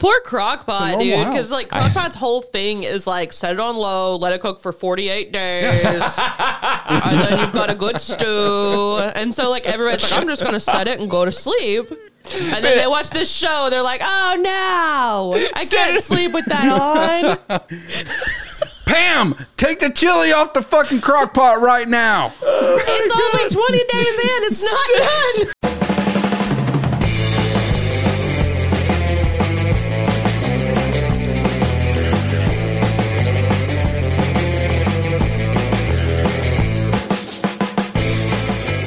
Poor Crock-Pot, Oh, dude. wow. Because like Crock-Pot's whole thing is like set it on low, let it cook for 48 days, and then you've got a good stew. And so like everybody's like, I'm just gonna set it and go to sleep. And then they watch this show, they're like, Oh no, I can't sleep with that Oh on. Pam, take the chili off the fucking crock pot right now. It's only 20 days in. It's not done.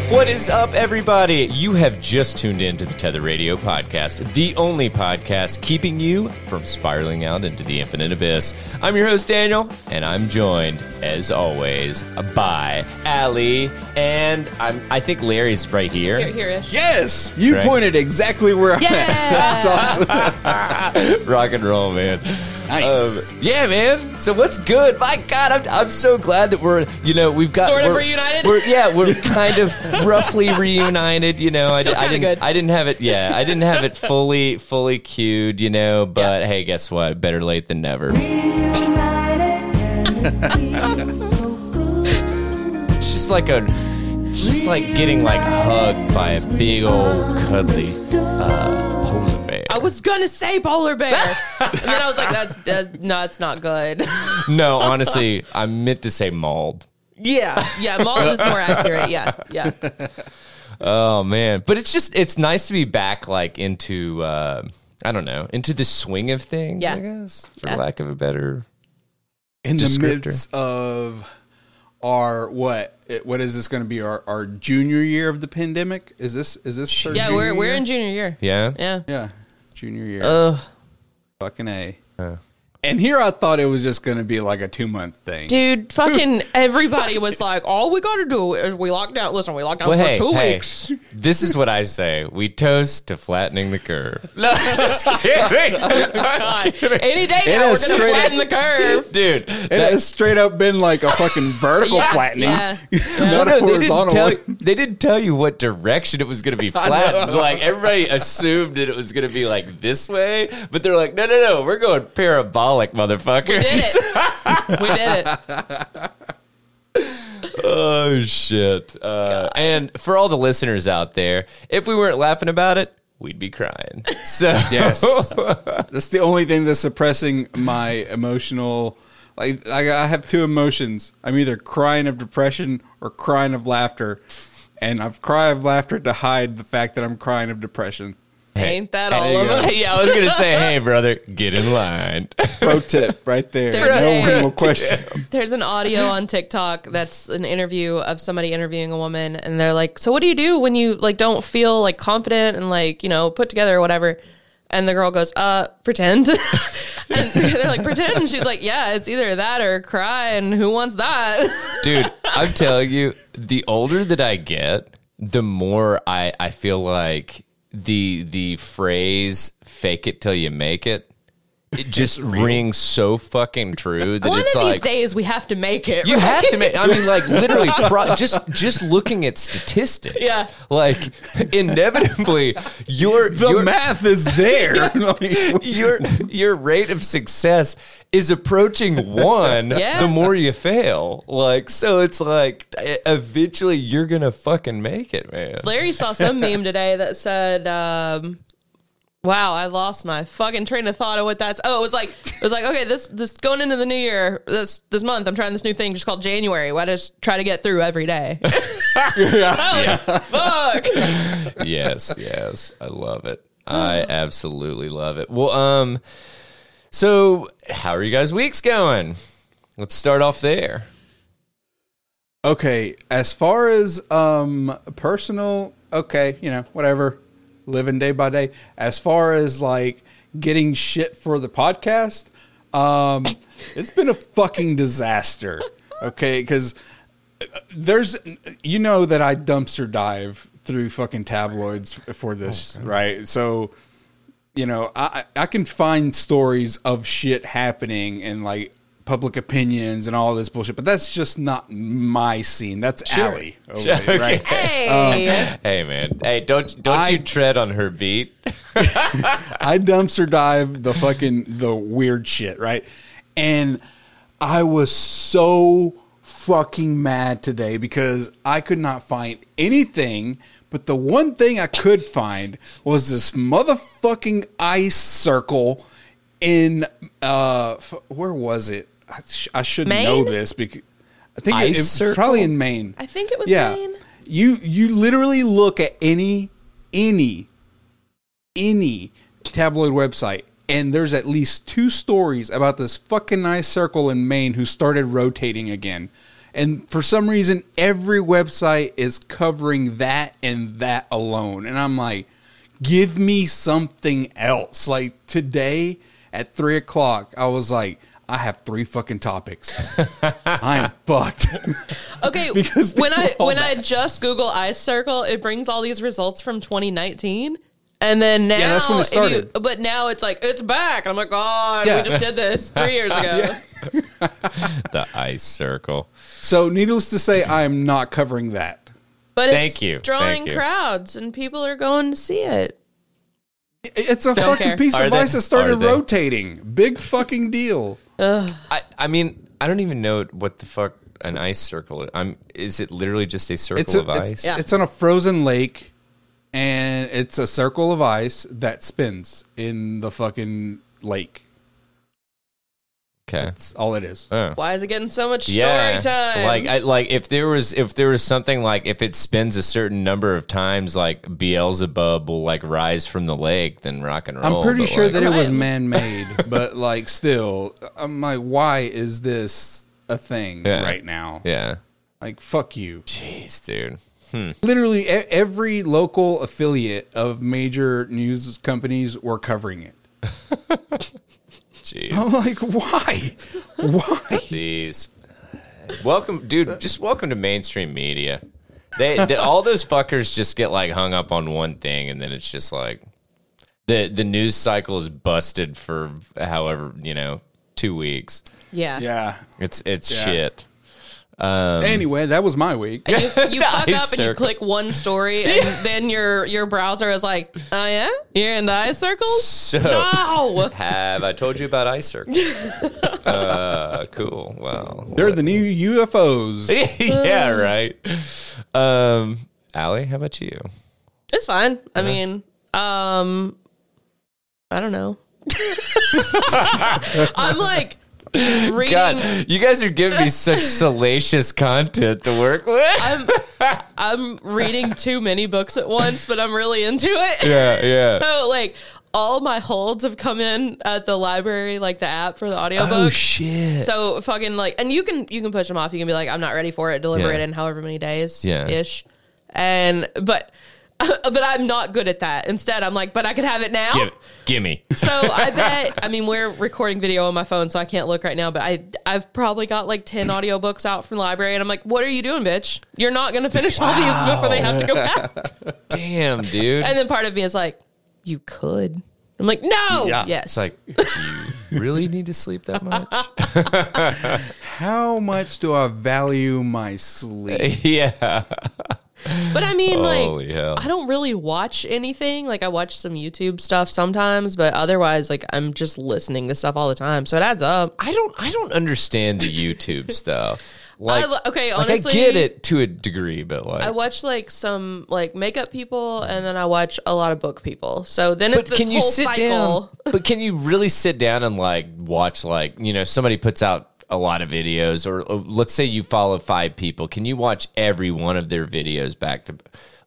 What is up, everybody? You have just tuned in to the Tether Radio podcast, the only podcast keeping you from spiraling out into the infinite abyss. I'm your host, Daniel, and I'm joined, as always, by Allie, and I'm, I think Larry's right here. Here, here ish. Yes, you Right. pointed exactly where I'm at. That's Yeah. awesome. Rock and roll, man. Nice. Um, yeah, man. So what's good? My God, I'm, I'm so glad that we're you know we've got Sort of we're- reunited? We're, yeah, we're kind of roughly reunited. You know, I, di- Feels I kinda didn't good. I didn't have it. Yeah, I didn't have it fully fully cued. You know, but hey, guess what? Better late than never. It's just like a it's just like getting like hugged by a big old cuddly uh, polar bear. I was gonna say polar bear, and then I was like, "That's, that's no, it's not good." No, honestly, I meant to say mauled. Yeah, yeah, mauled is more accurate. Yeah, yeah. Oh man, but it's just it's nice to be back like into uh, I don't know into the swing of things. Yeah. I guess for Yeah. lack of a better. In the Descriptor. midst of our what? It- What is this going to be? Our, our junior year of the pandemic? Is this? Is this? our Yeah, we're junior we're year? in junior year. Yeah. Yeah. Yeah, junior year. Ugh. Fucking a. And here I thought it was just going to be like a two month thing. Dude, fucking everybody was like, all we gotta do is we lock down. Listen, we lock down Well, for hey, two hey, weeks. this is what I say: we toast to flattening the curve. No, just kidding, Any day It now, we're is gonna straight- flatten the curve. dude. It that- has straight up been like a fucking vertical Yeah, flattening, yeah. not No, a no, they didn't, horizontal tell, one. they didn't tell you what direction it was going to be flattened. Like everybody assumed that it was going to be like this way, but they're like, no, no, no, we're going parabolic, motherfucker. We did it. we did it. Oh shit! Uh, and for all the listeners out there, if we weren't laughing about it, we'd be crying. So Yes. that's the only thing that's suppressing my emotional. Like I, I have two emotions. I'm either crying of depression or crying of laughter, and I've cried of laughter to hide the fact that I'm crying of depression. Ain't that There all you of go. us? yeah, I was gonna say, hey brother, get in line. Pro tip, right there. There's no a- real question. There's an audio on TikTok that's an interview of somebody interviewing a woman, and they're like, "So what do you do when you like don't feel like confident and like you know put together or whatever?" And the girl goes, "Uh, pretend." and they're like, "Pretend." And she's like, "Yeah, it's either that or cry, and who wants that?" Dude, I'm telling you, the older that I get, the more I, I feel like the the phrase "fake it till you make it" it just rings so fucking true that One of it's these like days, we have to make it. You right? have to make. I mean, like literally, pro- just just looking at statistics. Yeah. Like inevitably, your The your, math is there. Like, your your rate of success is approaching one. Yeah. The more you fail, like so, it's like e- eventually you're gonna fucking make it, man. Larry saw some meme today that said, um, "Wow, I lost my fucking train of thought of what that's." Oh, it was like it was like okay, this this going into the new year this this month. I'm trying this new thing just called January. Why just try to get through every day? I was like, Fuck. yes, yes, I love it. I absolutely love it. Well, um, so how are you guys' weeks going? Let's start off there. okay, as far as um personal, okay, you know, whatever. Living day by day. As far as like getting shit for the podcast, um it's been a fucking disaster. Okay, cuz there's you know that I dumpster dive through fucking tabloids for Oh, this, right? So you know, I I I can find stories of shit happening and like public opinions and all this bullshit. But that's just not my scene. That's Sure. Allie. over Sure, there, right? okay. Hey. Um, Hey man, hey don't don't I- you tread on her beat. I dumpster dive the fucking the weird shit, right? And I was so fucking mad today because I could not find anything, but the one thing I could find was this motherfucking ice circle in uh f- where was it? I, sh- I should know Maine? this because I think Ice it, it was circle? probably in Maine. I think it was yeah. Maine. You you literally look at any any any tabloid website and there's at least two stories about this fucking nice circle in Maine who started rotating again. And for some reason every website is covering that and that alone. And I'm like, give me something else. Like today at three o'clock, I was like, I have three fucking topics. I'm fucked. Okay, Because they when I were all when I just Google ice circle, it brings all these results from 2019, and then now, that's when it if you- started. but now it's like it's back, and I'm like, God, Yeah. we just did this three years ago. the ice circle. so needless to say, I am not covering that. But it's Thank you. drawing Thank you. crowds, and people are going to see it. It's a fucking care. piece Are of they? ice that started Are they? rotating. Big fucking deal. I I mean I don't even know what the fuck an ice circle. Is. I'm is it literally just a circle It's a, of ice? it's, it's on a frozen lake, and it's a circle of ice that spins in the fucking lake. Okay. That's all it is. Oh. Why is it getting so much Yeah, story time? like I, like if there was if there was something like if it spins a certain number of times, like Beelzebub will like rise from the lake, then rock and I'm roll. pretty but, sure like, that it was Right. man made, but like still, I'm like, why is this a thing Yeah. right now? yeah. Like, fuck you. Jeez, dude. Literally, e- every local affiliate of major news companies were covering it. Jeez. I'm like, why? Why? Jeez. Welcome, dude. Just welcome to mainstream media. They, they all those fuckers just get like hung up on one thing, and then it's just like the the news cycle is busted for however you know two weeks. yeah, Yeah. It's it's Yeah. shit. Um, Anyway, that was my week. You, you The fuck up ice and you circle. click one story, and then your your browser is like, "Oh yeah, you're in the ice circles." So. No, Have I told you about ice circles? uh, cool. Wow. They're the new UFOs. yeah, right. Um, Allie, how about you? it's fine. I Uh-huh. mean, um, I don't know. I'm like reading. God, you guys are giving me such salacious content to work with. I'm I'm reading too many books at once, but I'm really into it. Yeah, yeah. So like all my holds have come in at the library, like the app for the audiobook. Oh, shit. So fucking like, and you can you can push them off. You can be like, I'm not ready for it. Deliver Yeah. it in however many days, Yeah. ish. And but but I'm not good at that. Instead, I'm like, but I could have it now. Give, gimme. So I bet. I mean, we're recording video on my phone, so I can't look right now. But I I've probably got like ten audiobooks out from the library, and I'm like, what are you doing, bitch? You're not gonna finish all these before they have to go back. Damn, dude. And then part of me is like, you could. I'm like, no. Yeah. Yes. it's like, do you really need to sleep that much? How much do I value my sleep? yeah. But I mean, Holy like, hell. I don't really watch anything. Like, I watch some YouTube stuff sometimes, but otherwise, like, I'm just listening to stuff all the time. So it adds up. I don't I don't understand the YouTube stuff. Like, lo- okay, like honestly- I get it to a degree, but like I watch like some like makeup people, and then I watch a lot of book people. So then it's but this can you whole sit cycle. down? But can you really sit down and like watch like you know somebody puts out a lot of videos or, or let's say you follow five people, can you watch every one of their videos back to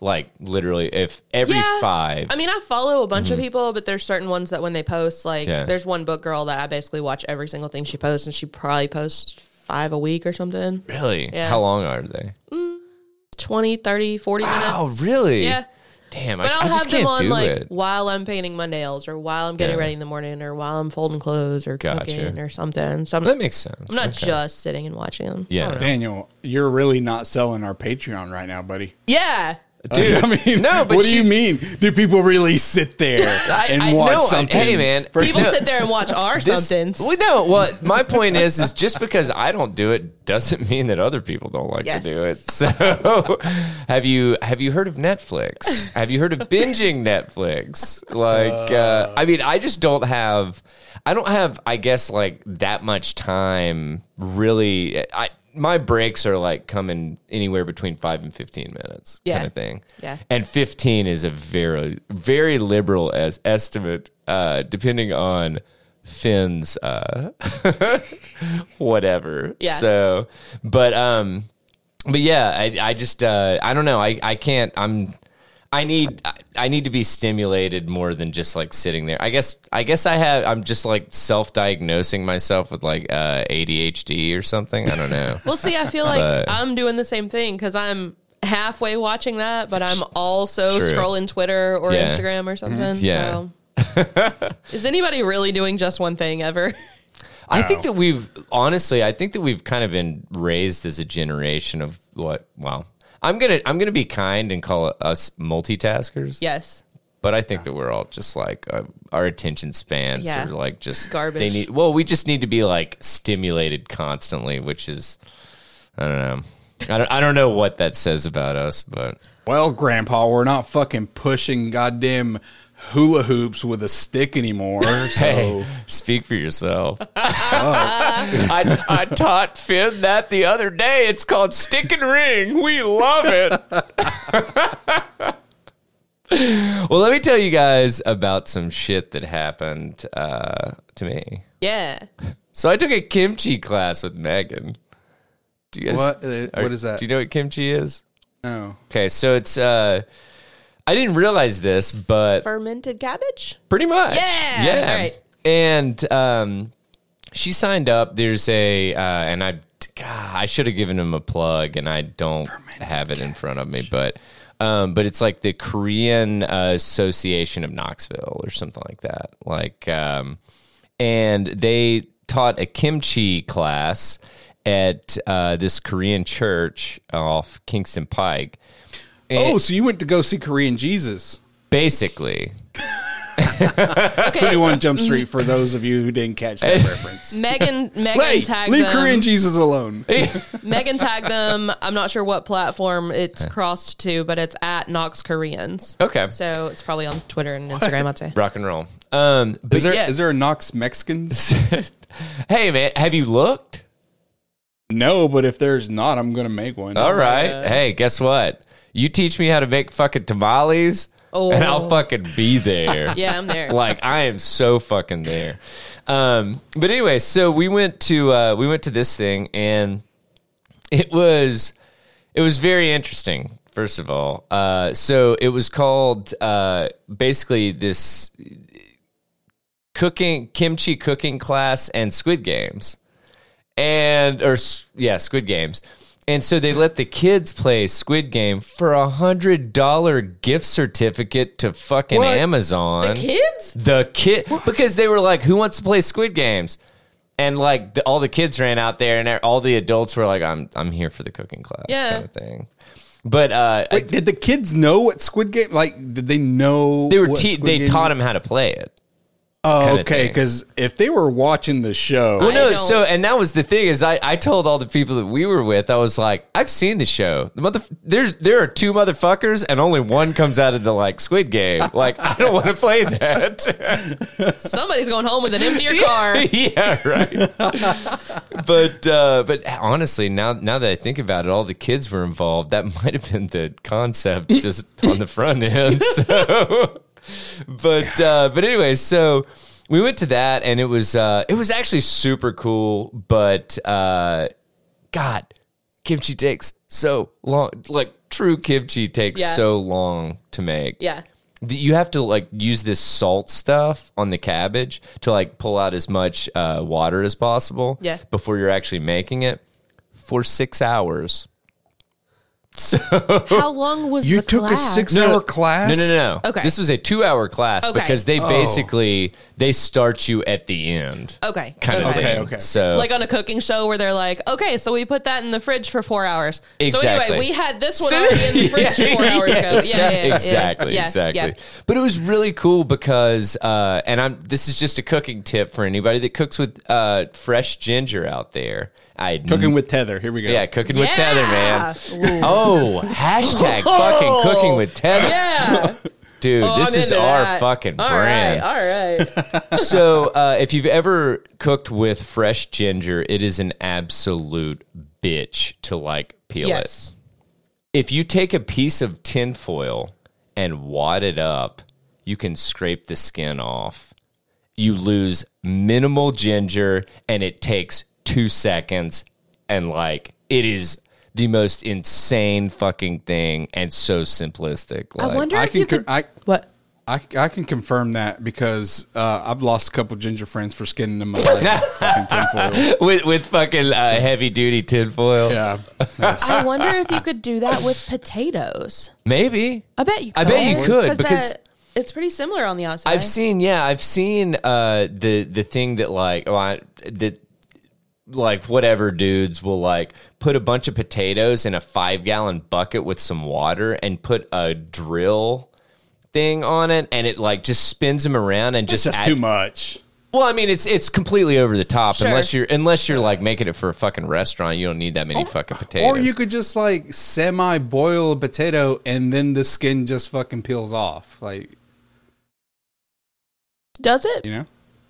like literally if every Yeah. five? Mm-hmm. I mean, I follow a bunch of people, but there's certain ones that when they post, like, Yeah. there's one book girl that I basically watch every single thing she posts, and she probably posts five a week or something really? Yeah. How long are they? 20, 30, 40 minutes. Oh, really? Yeah. Damn, But I, I I'll just have them can't on do like it. while I'm painting my nails or while I'm getting Yeah. ready in the morning or while I'm folding clothes or Gotcha. cooking or something. So I'm, That makes sense. I'm not Okay. just sitting and watching them. Yeah. I don't know. Daniel, you're really not selling our Patreon right now, buddy. Yeah. Dude, I mean, no, but what do she- you mean? Do people really sit there I- and I- watch no, I- something? hey, man, for- People sit there and watch our somethings. Well, no. Well, my point is, is just because I don't do it doesn't mean that other people don't like Yes. to do it. So, have you have you heard of Netflix? Have you heard of binging Netflix? Like, uh, I mean, I just don't have, I don't have, I guess, like that much time. Really, I my breaks are like coming anywhere between five and fifteen minutes, Yeah. kind of thing. Yeah. And 15 is a very, very liberal as estimate, uh, depending on Finn's uh, whatever. Yeah. So, but um, but yeah, I I just uh, I don't know. I I can't. I'm. I need I- I need to be stimulated more than just like sitting there. I guess I guess I have I'm just like self-diagnosing myself with like uh, ADHD or something. I don't know. Well, see, I feel like I'm doing the same thing because I'm halfway watching that, but I'm also True. scrolling Twitter or Yeah. Mm-hmm. Instagram or something. Yeah. So. Is anybody really doing just one thing ever? I think that we've honestly, I think that we've kind of been raised as a generation of what? Well, I'm gonna I'm gonna be kind and call us multitaskers. Yes. But I think that we're all just like uh, our attention spans Yeah. are like just Garbage. They need well, we just need to be like stimulated constantly, which is I don't know. I don't, I don't know what that says about us, but well, Grandpa, we're not fucking pushing goddamn hula hoops with a stick anymore. So hey, speak for yourself. I, I taught Finn that the other day. It's called stick and ring. We love it. well, let me tell you guys about some shit that happened uh, to me. Yeah. So I took a kimchi class with Megan. Do you guys What, uh, are- what is that? Do you know what kimchi is? no. Okay, so it's. Uh, I didn't realize this, but Fermented cabbage? Pretty much. Yeah. Yeah. Right. And um, she signed up. There's a, uh, and I, God, I should have given him a plug, and I don't have it in front of me, but. Um, but it's like the Korean uh, Association of Knoxville or something like that. Like, um, and they taught a kimchi class at uh, this Korean church off Kingston Pike. Oh, so you went to go see Korean Jesus. Basically, Okay. 21 Mm-hmm. Jump Street for those of you who didn't catch that reference. Megan Megan Hey, tagged leave them. Korean Jesus alone. Megan tagged them. I'm not sure what platform it's crossed to, but it's at Knox Koreans. okay, So it's probably on Twitter and Instagram, I'd say. rock and roll. Um, but Is there is yeah. there a Knox Mexicans? hey man, have you looked? no, but if there's not, I'm gonna make one. All right. Hey, guess what? You teach me how to make fucking tamales, Oh. and I'll fucking be there. Yeah, I'm there. Like I am so fucking there. Um, but anyway, so we went to uh, we went to this thing, and it was it was very interesting. First of all, uh, so it was called uh, basically this cooking kimchi cooking class and Squid Games and or s- yeah, Squid Games. And so they let the kids play Squid Game for a hundred dollar gift certificate to fucking Amazon. Kids? The kid because they were like, "Who wants to play Squid Games?" And like the, all the kids ran out there, and all the adults were like, "I'm I'm here for the cooking class," Yeah. kind of thing. But uh, Wait, did the kids know what Squid Game? Like, did they know they were what te- Squid they Game- taught him how to play it. Oh, kinda okay. thing. Because if they were watching the show, Well, no, I don't- so and that was the thing is I, I told all the people that we were with I was like I've seen the show the mother there's there are two motherfuckers and only one comes out of the like Squid Game like I don't want to play that Somebody's going home with an emptier car. yeah right but uh, but honestly now now that I think about it all the kids were involved that might have been the concept just on the front end so but uh, but anyway, so we went to that, and it was uh, it was actually super cool. But uh, God, kimchi takes so long. Like true kimchi takes Yeah. so long to make. Yeah. That You have to like use this salt stuff on the cabbage to like pull out as much uh, water as possible Yeah. before you're actually making it for six hours. So How long was You the took a class? six hour class? No, no, no, no. Okay. This was a two hour class Okay. because they Oh. basically they start you at the end. Okay. Kind of Okay. Oh. thing. Okay, okay. So like on a cooking show where they're like, okay, so we put that in the fridge for four hours. So Exactly. anyway, we had this one already in the fridge four hours ago. Yes. Yeah, yeah, yeah, yeah, exactly, yeah, exactly. yeah. But it was really cool because, uh, and I'm this is just a cooking tip for anybody that cooks with uh, fresh ginger out there. I Cooking with tether. Here we go. yeah, cooking with Yeah. tether, man. Oh, hashtag fucking cooking with tether, Yeah. dude. Oh, this I'm is into our that. fucking All brand. right, all right. so uh, if you've ever cooked with fresh ginger, it is an absolute bitch to like peel yes. it. If you take a piece of tinfoil and wad it up, you can scrape the skin off. You lose minimal ginger, and it takes two seconds. And like, it is the most insane fucking thing, and so simplistic. Like, I wonder I if can. you cur- could. I, what? I, I can confirm that because uh, I've lost a couple ginger friends for skinning them alive. with fucking tinfoil. with with fucking uh, heavy duty tinfoil, Yeah. Yes. I wonder if you could do that with potatoes. maybe. I bet you. could. I bet you could, because- that- it's pretty similar on the outside. I've seen, yeah, I've seen uh, the the thing that like oh, I, that like whatever dudes will like put a bunch of potatoes in a five gallon bucket with some water and put a drill thing on it and it like just spins them around and It's just just add- too much. well I mean it's it's completely over the top Sure. unless you're unless you're like making it for a fucking restaurant you don't need that many fucking potatoes Oh, Or you could just like semi boil a potato and then the skin just fucking peels off. Like, Does it? you know?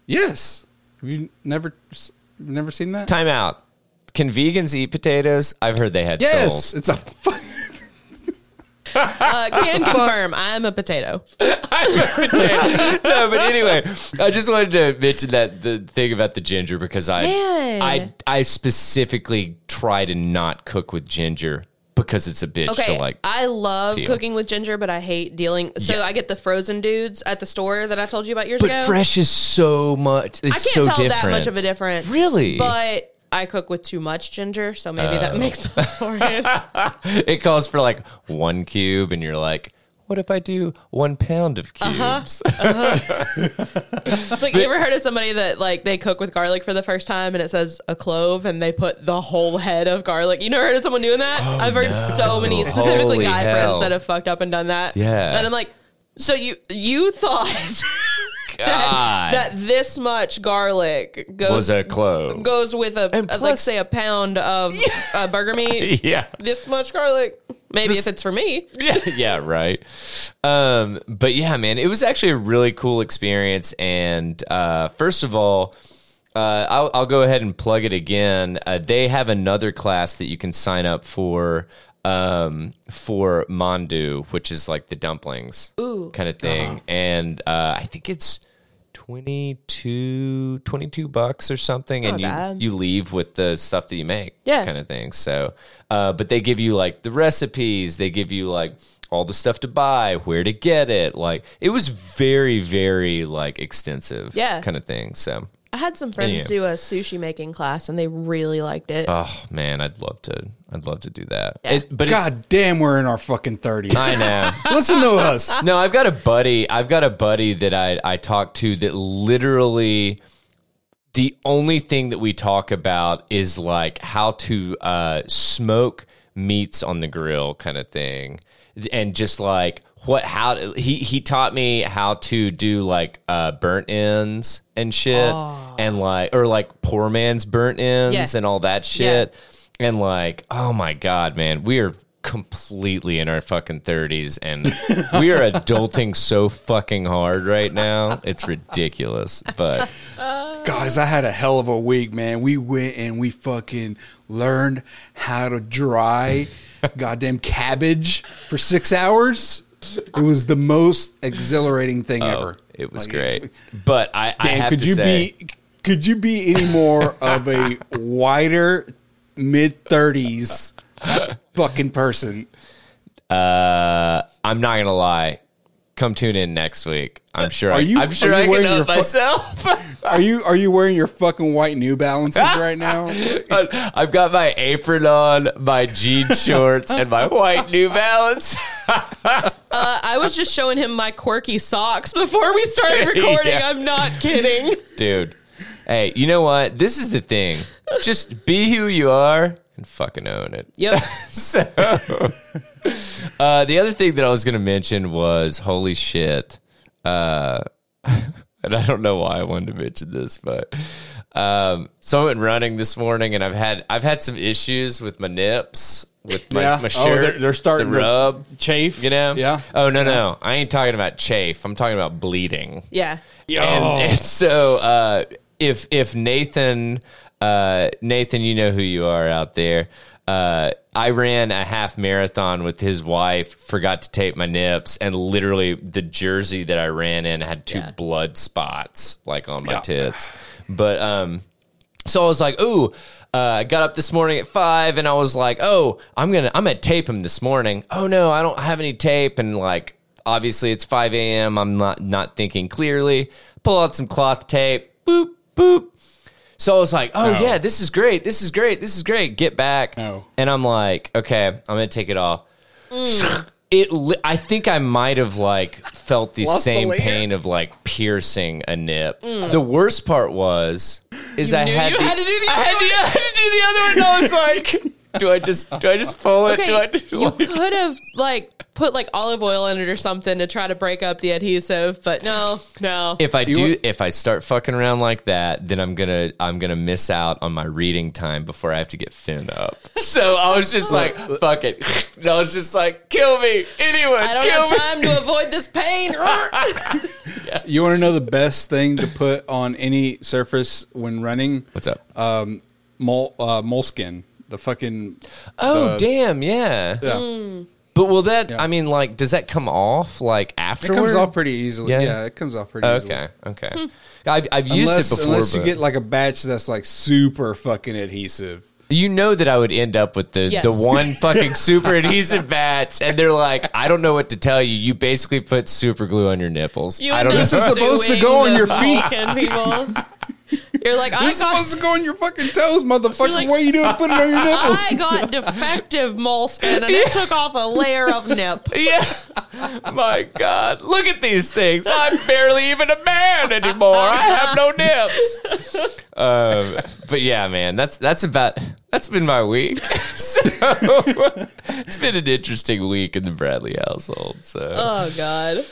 Yes. Have you never s- you've never seen that? time out can vegans eat potatoes I've heard they had yes. souls It's a fuck. Uh, can confirm. I'm a potato. no, but anyway, I just wanted to mention that the thing about the ginger because I Man. I I specifically try to not cook with ginger because it's a bitch Okay, to like. I love peel. cooking with ginger, but I hate dealing. So I get the frozen dudes at the store that I told you about years but ago. fresh is so much. It's I can't so tell different. that much of a difference, Really? Oh. But I cook with too much ginger, so maybe that makes up for it. it calls for like one cube, and you're like, what if I do one pound of cubes? Uh-huh. It's like you ever heard of somebody that like they cook with garlic for the first time and it says a clove and they put the whole head of garlic. You never heard of someone doing that? I've heard so many, specifically Oh, Holy guy hell. friends that have fucked up and done that. Yeah. and I'm like, so you you thought God. that this much garlic goes was a clove. goes with a, And a- like plus- say a pound of uh, burger meat. yeah. This much garlic, maybe This- if it's for me. yeah, yeah, right. Um, but yeah, man, it was actually a really cool experience. And uh, first of all, uh, I'll, I'll go ahead and plug it again. Uh, they have another class that you can sign up for um, for mandu, which is like the dumplings kind of thing. And uh, I think it's 22, 22 bucks or something. and you, bad. you leave with the stuff that you make Yeah. kind of thing so uh, but they give you like the recipes they give you like all the stuff to buy where to get it like it was very very like extensive Yeah. kind of thing so I had some friends Anywho. do a sushi making class and they really liked it. oh man i'd love to i'd love to do that It- but it's, God damn, we're in our fucking 30s. i know Listen to us. no, I've got a buddy. I've got a buddy that I I talk to that literally the only thing that we talk about is like how to uh, smoke meats on the grill kind of thing, and just like what how he he taught me how to do like uh, burnt ends and shit, and like or like poor man's burnt ends Yeah. and all that shit, and like oh my god, man, we are completely in our fucking 30s and we are adulting so fucking hard right now it's ridiculous but Guys, I had a hell of a week, man. We went and we fucking learned how to dry goddamn cabbage for six hours. It was the most exhilarating thing ever. Oh, It was Like, great. Oh, it's- But I, I Dan, have could to you say, be could you be any more of a wider mid thirties fucking person? I'm not going to lie. Come tune in next week. I'm sure. Uh, Are I, you- I'm sure are you I can wearing your help fu- myself. Are you are you wearing your fucking white New Balances right now? I've got my apron on, my jean shorts, and my white New Balance. Uh, I was just showing him my quirky socks before we started recording. Yeah. I'm not kidding. Dude. Hey, you know what? This is the thing. Just be who you are and fucking own it. Yep. So, uh, the other thing that I was going to mention was holy shit. Uh, and I don't know why I wanted to mention this, but um, so I went running this morning, and I've had I've had some issues with my nips, with my, Yeah. my Oh, shirt. they're- they're starting the to- rub. Chafe, You know? Yeah. Oh no, no, I ain't talking about chafe. I'm talking about bleeding. Yeah. Oh. And, and so uh, if if Nathan uh, Nathan, you know who you are out there. Uh, I ran a half marathon with his wife, forgot to tape my nips, and literally the jersey that I ran in had two Yeah. blood spots like on my Yeah. tits. But um so I was like, ooh, uh, I got up this morning at five and I was like, oh, I'm gonna I'm gonna tape him this morning. Oh no, I don't have any tape and like obviously it's five AM. I'm not not thinking clearly. Pull out some cloth tape, boop, boop. So I was like, oh No. yeah, this is great, this is great, this is great. Get back. No. And I'm like, okay, I'm gonna take it off. Mm. It, li- I think I might have like felt the Lost the same layer. Mm. pain of like piercing a nip. The worst part was, is I knew had, you the, had to do the I other had one. to- I had to do the other one. And I was like, do I just do I just pull it? Do I Okay, just, you could have like put like olive oil in it or something to try to break up the adhesive, but no, no. if I You do, want- if I start fucking around like that, then I'm gonna, I'm gonna miss out on my reading time before I have to get fin up. uh, So I was just like, fuck it. And I was just like, kill me, anyone, I don't kill have me. time to avoid this pain. You want to know the best thing to put on any surface when running? What's up? Mol, uh, moleskin. The fucking oh the- damn, yeah. yeah. But will that? I mean, like, does that come off like It after? comes off pretty easily. Yeah. Yeah, it comes off pretty easily. Okay, okay. I've, I've used Unless, it before. unless you but- get like a batch that's like super fucking adhesive. You know that I would end up with the, Yes. the one fucking super adhesive batch, and they're like, I don't know what to tell you. You basically put super glue on your nipples. You I end don't up This is know. supposed to suing go on the your feet. Falcon people. You're like, I It's got, supposed to go on your fucking toes, motherfucker. like- what are you doing putting it on your nipples? I got defective moleskin and it took off a layer of nip. yeah. My God. Look at these things. I'm barely even a man anymore. I have no nips. Um, but yeah, man, that's that's about that's been my week. so it's been an interesting week in the Bradley household. So Oh God.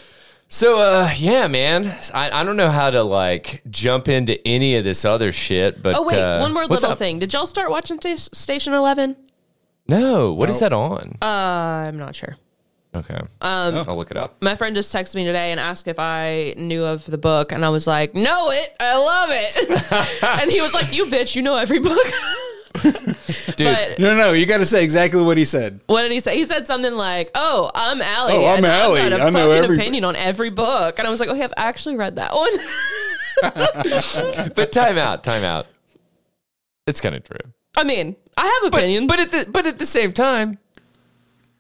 So uh yeah, man. I, I don't know how to like jump into any of this other shit, but Oh wait, uh, one more what's little up? thing. Did y'all start watching Sta- Station Eleven? Uh, No, what is that on? I'm not sure. okay. Um I'll look it up. My friend just texted me today and asked if I knew of the book, and I was like, "Know it, I love it." and he was like, "You bitch, you know every book." Dude, but No, no, you got to say exactly what he said. what did he say? He said something like, "Oh, I'm Allie. Oh, I'm and Allie. I've got a I know fucking every- opinion on every book." And I was like, "Okay, I've actually read that one." but time out, time out. It's kind of true. I mean, I have But opinions, but at the but at the same time,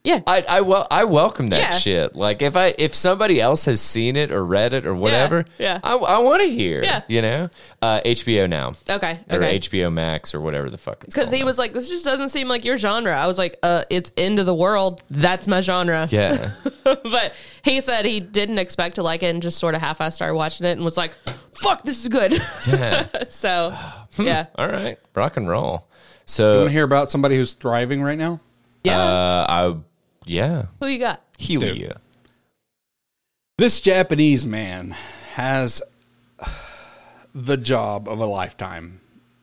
yeah, I I wel- I welcome that Yeah. shit. Like if I if somebody else has seen it or read it or whatever, yeah. I I want to hear. Yeah. You know? Uh HBO now. okay, Or okay. HBO Max or whatever the fuck it's Because he called. was like, "This just doesn't seem like your genre." I was like, "Uh, it's end of the world. That's my genre." Yeah. but he said he didn't expect to like it and just sort of half-assed started watching it and was like, "Fuck, this is good." yeah. so, yeah, All right, rock and roll. You So want to hear about somebody who's thriving right now? yeah. uh, I yeah, Who you got? Helia. This Japanese man has the job of a lifetime.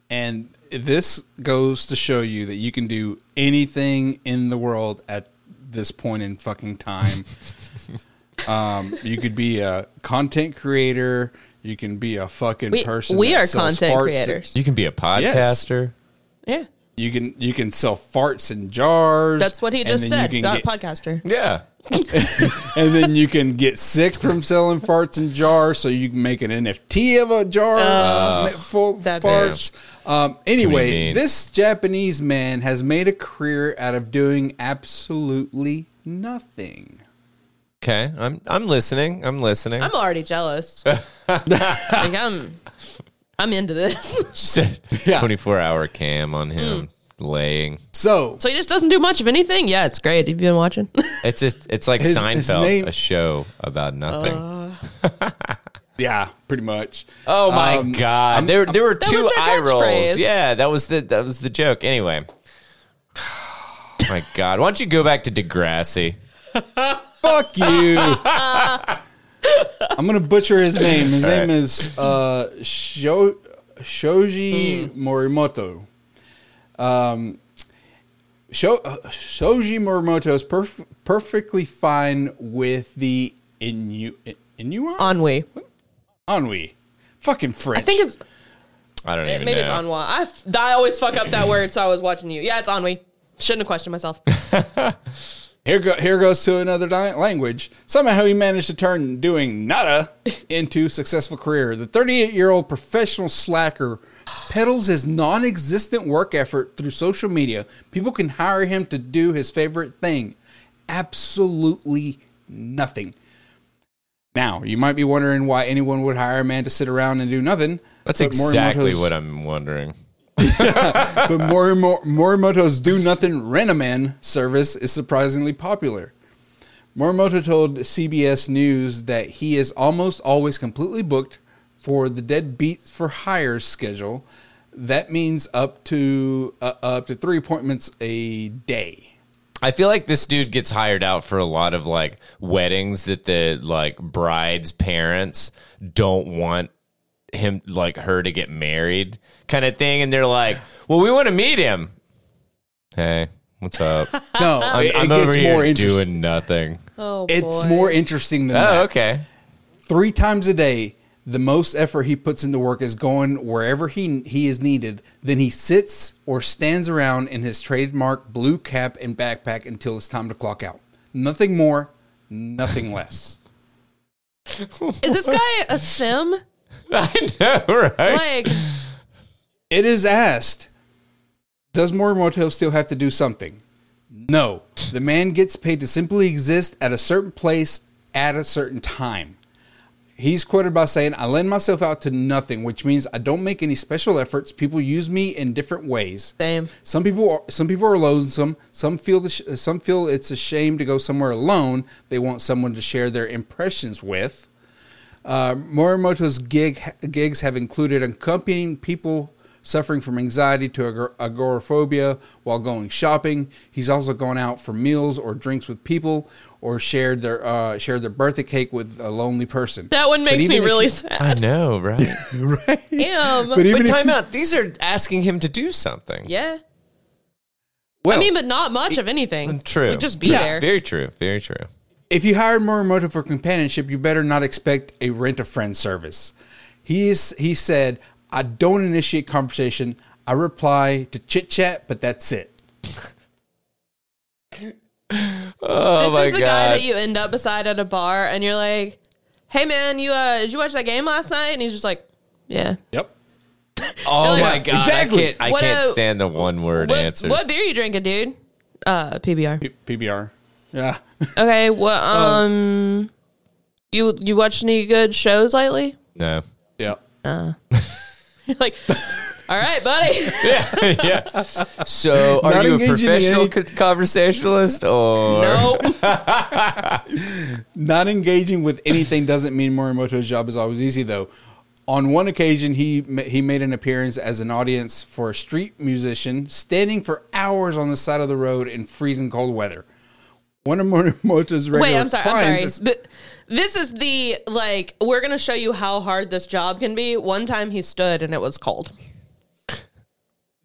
And this goes to show you that you can do anything in the world at this point in fucking time. um, you could be a content creator. You can be a fucking We person. we that are sells content farts. creators. You can be a podcaster. yeah, You can you can sell farts in jars. that's what he and just then you said. can Not get- podcaster. Yeah. and then you can get sick from selling farts in jars, so you can make an NFT of a jar of full Oh, that farts. Um, anyway, mean. this Japanese man has made a career out of doing absolutely nothing. Okay, I'm I'm listening. I'm listening. I'm already jealous. like I'm, I'm into this. She said 24 hour cam on him laying. So so he just doesn't do much of anything. Yeah, it's great. Have you been watching? It's just it's like His- his Seinfeld, name- a show about nothing. yeah, pretty much. Um, oh my god! there there were two was their eye rolls. catchphrase. Yeah, that was the that was the joke. Anyway, my god, why don't you go back to Degrassi? Fuck you. I'm gonna butcher his name. His name is uh, Sho- Shoji Morimoto. Um, Sho- uh, Shoji Morimoto is perf- perfectly fine with the Inu- Inuit Ennui. ennui. Fucking French. I think it's I don't even maybe know. it's ennui. I, f- I always fuck up that word, so I was watching you. Yeah, it's ennui. Shouldn't have questioned myself. Here, go, here goes to another di- language. Somehow he managed to turn doing nada into successful career. The 38 year old professional slacker peddles his non existent work effort through social media. People can hire him to do his favorite thing absolutely nothing. Now, you might be wondering why anyone would hire a man to sit around and do nothing. That's but Morimoto's- exactly what I'm wondering. but Morimo- Morimoto's Do Nothing Renaman service is surprisingly popular. Morimoto told CBS News that he is almost always completely booked for the Dead Beats for Hire schedule. That means up to uh, up to three appointments a day. I feel like this dude gets hired out for a lot of like weddings that the like bride's parents don't want him like her to get married kind of thing and they're like, "Well, we want to meet him." Hey, what's up? No, I'm, it, it I'm gets over more here interesting. doing nothing. Oh, It's boy. more interesting than that. Oh, okay. three times a day the most effort he puts into work is going wherever he he is needed then he sits or stands around in his trademark blue cap and backpack until it's time to clock out nothing more nothing less Is this guy a sim? I know, right? Like, it is asked does morimoto still have to do something no the man gets paid to simply exist at a certain place at a certain time He's quoted by saying, I lend myself out to nothing, which means I don't make any special efforts. People use me in different ways. Same. Some people are, some people are lonesome. Some feel the sh- some feel it's a shame to go somewhere alone. They want someone to share their impressions with. Uh, Morimoto's gig gigs have included accompanying people suffering from anxiety to agor- agoraphobia while going shopping. He's also gone out for meals or drinks with people, or shared their uh, shared their birthday cake with a lonely person. that one But makes me even if really you- sad. I know, right? Damn. But even but if time you- out. These are asking him to do something. yeah. well, I mean, but not much of anything. Mm, True. Like, just be Yeah. there. Very true. Very true. If you hired Morimoto for companionship, you better not expect a rent a friend service. He is, he said, I don't initiate conversation. I reply to chit chat, but that's it. Oh this my is the god. guy that you end up beside at a bar, and you're like, "Hey, man, you uh, did you watch that game last night?" And he's just like, "Yeah." Yep. oh Yeah, my god. exactly. I can't, I What can't a- stand the one word What, answers. what beer you drinking, dude? Uh, PBR. PBR. Yeah. Okay. Oh. What? Um, you you watched any good shows lately? no. Yep. You're like, all right, buddy. yeah. So, are Not you a engaging in professional any- co- conversationalist or no. Not engaging with anything doesn't mean Morimoto's job is always easy, though. On one occasion, he ma- he made an appearance as an audience for a street musician, standing for hours on the side of the road in freezing cold weather. One of Morimoto's regular Wait, I'm sorry. I'm sorry. clients is- Th- this is the like we're gonna show you how hard this job can be. One time he stood and it was cold.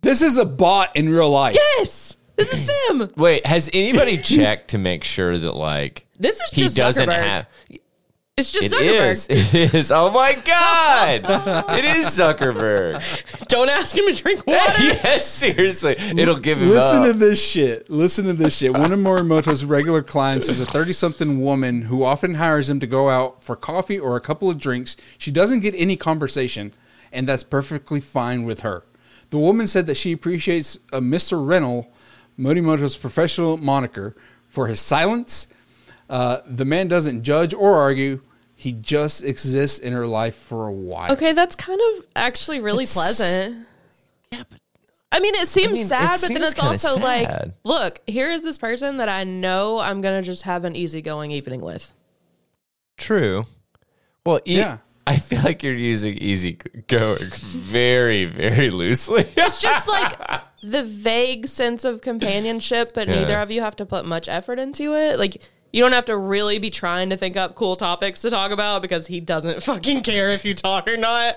This is a bot in real life. Yes, this is him. Wait, has anybody checked to make sure that like This is he just doesn't Zuckerberg. have? It's just It Zuckerberg. is. It is. Oh my god! it is Zuckerberg. Don't ask him to drink water. yes, seriously, it'll give him Listen to up. this shit. Listen to this shit. One of Morimoto's regular clients is a 30 something woman who often hires him to go out for coffee or a couple of drinks. She doesn't get any conversation, and that's perfectly fine with her. The woman said that she appreciates uh, Mr. Rennell, Morimoto's professional moniker, for his silence, Uh, the man doesn't judge or argue. He just exists in her life for a while. Okay, that's kind of actually really It's- pleasant. I mean, it seems I mean, sad, it but then seems it's kinda also like, sad. look, here is this person that I know I'm gonna just have an easygoing evening with. True. Well, e- Yeah. I feel like you're using easy going very, very loosely. It's just like the vague sense of companionship, but Yeah. neither of you have to put much effort into it. Like you don't have to really be trying to think up cool topics to talk about because he doesn't fucking care if you talk or not.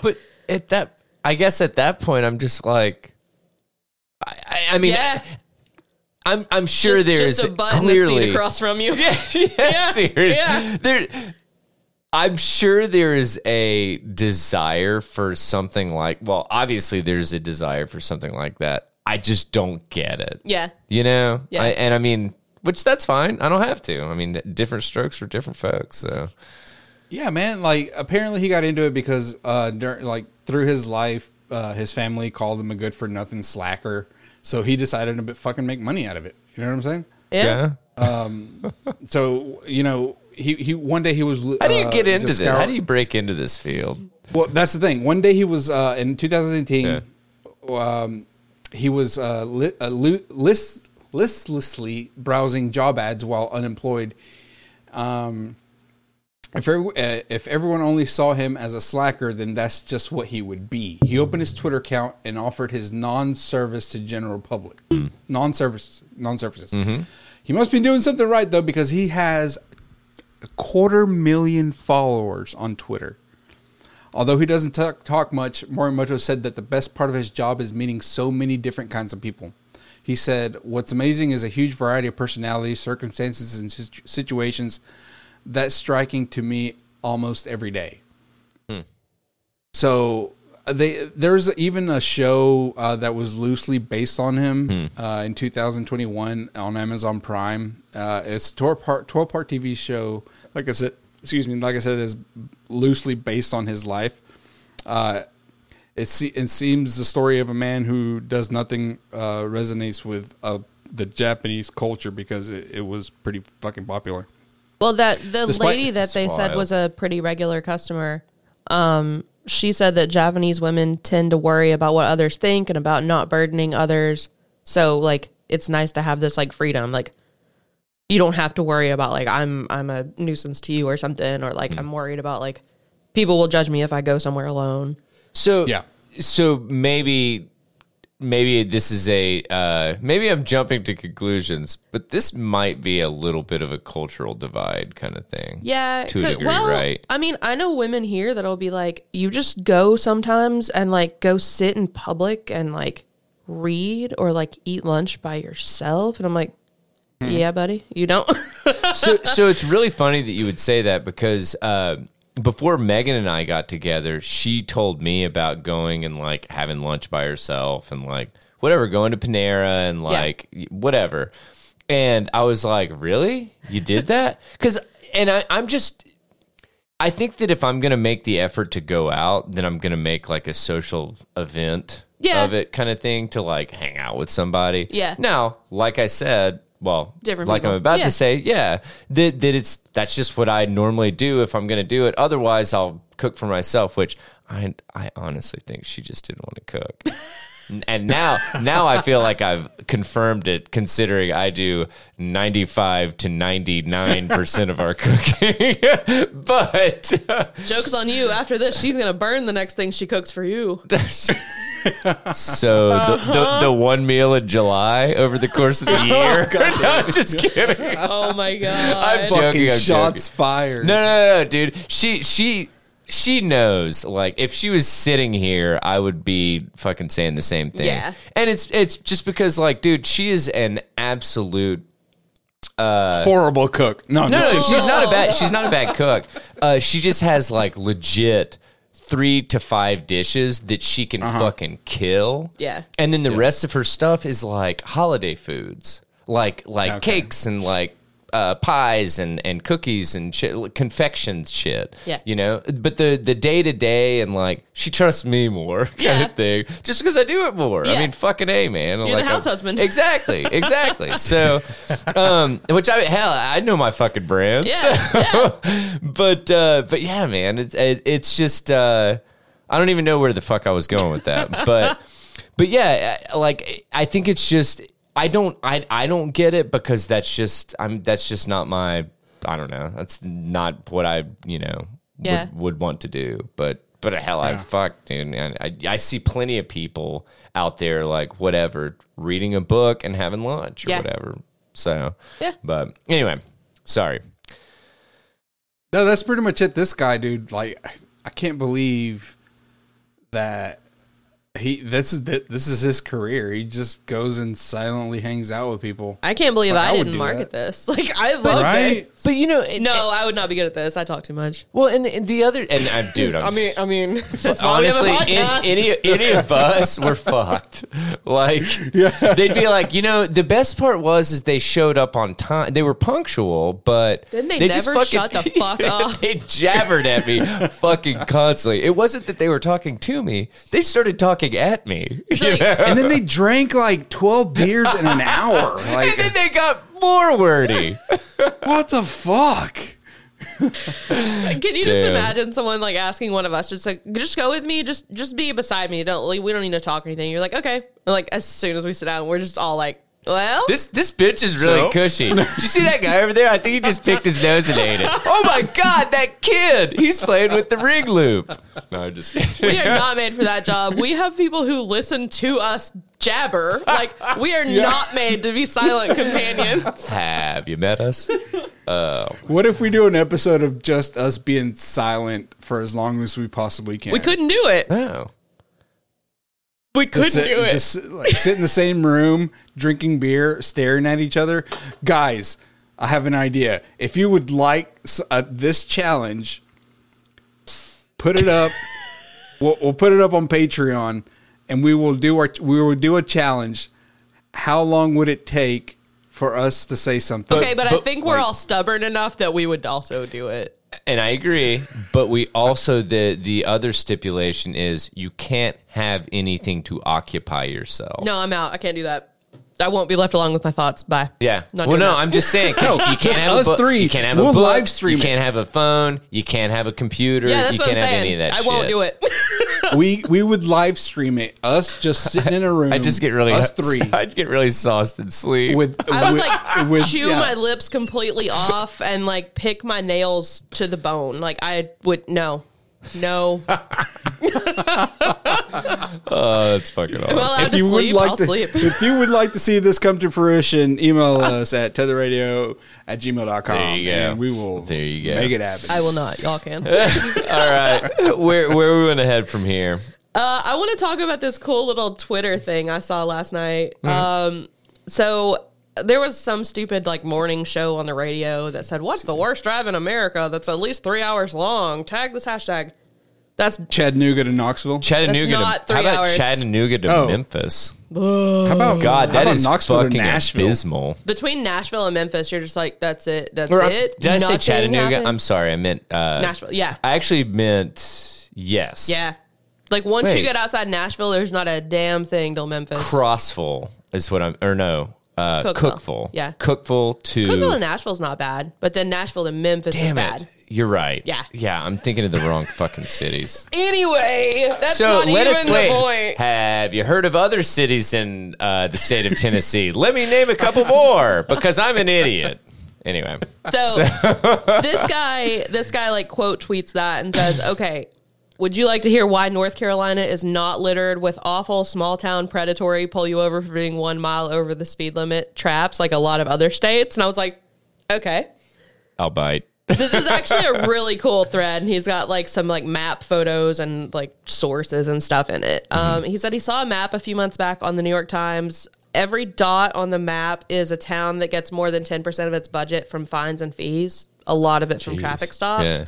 but at that, I guess at that point, I'm just like, I, I, I mean, Yeah, I'm, I'm sure just, there's just a button to clearly seat across from you. yeah, yeah, serious. yeah. There, I'm sure there is a desire for something like. Well, obviously, there's a desire for something like that. I just don't get it. Yeah. You know. Yeah. I, and I mean, which that's fine. I don't have to. I mean, different strokes for different folks. So Yeah, man. Like apparently he got into it because uh during like through his life, uh his family called him a good for nothing slacker. So he decided to b- fucking make money out of it. You know what I'm saying? Yeah. So you know he he one day he was uh, How do you get into this? just How scour- do you break into this field? Well, that's the thing. One day he was uh in 2018. Yeah. Um, he was uh, li- uh lu- list listlessly browsing job ads while unemployed. Um, If every, uh, if everyone only saw him as a slacker, then that's just what he would be. He opened his Twitter account and offered his non-service to general public, non-service, non-services. He must be doing something right though, because he has a quarter million followers on Twitter. Although he doesn't talk, talk much, Morimoto said that the best part of his job is meeting so many different kinds of people. He said, What's amazing is a huge variety of personalities, circumstances, and situ- situations that's striking to me almost every day. So uh, they there's even a show uh, that was loosely based on him uh, in 2021 on Amazon Prime. Uh, it's a 12 part 12 part TV show. Like I said, excuse me. Like I said, is loosely based on his life. Uh, it, se- it seems the story of a man who does nothing uh, resonates with uh, the Japanese culture because it, it was pretty fucking popular. Well, that the Despite- lady that they That's said wild. was a pretty regular customer, um, she said that Japanese women tend to worry about what others think and about not burdening others. So, like, it's nice to have this like freedom. Like, you don't have to worry about like I'm I'm a nuisance to you or something, or like I'm worried about like people will judge me if I go somewhere alone. So Yeah. So maybe maybe this is a uh, maybe I'm jumping to conclusions, but this might be a little bit of a cultural divide kind of thing. Yeah, to a could- degree, well, right? I mean, I know women here that'll be like, you just go sometimes and like go sit in public and like read or like eat lunch by yourself, and I'm like, Hmm. yeah, buddy, you don't. so, so it's really funny that you would say that because uh, before Megan and I got together, she told me about going and like having lunch by herself and like whatever, going to Panera and like whatever. And I was like, really? You did that? Because, and I, I'm just, I think that if I'm going to make the effort to go out, then I'm going to make like a social event Yeah. of it kind of thing to like hang out with somebody. Yeah. Now, like I said, well, Different like people. I'm about Yeah. to say, yeah, that, that it's that's just what I normally do if I'm going to do it. Otherwise, I'll cook for myself, which I I honestly think she just didn't want to cook. and now now I feel like I've confirmed it considering I do 95 to 99% of our cooking. but Joke's on you. After this, she's gonna burn the next thing she cooks for you. so the, the the one meal in July over the course of the year. no, I'm just kidding. Oh my I'm god. joking, fucking I'm joking. shots fired. No, no, no, no, dude. She she she knows. Like if she was sitting here, I would be fucking saying the same thing. Yeah. And it's it's just because like, dude, she is an absolute Horrible cook. No, I'm no, just no, kidding. she's not a bad she's not a bad cook. Uh, she just has like legit three to five dishes that she can fucking kill. Yeah. and then the rest of her stuff is like holiday foods, like like cakes and like uh, pies and, and cookies and shit, confections shit. Yeah. You know, but the the day to day and like she trusts me more kind Yeah. of thing, just because I do it more. I Yeah. mean, fucking a man. You're the like, house I'm- husband. Exactly, exactly. so, um, which I hell, I know my fucking brand. Yeah, so- but uh, but yeah, man, it's it, it's just uh, I don't even know where the fuck I was going with that, but but yeah, I- like I think it's just I don't I I don't get it because that's just I'm that's just not my I don't know that's not what I you know Yeah. would, would want to do, but. But hell, I fuck, dude. And I, I see plenty of people out there, like whatever, reading a book and having lunch or Yeah. whatever. So, Yeah. But anyway, sorry. No, that's pretty much it. This guy, dude, like I can't believe that he this is this is his career. He just goes and silently hangs out with people. I can't believe Like, I I, would didn't do market that. this. Like I love Right? it. But you know, it- No, I would not be good at this. I talk too much. Well, and, and the other, and I, dude, I'm, I mean, I mean, honestly, an- any any of us were fucked. Like, they'd be like, you know, the best part was is they showed up on time. They were punctual, but Didn't they just never fucking- shut the fuck up? they jabbered at me fucking constantly. It wasn't that they were talking to me; they started talking at me. you like- know? And then they drank like twelve beers in an hour. and then Like they got more wordy. what the fuck? Can you just Damn. imagine someone like asking one of us, just like, just go with me, just just be beside me. Don't like, we don't need to talk or anything. You're like, okay. And, like as soon as we sit down, we're just all like, well, This this bitch is really So? cushy. Did you see that guy over there? I think he just picked his nose and ate it. Oh my god, that kid! He's playing with the ring loop. No, I'm just we are not made for that job. We have people who listen to us jabber. Like we are not made to be silent companions. Have you met us? What if we do an episode of just us being silent for as long as we possibly can? We couldn't do it. No. We couldn't Just sit, do it. Just like sit in the same room, drinking beer, staring at each other. Guys, I have an idea. If you would like s- uh, this challenge, put it up. we'll, we'll put it up on Patreon, and we will do our we will do a challenge. How long would it take for us to say something? okay, but, I but, think we're all stubborn enough that we would also do it. And I agree, but we also the the other stipulation is you can't have anything to occupy yourself. No, I'm out. I can't do that. I won't be left alone with my thoughts. Bye. Yeah. Not well, doing no, that. I'm just saying. 'cause No, you can't just have us a book, three. You can't have a We'll book. live stream You it. can't have a phone. You can't have a computer. Yeah, that's you what I'm can't have saying. any of that. I won't shit. do it. we we would live stream it. Us just sitting in a room. I just get really us three I'd get really sauced and sleep. with. I would with- like with- chew yeah. my lips completely off and like pick my nails to the bone. Like I would no. No. Am oh, that's fucking awesome. I allowed if to you sleep? would like I'll to, sleep. if you would like to see this come to fruition, email us at tetherradio at gmail.com. There you go. And we will There you go. make it happen. I will not. Y'all can. All right, where where are we gonna head from here? Uh, I want to talk about this cool little Twitter thing I saw last night. Mm-hmm. Um, so there was some stupid like morning show on the radio that said, "What's the worst drive in America?" That's at least three hours long. Tag this hashtag. That's Chattanooga to Knoxville. Chattanooga. not to, three how about hours. Chattanooga to Oh. Memphis? How about God, how that about is Knoxville fucking to Nashville? abysmal. between Nashville and Memphis. You're just like, that's it. That's Or, uh, it. did I say Nothing Chattanooga? happened? I'm sorry, I meant. Uh, Nashville. Yeah, I actually meant yes. yeah. Like once you Wait. get outside Nashville, there's not a damn thing till Memphis. Crossville is what I'm. Or no, uh, Cookville. Cookville. Yeah. Cookville to. Cookville to Nashville's not bad, but then Nashville to Memphis is Damn bad. it. You're right. Yeah. Yeah, I'm thinking of the wrong fucking cities. Anyway, that's so not let even us the wait. point. Have you heard of other cities in uh, the state of Tennessee? let me name a couple more because I'm an idiot. Anyway, So this guy, this guy like quote tweets that and says, "Okay, would you like to hear why North Carolina is not littered with awful small town predatory pull you over for being 1 mile over the speed limit traps like a lot of other states?" And I was like, "Okay." I'll bite. This is actually a really cool thread and he's got like some like map photos and like sources and stuff in it. Um, he said he saw a map a few months back on the New York Times. Every dot on the map is a town that gets more than 10% of its budget from fines and fees, a lot of it from traffic stops Yeah.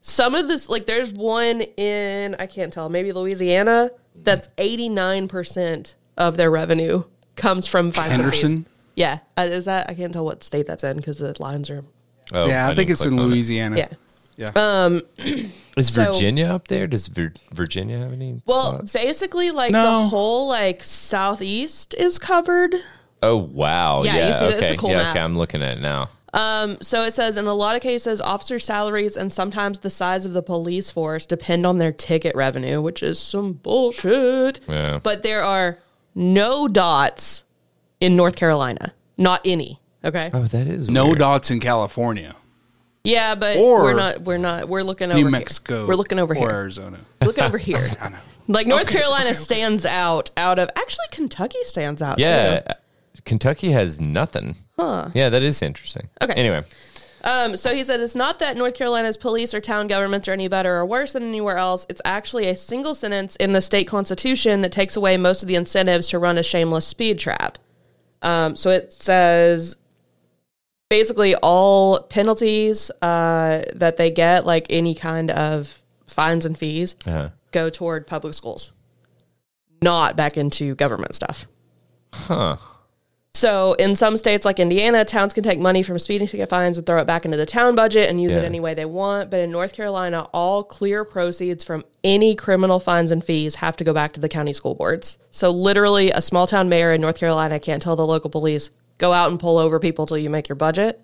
some of this like there's one in I can't tell maybe Louisiana that's 89 percent of their revenue comes from fines and fees. Henderson? Yeah. Uh, is that I can't tell what state that's in because the lines are. Oh, yeah, I, think didn't it's click in on it. Louisiana. Yeah. Um, Yeah. Is So- Virginia up there? Does Vir- Virginia have any? Well, spots? basically, like No. the whole like southeast is covered. oh wow, Yeah, yeah, you see that? okay, It's a cool yeah, map. okay. I'm looking at it now. So it says in a lot of cases, officer salaries and sometimes the size of the police force depend on their ticket revenue, which is some bullshit. Yeah. But there are no dots in North Carolina, not any. Okay. Oh, that is no weird. dots in California, Yeah, but Or we're not. We're not. We're looking over New here. Mexico. We're looking over or here. Arizona. Looking over here. I know. Like North Carolina stands out. Out of actually Kentucky stands out. Yeah, too. Kentucky has nothing. Huh. Yeah, that is interesting. Okay. Anyway, Um, so he said it's not that North Carolina's police or town governments are any better or worse than anywhere else. It's actually a single sentence in the state constitution that takes away most of the incentives to run a shameless speed trap. Um, so it says basically all penalties uh, that they get, like any kind of fines and fees, uh, go toward public schools, not back into government stuff. huh? So in some states like Indiana, towns can take money from speeding ticket fines and throw it back into the town budget and use it Yeah. any way they want. But in North Carolina, all clear proceeds from any criminal fines and fees have to go back to the county school boards. So literally, a small town mayor in North Carolina can't tell the local police go out and pull over people till you make your budget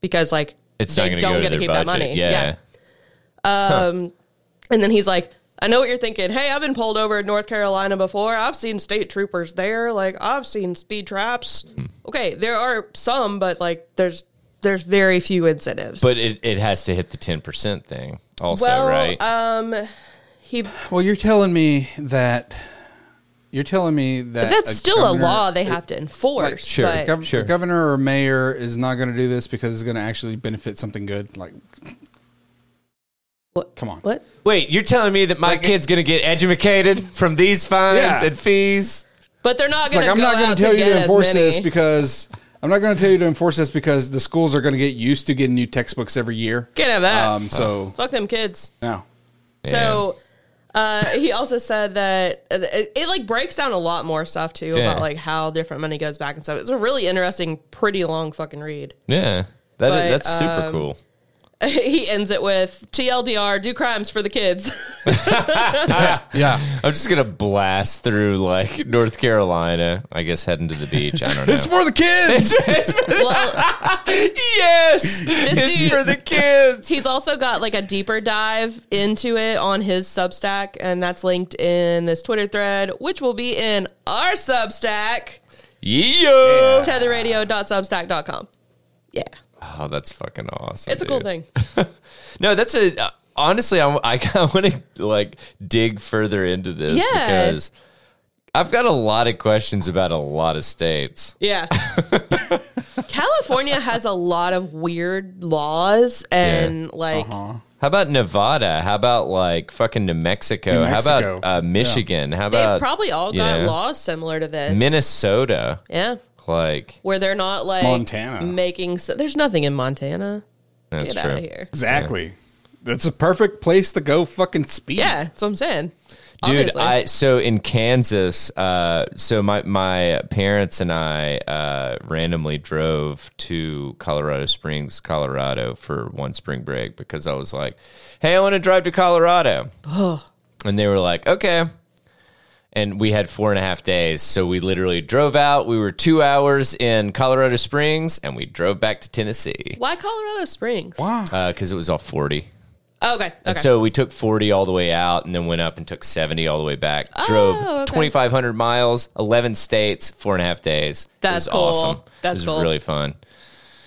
because like It's they not going to don't go to get their to keep budget. that money. Yeah. And then he's like, I know what you're thinking. Hey, I've been pulled over in North Carolina before. I've seen state troopers there. Like, I've seen speed traps. Hmm. Okay, there are some, but like, there's there's very few incentives. but it, it has to hit the ten percent thing also, well, right? um, he Well, you're telling me that you're telling me that that's a still uh, governor- a law they have to enforce. sure, but- gov- Sure. governor or mayor is not going to do this because it's going to actually benefit something good. Like, What- come on. what? Wait, you're telling me that my kid's going to get educated from these fines Yeah. and fees? But they're not It's going like I'm to go not going out to tell you get to as enforce many. this because I'm not going to tell you to enforce this because the schools are going to get used to getting new textbooks every year. Can't have that. Um, so Fuck them kids. no, So uh, he also said that uh, it, it like breaks down a lot more stuff too Yeah. about like how different money goes back and stuff. It's a really interesting, pretty long fucking read. Yeah, that But, um, that's super cool. he ends it with TLDR: do crimes for the kids. yeah, I'm just gonna blast through like North Carolina. I guess heading to the beach. I don't know. it's for the kids. It's for the- well, yes, it's dude- for the kids. he's also got like a deeper dive into it on his Substack, and that's linked in this Twitter thread, which will be in our Substack, Yeah. tetherradio.substack.com. Yeah, Oh, that's fucking awesome. it's a cool dude. thing. No, that's a uh, honestly. I'm, I want to like dig further into this Yeah. because I've got a lot of questions about a lot of states. Yeah. California has a lot of weird laws and like How about Nevada? How about like fucking New Mexico? New How Mexico. about uh, Michigan? How they've about probably all you got know, laws similar to this. Minnesota? yeah. Like Where they're not like Montana. making so, there's nothing in Montana. that's Get true. out of here. exactly. That's a perfect place to go fucking speed. Yeah, that's what I'm saying. Dude, Obviously. I so in Kansas, uh, so my my parents and I uh, randomly drove to Colorado Springs, Colorado for one spring break because I was like, "Hey, I want to drive to Colorado," and they were like, "Okay." And we had four and a half days, so we literally drove out. We were two hours in Colorado Springs, and we drove back to Tennessee Why Colorado Springs? because it was all forty. Oh, okay. Okay. And so we took 40 all the way out and then went up and took 70 all the way back. Drove Oh, okay. 2,500 miles, 11 states, four and a half days. It That's was cool. awesome. That's it was cool. really fun.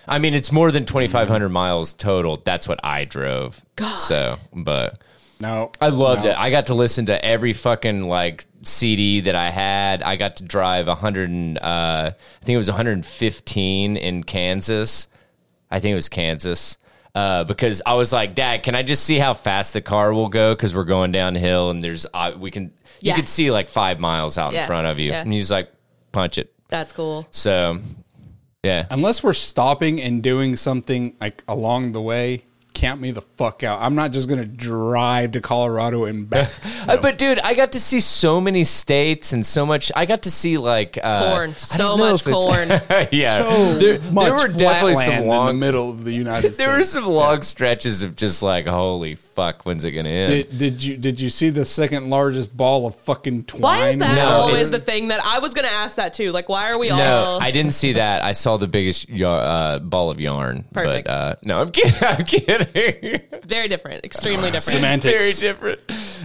I mean, it's more than 2,500 miles total. That's what I drove. God. So, but No, I loved it. I got to listen to every fucking like CD that I had. I got to drive 100 and uh, I think it was 115 in Kansas. I think it was Kansas. Uh, because I was like, Dad, can I just see how fast the car will go? Because we're going downhill, and there's uh, we can Yeah. you could see like five miles out in Yeah, front of you, yeah. and he's like, punch it. that's cool. So, yeah, unless we're stopping and doing something like along the way count me the fuck out. I'm not just going to drive to Colorado and back. Uh, but dude, I got to see so many states and so much. I got to see like uh, Corn. I So don't know much if it's- corn. yeah, so there, much there were definitely flatland some long. in the middle of the United States. There were some long stretches of just like, holy fuck, when's it gonna end? Did, did you did you see the second largest ball of fucking twine? Why is that No, always it's- the thing that I was going to ask that too? Like, why are we no, all? I didn't see that. I saw the biggest ya- uh, ball of yarn. Perfect. But, uh, no, I'm kidding. I'm kidding. very different, extremely different. Very Semantics. different.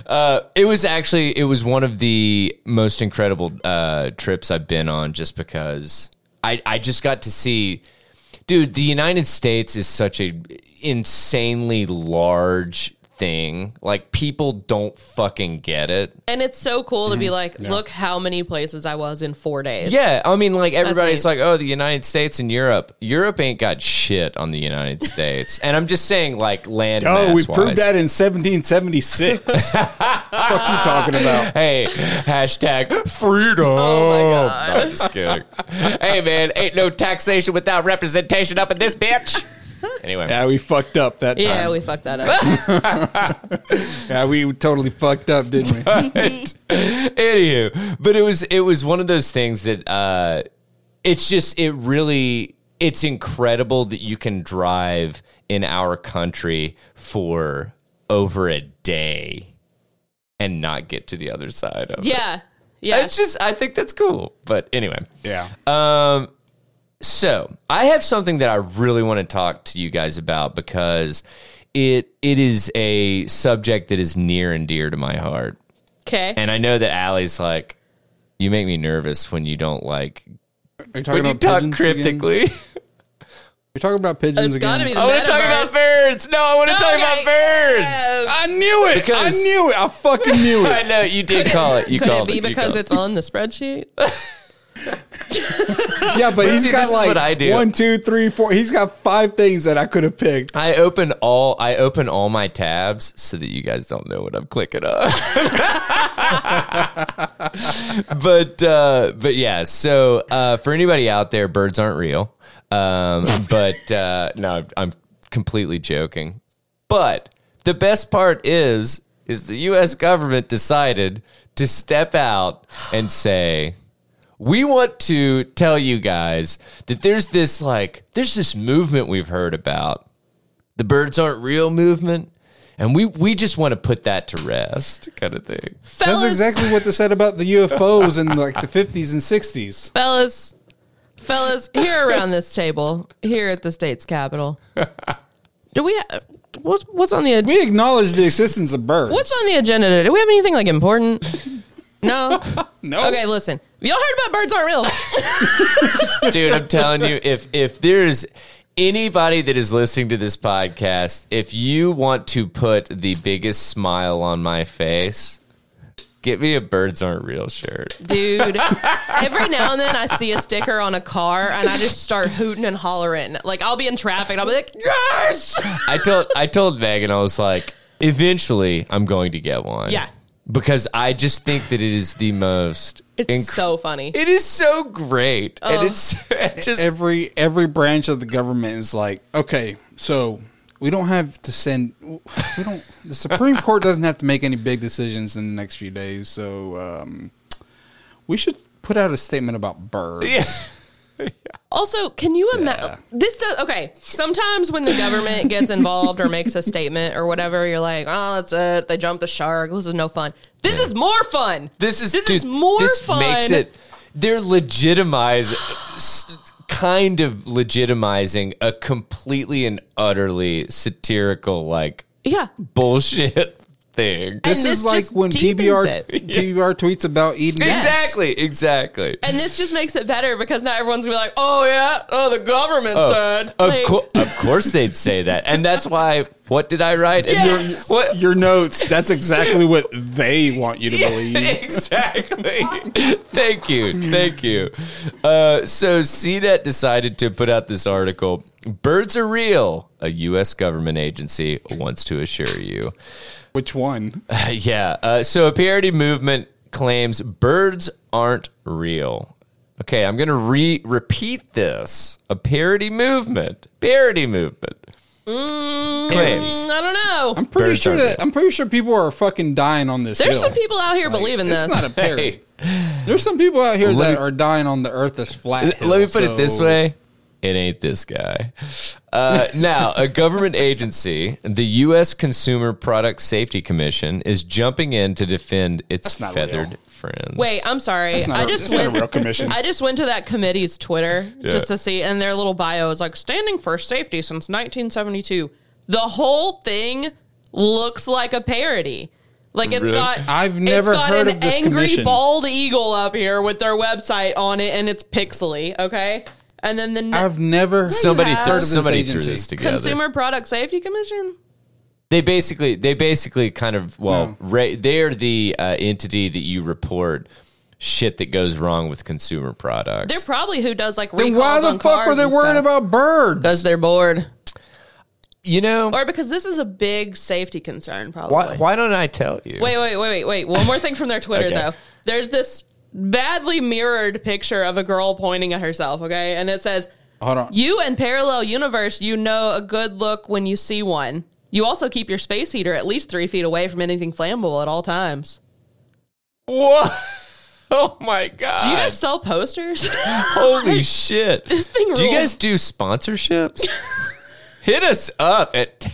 Uh, it was actually it was one of the most incredible uh, trips I've been on, just because I I just got to see, dude. The United States is such a insanely large thing. Like people don't fucking get it. And it's so cool to be like, look how many places I was in four days. Mhm. Yeah, I mean, like everybody's neat. like, oh, the United States and Europe. Europe ain't got shit on the United States, and I'm just saying, like land. Oh, we mass proved wise. that in 1776. fuck you talking about? Hey, hashtag freedom. Oh my No, I'm just kidding. hey man, ain't no taxation without representation up in this bitch. Anyway, Yeah, we fucked up that time. Yeah, we fucked that up. Yeah, we totally fucked up, didn't we? anywho, but it was it was one of those things that uh, it's just it really it's incredible that you can drive in our country for over a day and not get to the other side of it. yeah. Yeah. It's just I think that's cool. But anyway. yeah. So I have something that I really want to talk to you guys about because it it is a subject that is near and dear to my heart, Okay. and I know that Allie's like, you make me nervous when you don't like Are you when talking you about talk pigeons Again? cryptically. You're talking about pigeons It's again. gotta be the I want to talk about birds. No, I want to talk about birds. I knew it. Because- I knew it. I fucking knew I it. know you did call it. You Could called it be You because called it's on the spreadsheet? yeah, but he's see, this got is like what I do. one, two, three, four. He's got five things that I could have picked. I open all I open all my tabs so that you guys don't know what I'm clicking on. but uh, but yeah, so uh, for anybody out there, birds aren't real. Um, but uh, no, I'm completely joking. But the best part is is the U.S. government decided to step out and say we want to tell you guys that there's this like there's this movement we've heard about the birds aren't real movement and we we just want to put that to rest kind of thing fellas, That's exactly what they said about the UFOs in like the 50s and 60s. fellas, fellas, here around this table, here at the state's capital. Do we? Ha- what's what's on the ag- We acknowledge the existence of birds. what's on the agenda? today? Do we have anything like important? No. No. Okay, listen. Y'all heard about birds aren't real. dude i'm telling you if if there's anybody that is listening to this podcast if you want to put the biggest smile on my face get me a birds aren't real shirt dude. Every now and then I see a sticker on a car and I just start hooting and hollering. Like I'll be in traffic and I'll be like, yes. i told i told megan i was like eventually i'm going to get one Yeah. because i just think that it is the most It's inc- so funny. it is so great Oh. and it's it just every every branch of the government is like, okay, so we don't have to send. We don't. The Supreme Court doesn't have to make any big decisions in the next few days, so um, we should put out a statement about birds. yeah. Also, can you imagine this? Does okay? Sometimes when the government gets involved or makes a statement or whatever, you're like, oh, that's it. They jumped the shark. This is no fun. This is more fun. This is this is dude, more This fun. makes it. They're legitimized, s- kind of legitimizing a completely and utterly satirical like yeah. bullshit thing. This And is this like just when deepens PBR it. PBR tweets about eating. Yes. Exactly, exactly. And this just makes it better because now everyone's gonna be like, oh yeah, oh the government said. Of, Like, cour- of course they'd say that, and that's why. What did I write? And you're- Yes. What Your notes. That's exactly what they want you to believe. exactly. Thank you. Thank you. Uh, so CNET decided to put out this article Birds Are Real, a U.S. government agency wants to assure you. Which one? yeah. Uh, so a parody movement claims birds aren't real. Okay, I'm going to re- repeat this. A parody movement, parody movement Claims. Mm, I don't know. I'm pretty Birds sure are that I'm pretty sure people are fucking dying on this. There's hill. some people out here believing It's this. not a parody. Hey. There's some people out here Let that me- are dying on the earth that's flat. Let- Let me put it this so- way. It ain't this guy. Uh, now, a government agency, the U.S. Consumer Product Safety Commission, is jumping in to defend its That's not feathered real. friends. Wait, I'm sorry. It's not, I a, just it's not a went. real commission. I just went to that committee's Twitter Yeah. just to see, and their little bio is like standing for safety since 1972. The whole thing looks like a parody. Like it's Really? got. I've never it's got heard an of this angry commission. bald eagle up here with their website on it, and it's pixely. Okay, and then the ne- I've never somebody have- threw, Heard of this somebody threw agency. this together. Consumer Product Safety Commission. They basically, they basically kind of well, Hmm. ra- they're the uh, entity that you report shit that goes wrong with consumer products. They're probably who does like. Then why recalls the on fuck were cars they and worried stuff. about birds? Because they're bored, you know or because this is a big safety concern, probably. why? Why don't I tell you? Wait, wait, wait, wait, wait. One more thing from their Twitter Okay. though. There's this badly mirrored picture of a girl pointing at herself, okay? And it says, Hold on. "You and parallel universe, you know a good look when you see one. You also keep your space heater at least 3 feet away from anything flammable at all times." What? Oh my god! Do you guys sell posters? Holy shit. This thing Do you rules. guys do sponsorships? Hit us up at t-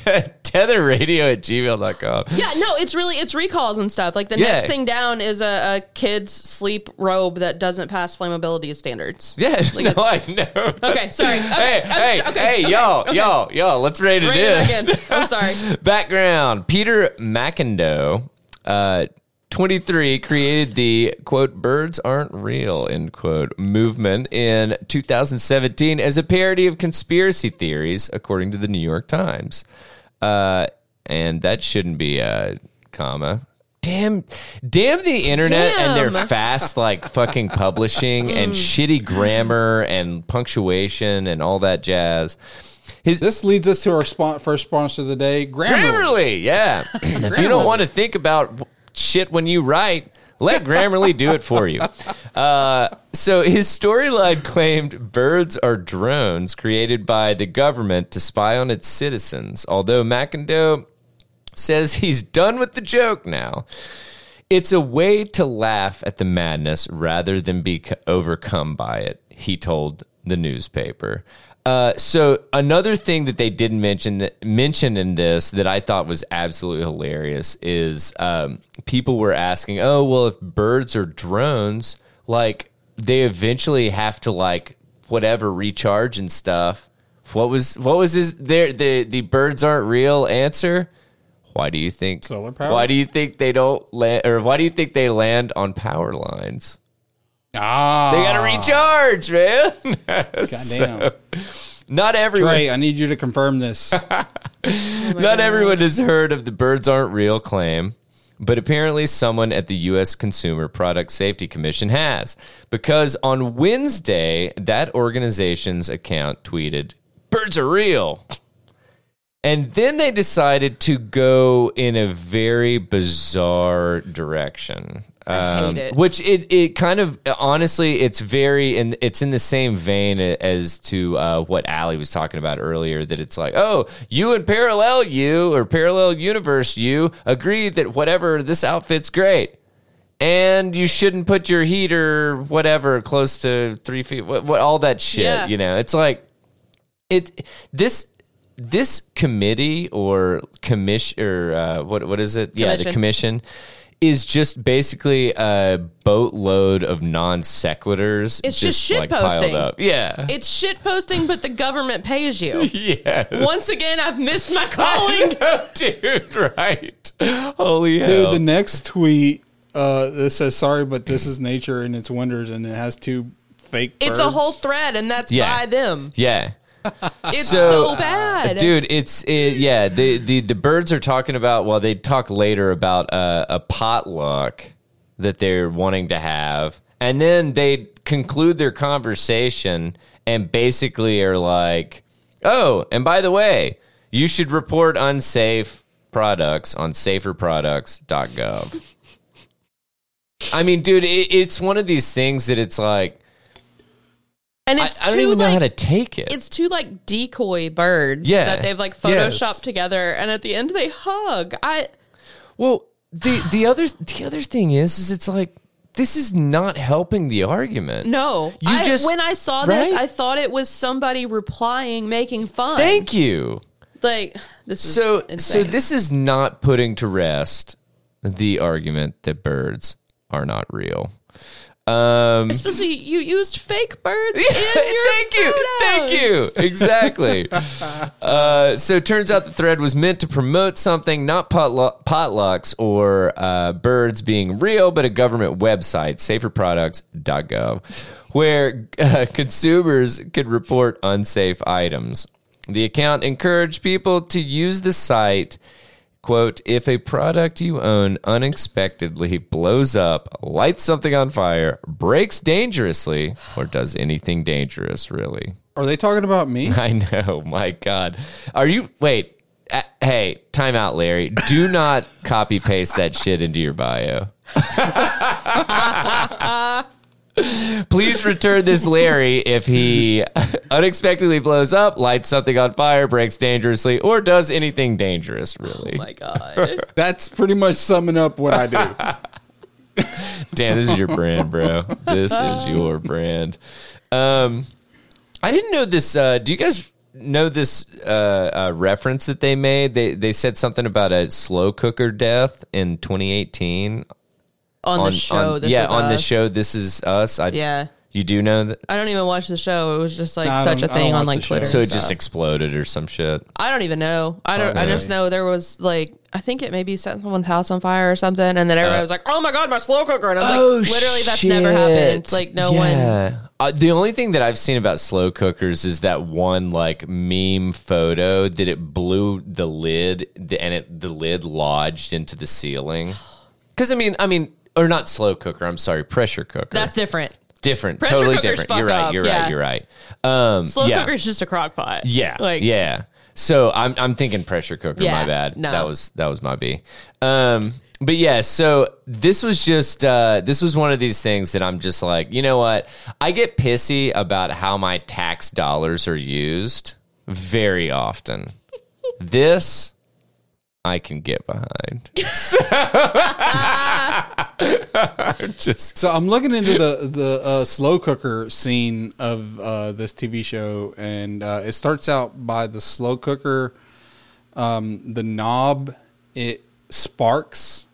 tetherradio at gmail.com. yeah, no, it's really it's recalls and stuff. Like the Yeah. next thing down is a, a kid's sleep robe that doesn't pass flammability standards. Yeah, no, I know. Okay, sorry. Okay, Hey, I'm hey, s- okay, hey, okay, y'all, okay. y'all, y'all, let's rate it Bring in. it back in. I'm sorry. Background Peter McIndoe, uh, 23, created the quote, birds aren't real, end quote, movement in 2017 as a parody of conspiracy theories, according to the New York Times. Uh, and that shouldn't be a comma. Damn, damn the internet and their Damn. fast, like fucking publishing and shitty grammar and punctuation and all that jazz. His, This leads us to our spon- first sponsor of the day, Grammarly. Grammarly, yeah. if you don't want to think about shit when you write, let Grammarly do it for you. Uh, so his storyline claimed birds are drones created by the government to spy on its citizens. Although McIndoe says he's done with the joke now. It's a way to laugh at the madness rather than be c- overcome by it, he told the newspaper. Uh, so another thing that they didn't mention that mention in this that I thought was absolutely hilarious is um, people were asking, "Oh, well, if birds are drones, like they eventually have to like whatever recharge and stuff." What was what was his there the the birds aren't real answer? Why do you think Solar power? Why do you think they don't land or why do you think they land on power lines? Ah, They gotta recharge, man. Goddamn. not everyone Trey, I need you to confirm this. not everyone has heard of the birds aren't real claim, but apparently someone at the US Consumer Product Safety Commission has. Because on Wednesday, that organization's account tweeted, Birds are real. And then they decided to go in a very bizarre direction. hate Um, it. Which it, it kind of honestly it's very and it's in the same vein as to uh, what Allie was talking about earlier that it's like oh you and parallel you or parallel universe you agree that whatever this outfit's great and you shouldn't put your heater whatever close to three feet what, what all that shit Yeah. you know it's like it this this committee or commission or uh, what what is it? Yeah, the commission is just basically a boatload of non sequiturs. It's just shit posting. Yeah. It's shit posting, but the government pays you. yeah. Once again, I've missed my calling. dude, right? Holy hell! Dude, the next tweet uh, that says, "Sorry, but this is nature and its wonders," and it has two fake. It's a birds. whole thread, and that's Yeah. by them. yeah, It's So, uh, so, bad, dude, it's it, yeah. The, the the birds are talking about. Well, they talk later about uh, a potluck that they're wanting to have, and then they conclude their conversation and basically are like, "Oh, and by the way, you should report unsafe products on saferproducts.gov." I mean, dude, it, it's one of these things that it's like. And I, it's I don't too, even know like, how to take it. It's two like decoy birds Yeah. that they've like Yes. photoshopped together, and at the end they hug. I Well, the the other the other thing is, is it's like this is not helping the argument. no, You I, just- when I saw this, right? I thought it was somebody replying, making fun. Thank you. like this. Is So so insane. this is not putting to rest the argument that birds are not real. Um especially you used fake birds. in your thank you. Thank photos. you. Exactly. uh, so it turns out the thread was meant to promote something, not potlo- potlucks or uh, birds being real, but a government website, saferproducts.gov, where uh, consumers could report unsafe items. The account encouraged people to use the site quote if a product you own unexpectedly blows up lights something on fire breaks dangerously or does anything dangerous really Are they talking about me? i know my god are you wait uh, hey time out larry do not copy paste that shit into your bio Please return this Larry if he unexpectedly blows up, lights something on fire, breaks dangerously, or does anything dangerous, really. Oh my god. That's pretty much summing up what I do. Dan, this is your brand, bro. This is your brand. Um, I didn't know this. Uh, do you guys know this uh, uh, reference that they made? They they said something about a slow cooker death in 2018 on, the show. this yeah, Is on the Us. show. This is us. I, Yeah. you do know that. I don't even watch the show. It was just like I such a don't- I don't thing on watch like the show. Twitter. So and it just stuff. exploded or some shit. I don't even know. I don't. I just know there was like I think it maybe set someone's house on fire or something, and then Uh, everybody was like, "Oh my god, my slow cooker!" And I was Oh, like, "Literally, that's never happened. Like no one." one. Uh, the only thing that I've seen about slow cookers is that one like meme photo that it blew the lid the, and it the lid lodged into the ceiling. Because I mean, I mean, or not slow cooker. I'm sorry, pressure cooker. That's different. different. pressure Totally cookers different. fuck You're right. up, You're yeah. right. You're right. Um, Slow yeah. cooker's just a crock pot. Yeah. Like yeah. So I'm I'm thinking pressure cooker. Yeah, my bad. no. That was that was my B. Um, but yeah. So this was just uh, this was one of these things that I'm just like, you know what? I get pissy about how my tax dollars are used very often. this I can get behind. So- I'm just So I'm looking into the the uh, slow cooker scene of uh, this TV show, and uh, it starts out by the slow cooker, um, the knob, it sparks,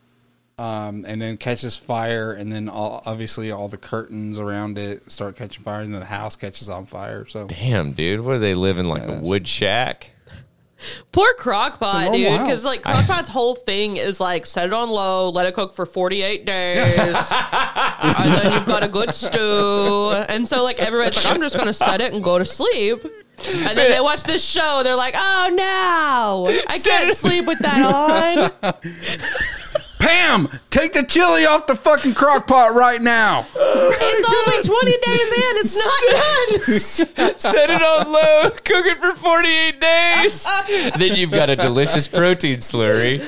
um, and then catches fire, and then all, obviously all the curtains around it start catching fire, and then the house catches on fire. So damn, dude. What are they living like a wood shack? Poor crock pot, normal dude. house. Because like crock pot's whole thing is like set it on low, let it cook for forty eight days, and then you've got a good stew. And so like everybody's like, I'm just gonna set it and go to sleep. And then they watch this show. They're like, Oh no, I can't sleep with that on. Pam, take the chili off the fucking crock pot right now. It's only twenty days in. It's not done. Set it on low, cook it for 48 days. then you've got a delicious protein slurry.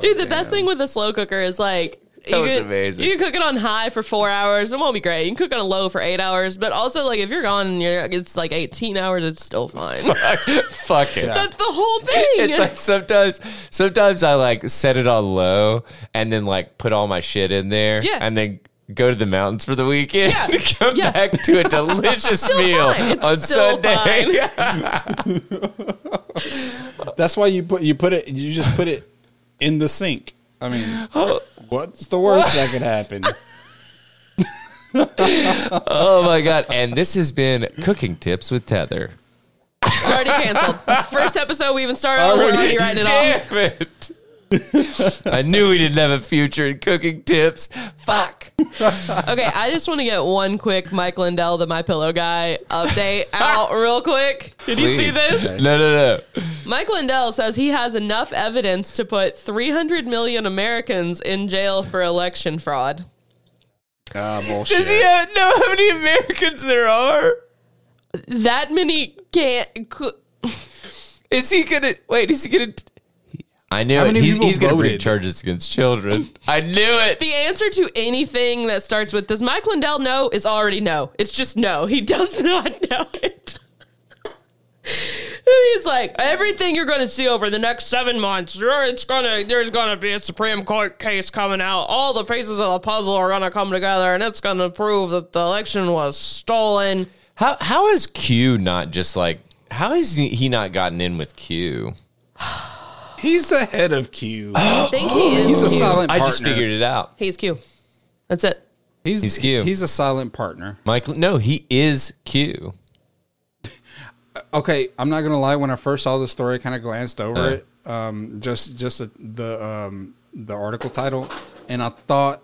Dude, the best thing with a slow cooker is like That you was can- amazing. You can cook it on high for four hours; it won't be great. You can cook it on low for eight hours, but also like if you're gone, and you're it's like eighteen hours. It's still fine. Fuck it. That's the whole thing. It's like sometimes, sometimes I like set it on low and then like put all my shit in there Yeah. and then go to the mountains for the weekend Yeah. to come Yeah. back to a delicious Still meal fine. It's on still Sunday. That's why you put you put it you just put it in the sink. I mean, what's the worst that could happen? oh my God. And this has been Cooking Tips with Tether. already canceled. First episode we even started. on, Oh, We're already writing it off. Damn it. I knew we didn't have a future in cooking tips. Fuck. Okay, I just want to get one quick Mike Lindell, the My Pillow guy, update out real quick. Did you see this? No, no, no. Mike Lindell says he has enough evidence to put 300 million Americans in jail for election fraud. Ah, bullshit. Does he uh, have, know how many Americans there are? That many can't. cou- Is he gonna wait? Is he gonna? I knew How it. many He's, people he's going to bring voted? charges against children. I knew it. The answer to anything that starts with "Does Mike Lindell know?" is already no. It's just no. He does not know it. And he's like, everything you're going to see over the next seven months, you're- it's gonna, there's going to be a Supreme Court case coming out. All the pieces of the puzzle are going to come together, and it's going to prove that the election was stolen. How how is Q not just like how has he he not gotten in with Q? He's the head of Q. I think he is. He's a Q. silent I partner. just figured it out. He's Q. That's it. He's, He's Q. He's a silent partner. Michael, no, he is Q. Okay, I'm not gonna lie. When I first saw the story, I kind of glanced over Uh. it, um, just just the the, um, the article title, and I thought,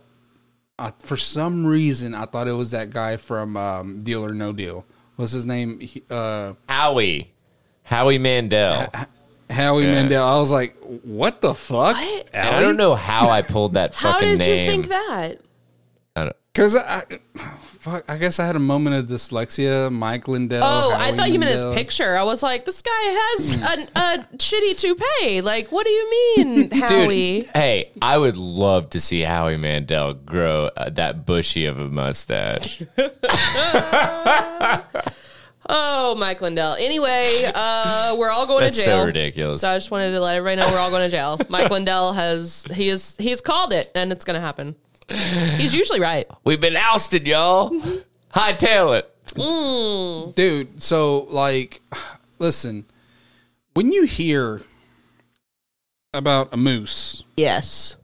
I, for some reason, I thought it was that guy from um, Deal or No Deal. What's his name? He- Uh, Howie, Howie Mandel. Howie Mandel. I was like, what the fuck? What? And I don't know how I pulled that How fucking did name. you think that? Because I, fuck, I guess I had a moment of dyslexia. Mike Lindell. Oh, I Howie thought you meant his Mandel. picture. I was like, this guy has an, a shitty toupee. Like, what do you mean, Dude, Howie? hey, I would love to see Howie Mandel grow uh, that bushy of a mustache. Oh, Mike Lindell. Anyway, uh, we're all going That's to so jail. ridiculous. So I just wanted to let everybody know we're all going to jail. Mike Lindell has he is he's called it, and it's going to happen. He's usually right. We've been ousted, y'all. Mm-hmm. Hightail it. Mm. dude so like listen when you hear about a moose Yes.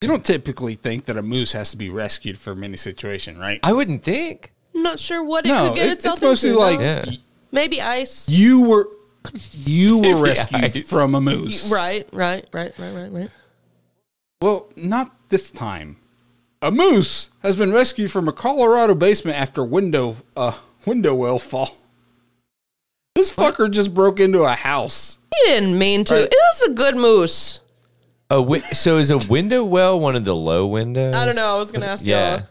you don't typically think that a moose has to be rescued from any situation right I wouldn't think. I'm not sure what it no could get it- itself it's mostly into, like though. Yeah. maybe ice. you were you were Ice. rescued from a moose Right, right, right, right, right, right. well not this time a moose has been rescued from a colorado basement after window uh window well fall this fucker just broke into a house He didn't mean to. Right. It was a good moose. A wi- so is a window well one of the low windows? I don't know. I was going to ask Yeah. y'all.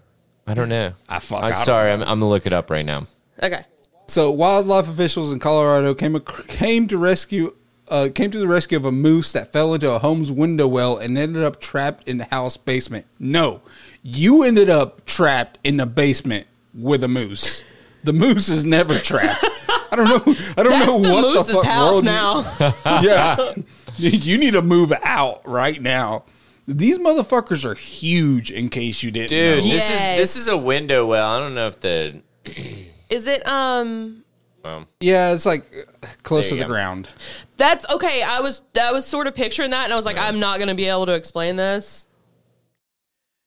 I don't know. i fuck I I'm don't sorry. I'm, I'm gonna look it up right now. Okay. So wildlife officials in Colorado came ac- came to rescue uh, came to the rescue of a moose that fell into a home's window well and ended up trapped in the house basement. No, you ended up trapped in the basement with a moose. The moose is never trapped. I don't know. I don't That's know the what moose's the fuck house world you- now. yeah, you need to move out right now. These motherfuckers are huge. In case you didn't, Dude, know. this is this is a window well. I don't know if the Is it um yeah, it's like close to There you the go. ground. That's okay. I was I was sort of picturing that, and I was like, I'm not going to be able to explain this.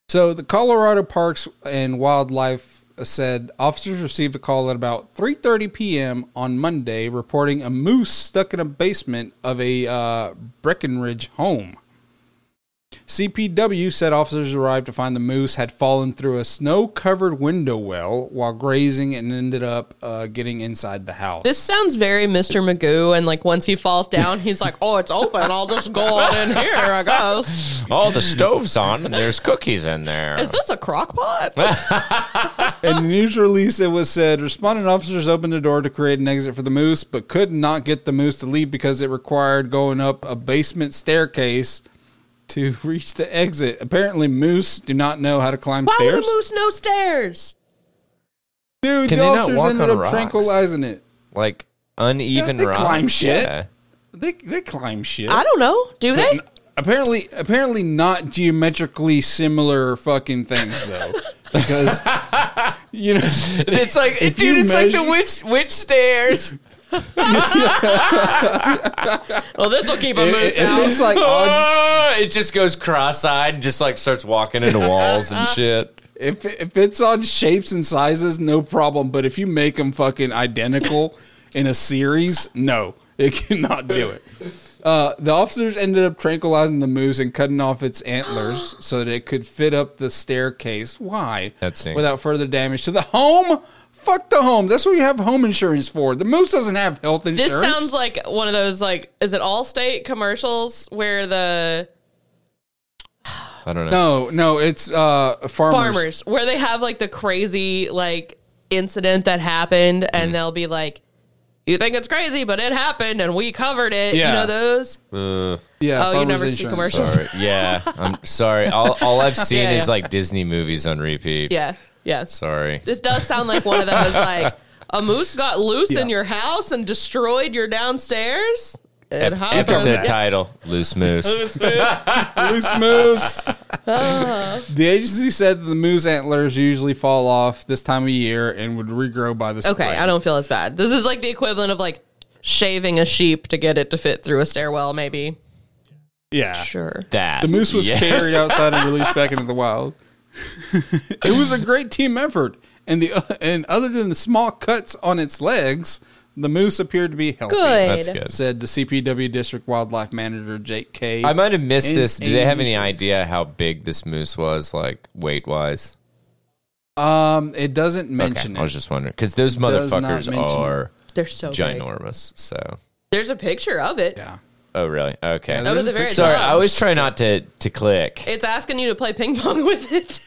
So the Colorado Parks and Wildlife said officers received a call at about 3:30 p.m. on Monday reporting a moose stuck in a basement of a uh, Breckenridge home. CPW said officers arrived to find the moose had fallen through a snow-covered window well while grazing and ended up uh, getting inside the house. This sounds very Mr. Magoo, and like once he falls down, he's like, "Oh, it's open. I'll just go on in here. I guess." all the stoves on and there's cookies in there. Is this a crock pot? In the news release, it was said responding officers opened the door to create an exit for the moose, but could not get the moose to leave because it required going up a basement staircase to reach the exit. Apparently, moose do not know how to climb Why would a stairs. moose no stairs? Dude, Can the they not officers walk ended on up rocks? tranquilizing it. like uneven Yeah, they rocks. climb shit. Yeah. They they climb shit. I don't know. Do they? apparently, apparently not geometrically similar fucking things though, because you know It's like If dude, you it's like the measure- witch witch stairs. Well, this will keep a it, moose out. it's like on, Ah, it just goes cross-eyed, just like starts walking into walls and shit. If if it's on shapes and sizes, no problem. But if you make them fucking identical in a series, no, it cannot do it. Uh, the officers ended up tranquilizing the moose and cutting off its antlers so that it could fit up the staircase. Why? That stinks. without further damage to the home. Fuck the home. That's what you have home insurance for. The moose doesn't have health This insurance. sounds like one of those like is it Allstate commercials where the I don't no, know. no. It's uh, farmers. farmers where Mm. they have like the crazy like incident that happened and they'll be like you think it's crazy, but it happened and we covered it. Yeah. You know those? Yeah. Oh, you farmers never see insurance. commercials? Sorry. Yeah, I'm sorry. All, all I've seen Yeah, is yeah. like Disney movies on repeat. Yeah. Yeah. Sorry. This does sound like one of those like a moose got loose in Yeah. your house and destroyed your downstairs. It Ep- happened. episode title: Loose Moose. Loose moose. the agency said that the moose antlers usually fall off this time of year and would regrow by the spring. Okay, I don't feel as bad. This is like the equivalent of like shaving a sheep to get it to fit through a stairwell, maybe. Yeah. Sure. That The moose was yes. carried outside and released back into the wild. it was a great team effort, and the and other than the small cuts on its legs, the moose appeared to be healthy. Good. That's good. Said the CPW District Wildlife Manager Jake K. I might have missed And- this. Do they and have any moose idea how big this moose was, like weight wise? Um, it doesn't mention Okay, I was it. just wondering because those Does not motherfuckers mention are They're so big. ginormous. So, There's a picture of it. Yeah, oh really? Okay. Over the very Sorry, top. I always try not to to click. It's asking you to play ping pong with it.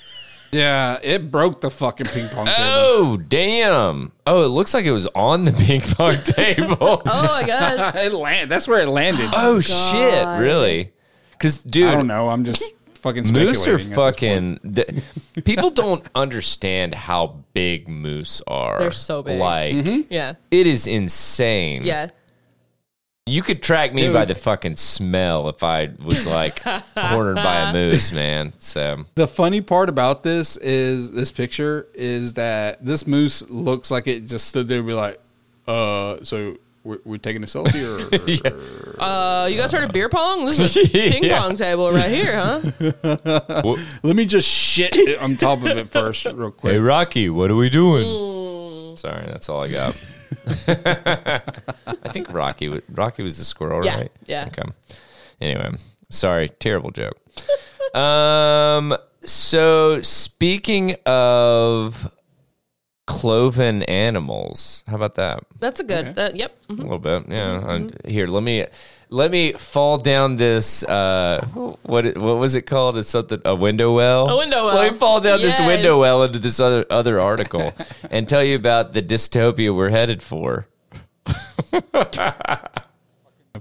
yeah, it broke the fucking ping pong table. Oh damn! Oh, it looks like it was on the ping pong table. Oh my gosh. It land. That's where it landed. Oh shit! Really? Because dude, I don't know. I'm just fucking moose are speculating. fucking. The, people don't understand how big moose are. They're so big. Like Mm-hmm. Yeah. it is insane. Yeah. You could track me Dude. by the fucking smell if I was like cornered by a moose, man. So The funny part about this is this picture is that this moose looks like it just stood there and be like, uh, so we're, we're taking a selfie or, or- Uh, you guys heard of beer pong? This is a ping Yeah. pong table right here, huh? let me just shit it on top of it first real Hey quick. Rocky, what are we doing? Hmm. Sorry, that's all I got. I think Rocky wa- Rocky was the squirrel, Yeah, right? yeah. Okay. Anyway, sorry, terrible joke. um so speaking of cloven animals, how about that? That's a good. that- yep. A little bit. Yeah. Mm-hmm. I- Here, let me let me fall down this uh what it- what was it called? It's something a window well. A window Let well. me fall down this Yes. window well into this other other article and tell you about the dystopia we're headed for.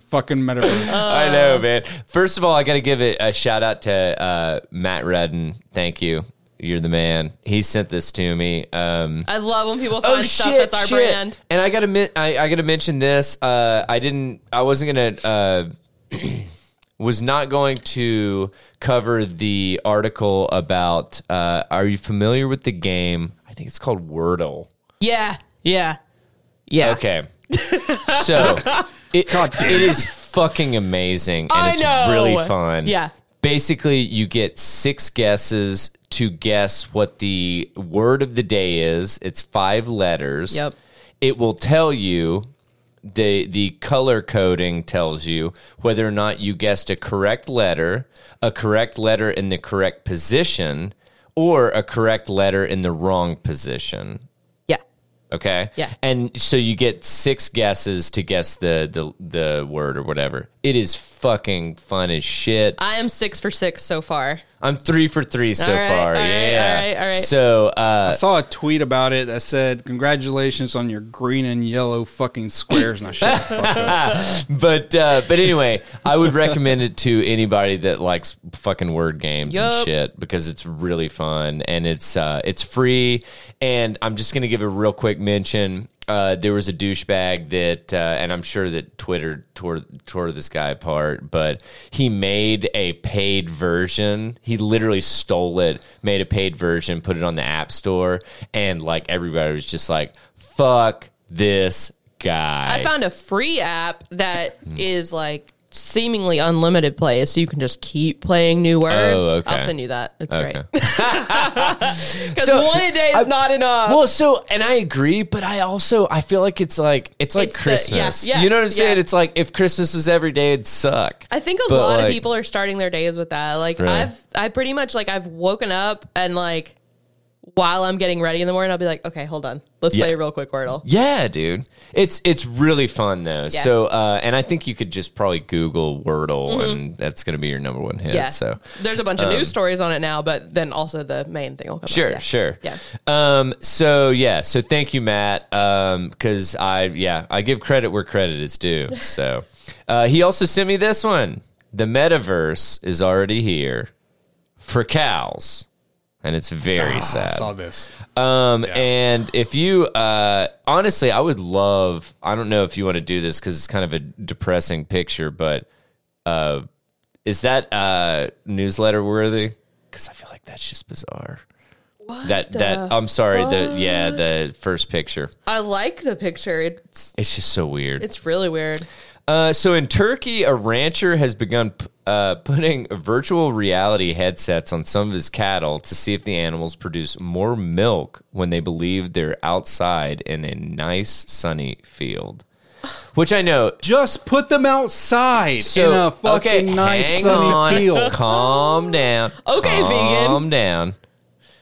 Fucking metaverse. I Uh. know, man. First of all, I got to give it a shout out to uh, Matt Redden. Thank you. You're the man. He sent this to me. Um, I love when people find stuff that's our brand. Oh, And I gotta min- I, I gotta mention this. Uh, I didn't. I wasn't gonna. Uh, was not going to cover the article about. Uh, are you familiar with the game? I think it's called Wordle. Yeah. Yeah. Yeah. Okay. so it, it is fucking amazing and I it's know. really fun. Yeah. Basically, you get six guesses to guess what the word of the day is. It's five letters. Yep. It will tell you the the color coding tells you whether or not you guessed a correct letter, a correct letter in the correct position, or a correct letter in the wrong position. Yeah. Okay. Yeah. And so you get six guesses to guess the the the word or whatever. It is fucking fun as shit. I am six for six so far. I'm three for three so All right, far. all right, yeah. all right, all right. So uh, I saw a tweet about it that said, "Congratulations on your green and yellow fucking squares." And I shut the fuck up. but uh, but anyway, I would recommend it to anybody that likes fucking word games and Yup. shit because it's really fun and it's uh, it's free. And I'm just gonna give a real quick mention. Uh, there was a douchebag that, uh, and I'm sure that Twitter tore tore this guy apart, but he made a paid version. He literally stole it, made a paid version, put it on the App Store, and like everybody was just like, "Fuck this guy!" I found a free app that is like seemingly unlimited play, so you can just keep playing new words. Oh, okay. I'll send you that. It's Okay. great. Because So, one a day is I- not enough. Well, so and I agree, but I also I feel like it's like it's like It's the- Christmas. yeah, yeah, you know what I'm saying? yeah. It's like if Christmas was every day, it'd suck. I think a But, lot like- of people are starting their days with that. Like Really? I've I pretty much like I've woken up and like while I'm getting ready in the morning, I'll be like, okay, hold on. Let's Yeah. play a real quick Wordle. Yeah, dude. It's it's really fun though. So uh, and I think you could just probably Google Wordle and that's gonna be your number one hit. Mm-hmm. Yeah. So um, there's a bunch of news stories on it now, but then also the main thing will come. up, Sure, yeah. sure. Yeah. Um, so yeah, so thank you, Matt. Um, cause I yeah, I give credit where credit is due. So uh he also sent me this one. The metaverse is already here for cows. And it's very Ah, I sad. saw this. Um, and if you, uh, honestly, I would love, I don't know if you want to do this cause it's kind of a depressing picture, but, uh, is that, uh, newsletter worthy? Cause I feel like that's just bizarre. that, that, the I'm sorry. The, yeah, the first picture. I like the picture. It's It's just so weird. it's really weird. Uh, so in Turkey, a rancher has begun p- uh, putting virtual reality headsets on some of his cattle to see if the animals produce more milk when they believe they're outside in a nice sunny field. Which I know. Just put them outside So, in a fucking okay, hang nice sunny on. field. Calm down. Okay, vegan. Calm down.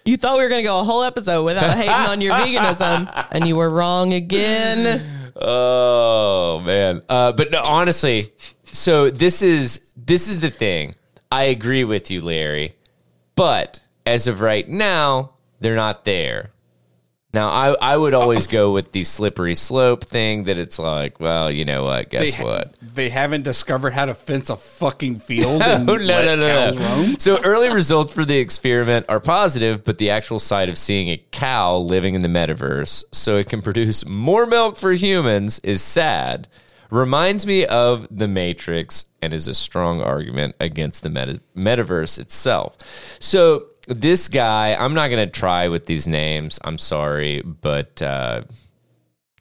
You thought we were going to go a whole episode without hating on your veganism, and you were wrong again. Oh man. Uh, but no, honestly, so this is this is the thing. I agree with you, Larry. But as of right now, they're not there. Now, I, I would always go with the slippery slope thing that it's like, well, you know what? They Guess ha- what? They haven't discovered how to fence a fucking field and Oh, no, let no, no, cows no. roam. So early results for the experiment are positive, but the actual sight of seeing a cow living in the metaverse so it can produce more milk for humans is sad. Reminds me of The Matrix and is a strong argument against the meta- metaverse itself. So this guy, I'm not going to try with these names. I'm sorry, but uh,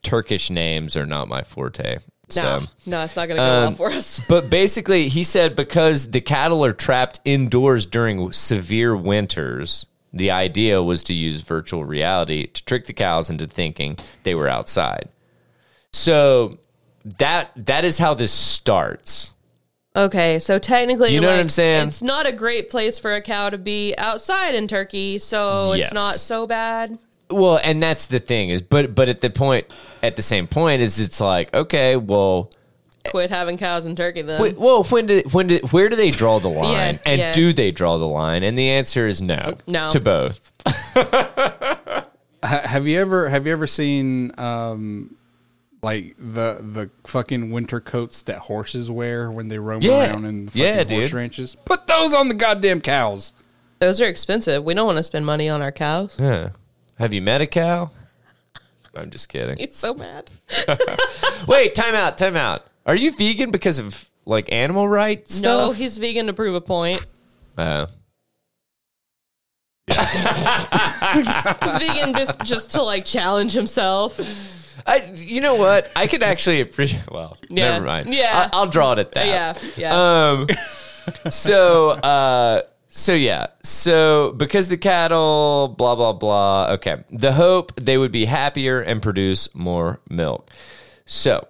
Turkish names are not my forte. No, So. um, no, it's not going to go well for us. But basically, he said because the cattle are trapped indoors during severe winters, the idea was to use virtual reality to trick the cows into thinking they were outside. So that that is how this starts. Okay, so technically, You know what like, I'm saying? It's not a great place for a cow to be outside in Turkey, so Yes. it's not so bad. Well, and that's the thing is, but but at the point at the same point is it's like okay, well, Quit having cows in Turkey then. wh- well, when did when did where do they draw the line, and Um, yeah. do they draw the line? And the answer is no, No. to both. Ha- Have you ever have you ever seen um like the the fucking winter coats that horses wear when they roam Yeah. around in the fucking Yeah, horse dude. ranches? Put those on the goddamn cows. Those are expensive. We don't want to spend money on our cows. Yeah. Have you met a cow? I'm just kidding. It's so mad. Wait, time out, time out. Are you vegan because of like animal rights No, stuff? he's vegan to prove a point. Oh. He's vegan just just to like challenge himself. I, you know what? I could actually appreciate. Well, Yeah. never mind. Yeah. I, I'll draw it at that. Yeah, yeah. Um. so, uh, so yeah, so because the cattle, blah blah blah. Okay, the hope they would be happier and produce more milk. So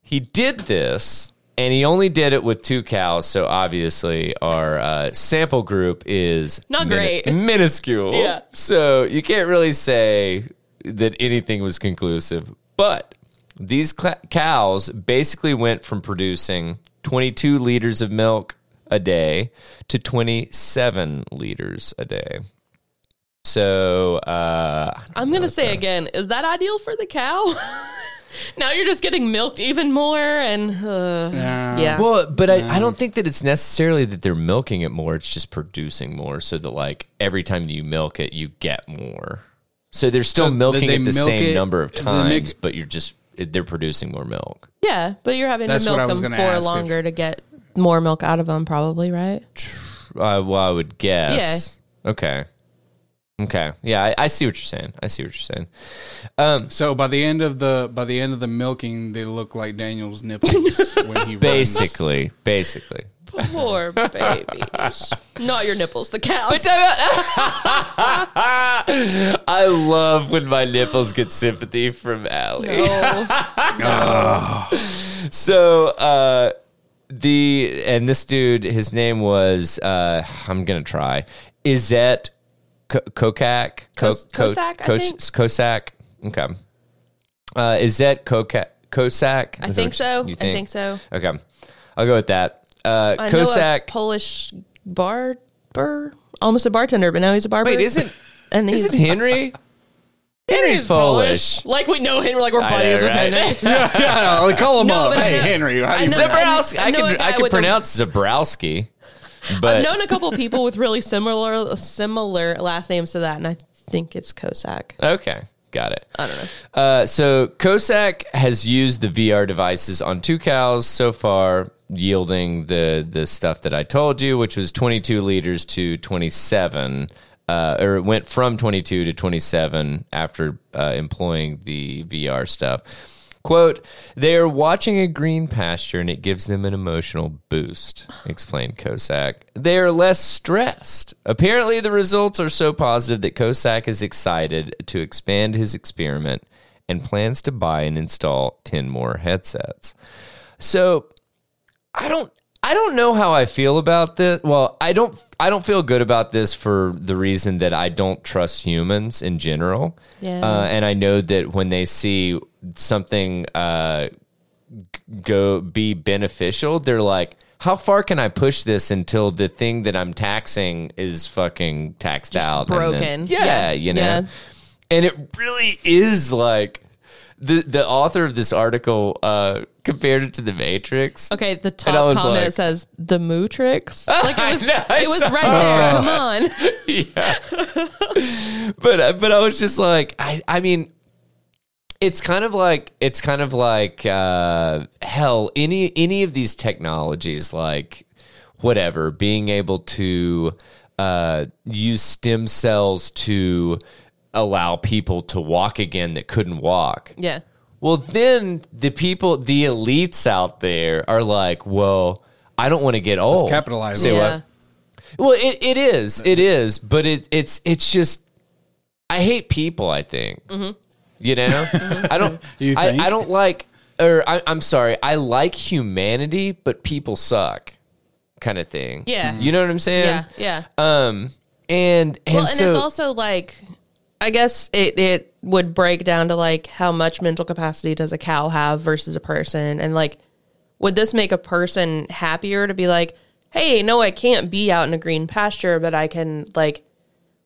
he did this, and he only did it with two cows. So obviously, our uh, sample group is Not great. minuscule. Yeah. So you can't really say that anything was conclusive. But these cla cows basically went from producing 22 liters of milk a day to 27 liters a day. So uh, I'm gonna say again, is that ideal for the cow? now you're just getting milked even more, and uh, Yeah. yeah, Well, but I, I don't think that it's necessarily that they're milking it more. It's just producing more, so that like every time you milk it, you get more. So they're still So did milking they it the milk same it- number of did they make- times, but you're just they're producing more milk. yeah. But you're having That's to what I milk was them gonna for ask longer to get more milk out of them, probably, right? Uh, well, I would guess. Okay. Okay. Yeah, I, I see what you're saying. I see what you're saying. Um, So by the end of the by the end of the milking, they look like Daniel's nipples when he runs. Basically, basically. Poor babies. Not your nipples, the cows. I love when my nipples get sympathy from Allie. Oh, So uh the and this dude, his name was uh I'm gonna try. Izette Co- Kokak, Co- Kos- Co- Kosak, I Kos- think. Kosak. Okay. Uh, is that Kokak? Kosak? I Is that think what so. you I think so. Okay, I'll go with that. Uh, I know a Kosak. Polish barber, almost a bartender, but now he's a barber. Wait, isn't and he's isn't Henry? Henry's Polish. Like we know Henry, like we're I buddies know, with right? Henry. yeah, like Oh, call him No, up. but I Hey, know- Henry, how I do you know- say? Zabrowski. I, I know a can guy I can with a- pronounce Zabrowski, but I've known a couple people with really similar similar last names to that, and I think it's Kosak. Okay, got it. I don't know. Uh, so Cossack has used the VR devices on two cows so far, yielding the the stuff that I told you, which was 22 liters to 27. Uh, or it went from 22 to 27 after uh, employing the VR stuff. Quote, they are watching a green pasture and it gives them an emotional boost, explained Kosak. They are less stressed. Apparently, the results are so positive that Kosak is excited to expand his experiment and plans to buy and install 10 more headsets. So, I don't I don't know how I feel about this. Well, I don't I don't feel good about this for the reason that I don't trust humans in general. Yeah. Uh, and I know that when they see something uh, g- go be beneficial, they're like, how far can I push this until the thing that I'm taxing is fucking taxed out? and then- broken. yeah, Yeah. you know. Yeah. And it really is like the the author of this article uh, compared it to the Matrix. Okay, the And I top was comment like- says the Moo Tricks. Like I it was, know, I it was saw right there. Come on. yeah. but uh, but I was just like I I mean it's kind of like it's kind of like uh hell any any of these technologies like whatever being able to uh use stem cells to allow people to walk again that couldn't walk. Yeah. Well, then the people, the elites out there are like, well, I don't want to get old. capitalize Say on it. what? Well, it, it is, it is, but it it's it's just I hate people. I think Mm-hmm. you know I don't You I, think? I don't like or I, I'm sorry I like humanity, but people suck kind of thing. Yeah. you know what I'm saying. Yeah. Yeah. Um, and and, well, and so it's also like, I guess it, it would break down to like how much mental capacity does a cow have versus a person, and like, would this make a person happier to be like, hey, no, I can't be out in a green pasture, but I can like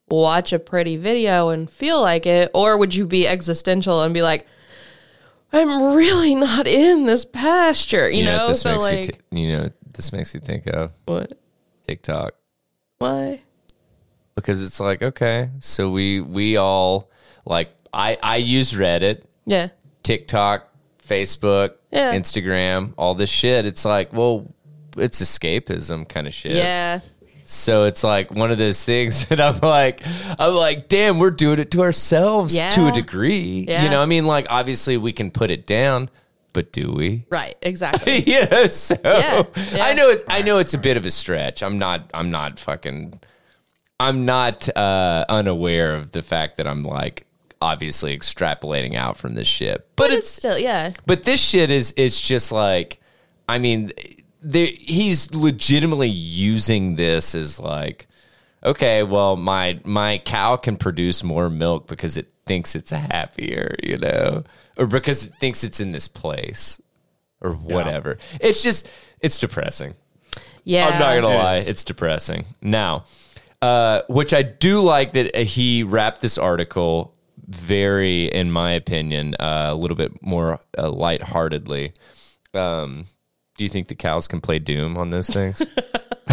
watch a pretty video and feel like it, or would you be existential and be like? I'm really not in this pasture, you, you know. know, what this so makes you like, t- you know what this makes you think of what? TikTok. Why? because it's like okay so we we all like i i use reddit Yeah, tiktok facebook Yeah. instagram all this shit it's like well it's escapism kind of shit yeah. so it's like one of those things that i'm like i'm like damn we're doing it to ourselves Yeah. to a degree you Yeah. know i mean like obviously we can put it down but do we Right, exactly. you know, so Yeah, yeah. I know it's I know it's a bit of a stretch. I'm not I'm not fucking I'm not uh unaware of the fact that I'm like obviously extrapolating out from this shit. But, but it's, it's still, yeah. but this shit is it's just like I mean there, he's legitimately using this as like okay, well my my cow can produce more milk because it thinks it's happier, you know, or because it thinks it's in this place or whatever. It's just it's depressing. Yeah. I'm not gonna It lie, is. it's depressing. Now, uh, which I do like that uh, he wrapped this article very, in my opinion, uh, a little bit more uh, lightheartedly. Um, do you think the cows can play Doom on those things?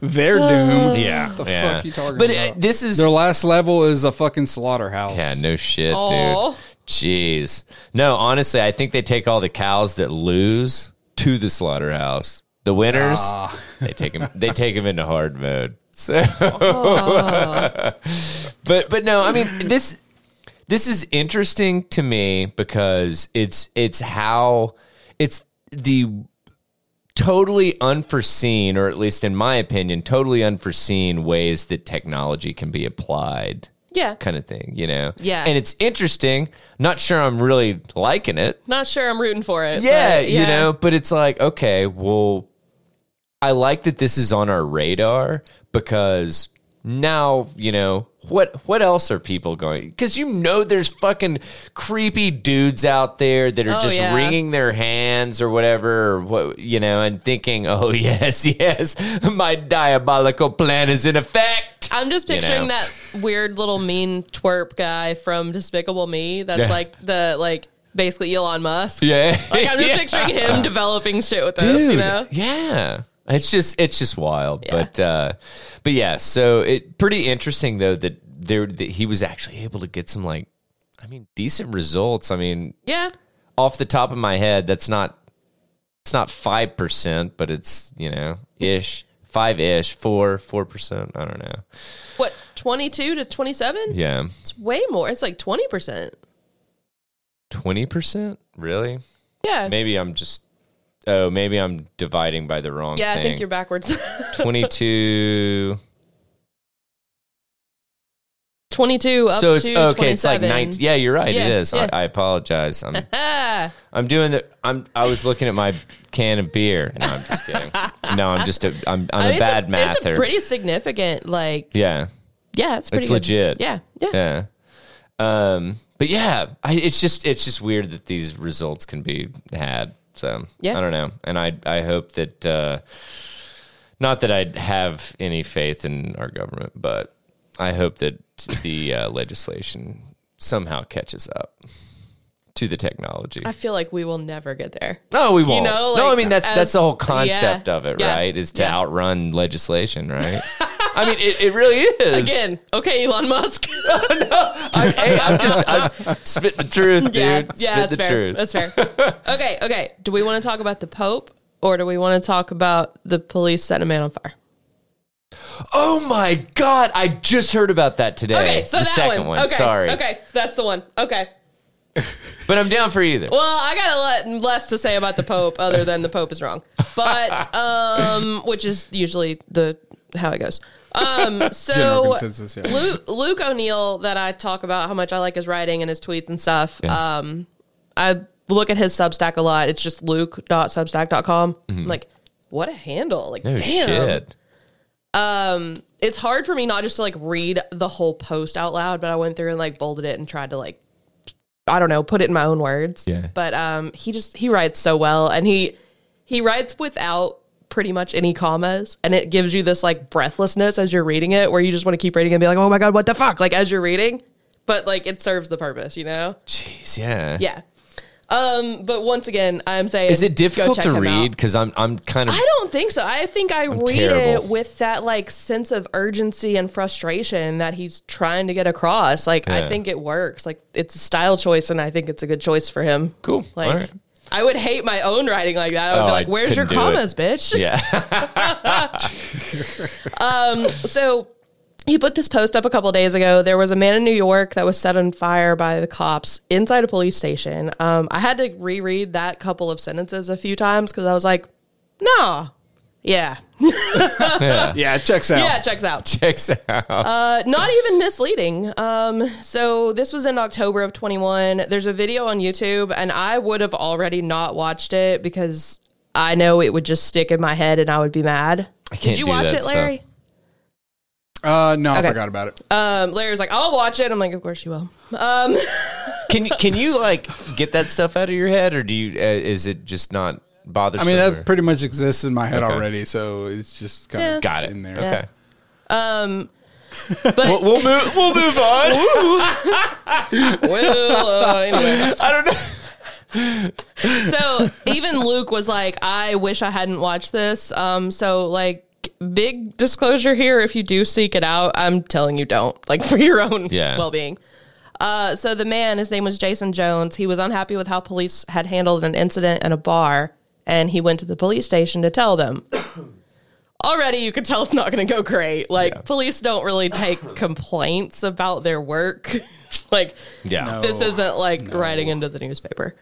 Their doom. yeah, The yeah. fuck you talking But uh, about? this is Their last level is a fucking slaughterhouse. yeah, no shit, Aw. dude. Jeez, no, honestly, I think they take all the cows that lose to the slaughterhouse. The winners, they take them. They take them into hard mode. So. but but no, I mean this this is interesting to me because it's it's how it's the totally unforeseen or at least in my opinion totally unforeseen ways that technology can be applied Yeah. kind of thing you know Yeah. and it's interesting not sure i'm really liking it Not sure I'm rooting for it. yeah, but you know, but it's like, okay, well, I like that this is on our radar because now, you know, what what else are people going? Cuz you know there's fucking creepy dudes out there that are Oh, just yeah. wringing their hands or whatever, or what, you know, and thinking, "Oh yes, yes, my diabolical plan is in effect." I'm just You know. picturing that weird little mean twerp guy from Despicable Me. That's Yeah. like the like basically Elon Musk. Yeah. Like I'm just Yeah. picturing him developing shit with us, you know? Yeah. It's just it's just wild, but uh but yeah, so it pretty interesting though that there that he was actually able to get some like I mean decent results. I mean, Yeah. off the top of my head, that's not it's not 5%, but it's, you know, ish, 5ish, 4 4%, I don't know. What, 22 to 27? Yeah. It's way more. It's like 20%. 20%? Really? Yeah. Maybe I'm just Oh, maybe I'm dividing by the wrong yeah, I thing. think you're backwards. 22 22 up so it's to okay. It's like 27. nineteen. Yeah, you're right. Yeah, it is. yeah. I, I apologize. I'm Ah, I'm doing the. I'm. I was looking at my can of beer. No, I'm just kidding. No, I'm just a. I'm. I'm I mean, a it's bad It's a mather. pretty significant, like, yeah, yeah, it's pretty it's good. legit. Yeah, yeah. Yeah. Um. But yeah, I, it's just it's just weird that these results can be had. So Yeah. I don't know, and I I hope that. uh Not that I have any faith in our government, but I hope that the uh, legislation somehow catches up to the technology. I feel like we will never get there. No, we won't. know, no, I like, mean that's that's as- the whole concept yeah, of it, yeah, right? Is to yeah. outrun legislation, right? I mean, it, it really is. Again, okay, Elon Musk. I, hey, I'm just I'm spit the truth, dude. yeah, spit yeah, that's the fair. truth. That's fair. okay, okay. Do we want to talk about the Pope or do we want to talk about the police setting a man on fire? oh my god, I just heard about that today. Okay, so the that second one. Okay, Sorry, Okay, that's the one. Okay. but I'm down for either. Well, I got a lot less to say about the Pope other than the Pope is wrong, but um, which is usually the how it goes. Um, General so consensus, yeah. Luke, Luke O'Neill, that I talk about how much I like his writing and his tweets and stuff. Yeah. Um, I look at his Substack a lot. It's just luke.substack.com. I'm like, what a handle! Like, Mm-hmm. no damn, Oh, shit. it's hard for me not just to like read the whole post out loud, but I went through and like bolded it and tried to like I don't know, put it in my own words. Yeah. But um he just he writes so well and he he writes without pretty much any commas and it gives you this like breathlessness as you're reading it where you just want to keep reading and be like, "Oh my god, what the fuck?" like as you're reading. But like it serves the purpose, you know? Jeez, yeah. Yeah. Um but once again, I'm saying Is it go difficult check to him out. read? Because I'm I'm kind of I don't think so. I think I read terrible. it with that like sense of urgency and frustration that he's trying to get across. Like Yeah. I think it works. Like it's a style choice, and I think it's a good choice for him. Cool. Like All right. I would hate my own writing like that. I would Oh, be like, I "Where's your couldn't do it." commas, bitch?" Yeah. So he put this post up a couple days ago. There was a man in New York that was set on fire by the cops inside a police station. Um, I had to reread that couple of sentences a few times because I was like, "Nah, yeah, Yeah, it checks out. yeah, it checks out." Checks out. not even misleading. Um, so this was in October of 21. There's a video on YouTube, and I would have already not watched it because I know it would just stick in my head and I would be mad. can't Did you do watch that it, Larry? Uh, no, I Okay. forgot about it. Um, Larry's like, I'll watch it. I'm like, of course you will. Can you can you like get that stuff out of your head, or do you? Uh, is it just not I bothersome? mean, or- that pretty much exists in my head Okay. already, so it's just kind Yeah. of got it in there. Okay. Um, But We'll, we'll move. We'll move on. well, uh, anyway. I don't know. so even Luke was like, I wish I hadn't watched this. Um, so like big disclosure here, if you do seek it out, I'm telling you don't. Like for your own Yeah. well being. Uh, so the man, his name was Jason Jones. He was unhappy with how police had handled an incident in a bar, and he went to the police station to tell them. Already, you could tell it's not going to go great. Like police don't really take complaints about their work. like Yeah. No. Mm. this isn't like writing into the newspaper.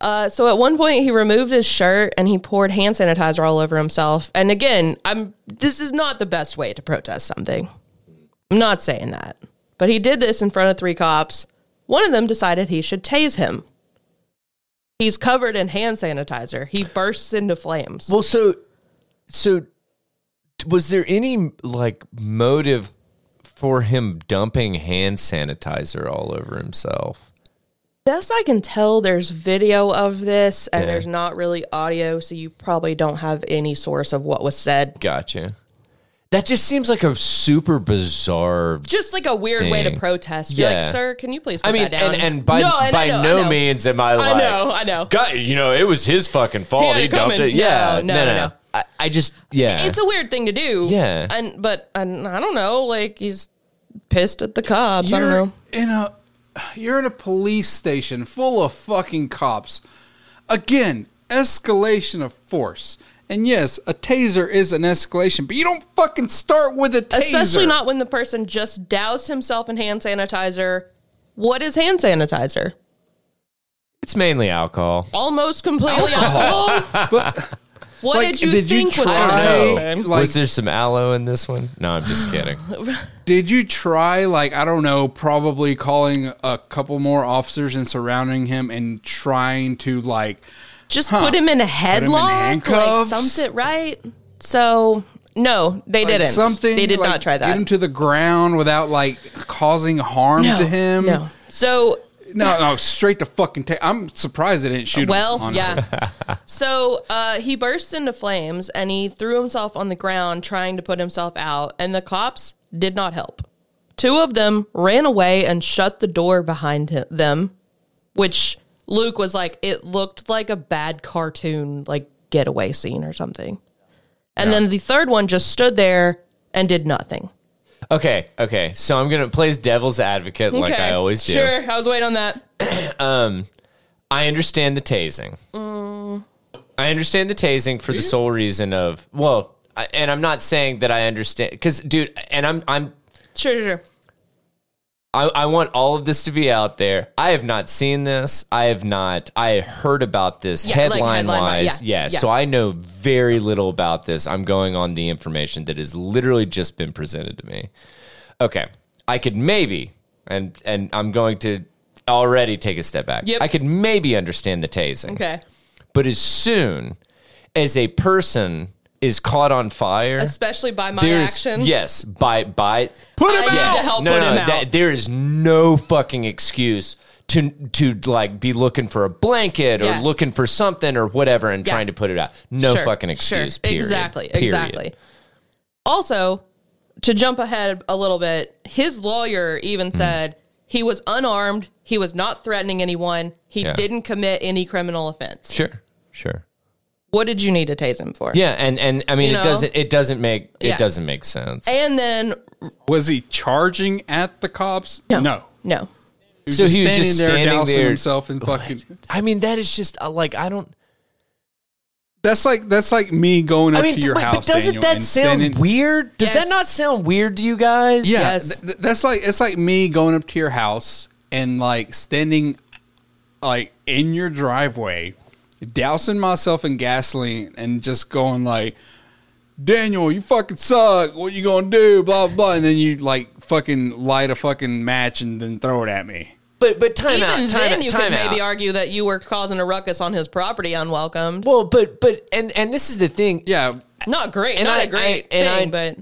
Uh, so at one point he removed his shirt and he poured hand sanitizer all over himself. And again, I'm this is not the best way to protest something. I'm not saying that, but he did this in front of three cops. One of them decided he should tase him. He's covered in hand sanitizer. He bursts into flames. Well, so So, t- was there any like motive for him dumping hand sanitizer all over himself? Best I can tell, there's video of this and there's not really audio, so you probably don't have any source of what was said. Gotcha. That just seems like a super bizarre. Just like a weird way to Dang. protest. Be Yeah. like, sir, can you please put I mean, that down? and, and by and by I know, I no know. means am I like, know, I know. God, you know, it was his fucking fault. had He, it dumped coming. it. Yeah, No, no, no, no. I, I just, yeah, It's a weird thing to do. uh, Yeah. And but and I don't know, like he's pissed at the cops. I don't know. in a you're in a police station full of fucking cops. Again, escalation of force. And yes, a taser is an escalation, but you don't fucking start with a taser. Especially not when the person just doused himself in hand sanitizer. What is hand sanitizer? it's mainly alcohol. Almost completely Oh. alcohol. what Like, did you did you think was try- alcohol? I- like- was there some aloe in this one? No, I'm just kidding. Did you try, like, I don't know, probably calling a couple more officers and surrounding him and trying to, like, Just put him in a headlock, like handcuffs? something, right? So no, they like, didn't. something? They did like, not try that. Get him to the ground without, like, causing harm no, to him? No. So No, no, straight to fucking. Ta- I'm surprised they didn't shoot Well, him. honestly. yeah. so uh, he burst into flames and he threw himself on the ground trying to put himself out, and the cops did not help. Two of them ran away and shut the door behind hi- them, which Luke was like, it looked like a bad cartoon, like getaway scene or something. And then the third one just stood there and did nothing. Okay, okay. So I'm gonna play as devil's advocate, like I always do. Sure, I was waiting on that. I understand the tasing. I understand the tasing for the sole reason of well, I, and I'm not saying that I understand because, dude, and I'm I'm Sure, sure, sure. I, I want all of this to be out there. I have not seen this. I have not. I heard about this Yeah, like headline, headline wise, wise. yeah, Yeah, yeah. So I know very little about this. I'm going on the information that has literally just been presented to me. Okay, I could maybe, and and I'm going to already take a step back. Yep. I could maybe understand the tasing. Okay. But as soon as a person is caught on fire, Especially by my there's action. yes, by by Put I him need out. to help no, put no, him no, out. that- there is no fucking excuse to to like be looking for a blanket Yeah. or looking for something or whatever and Yeah. trying to put it out. No Sure, fucking sure. excuse. Period. Exactly. Period. Exactly. Also, to jump ahead a little bit, his lawyer Mm. even said he was unarmed. He was not threatening anyone. He Yeah. didn't commit any criminal offense. Sure. Sure. What did you need to tase him for? Yeah, and and I mean You it know? doesn't it doesn't make Yeah. it doesn't make sense. And then Was he charging at the cops? no, no. no. He was So just he was standing just there, standing dousing there- himself in fucking. I mean that is just uh, like I don't That's like that's like me going up I mean to your wait, house. but doesn't Daniel, that and sound standing- weird? Does Yes. that not sound weird to you guys? Yeah, Yes. th- th- that's like it's like me going up to your house and like standing, like in your driveway, dousing myself in gasoline and just going like, Daniel, you fucking suck. What you gonna do? Blah blah. blah. And then you like fucking light a fucking match and then throw it at me. But but time Even out, time then, out, you time could out. maybe argue that you were causing a ruckus on his property unwelcomed. well, but but and and this is the thing. Yeah, Not great. And not I- a great I- and I- thing, but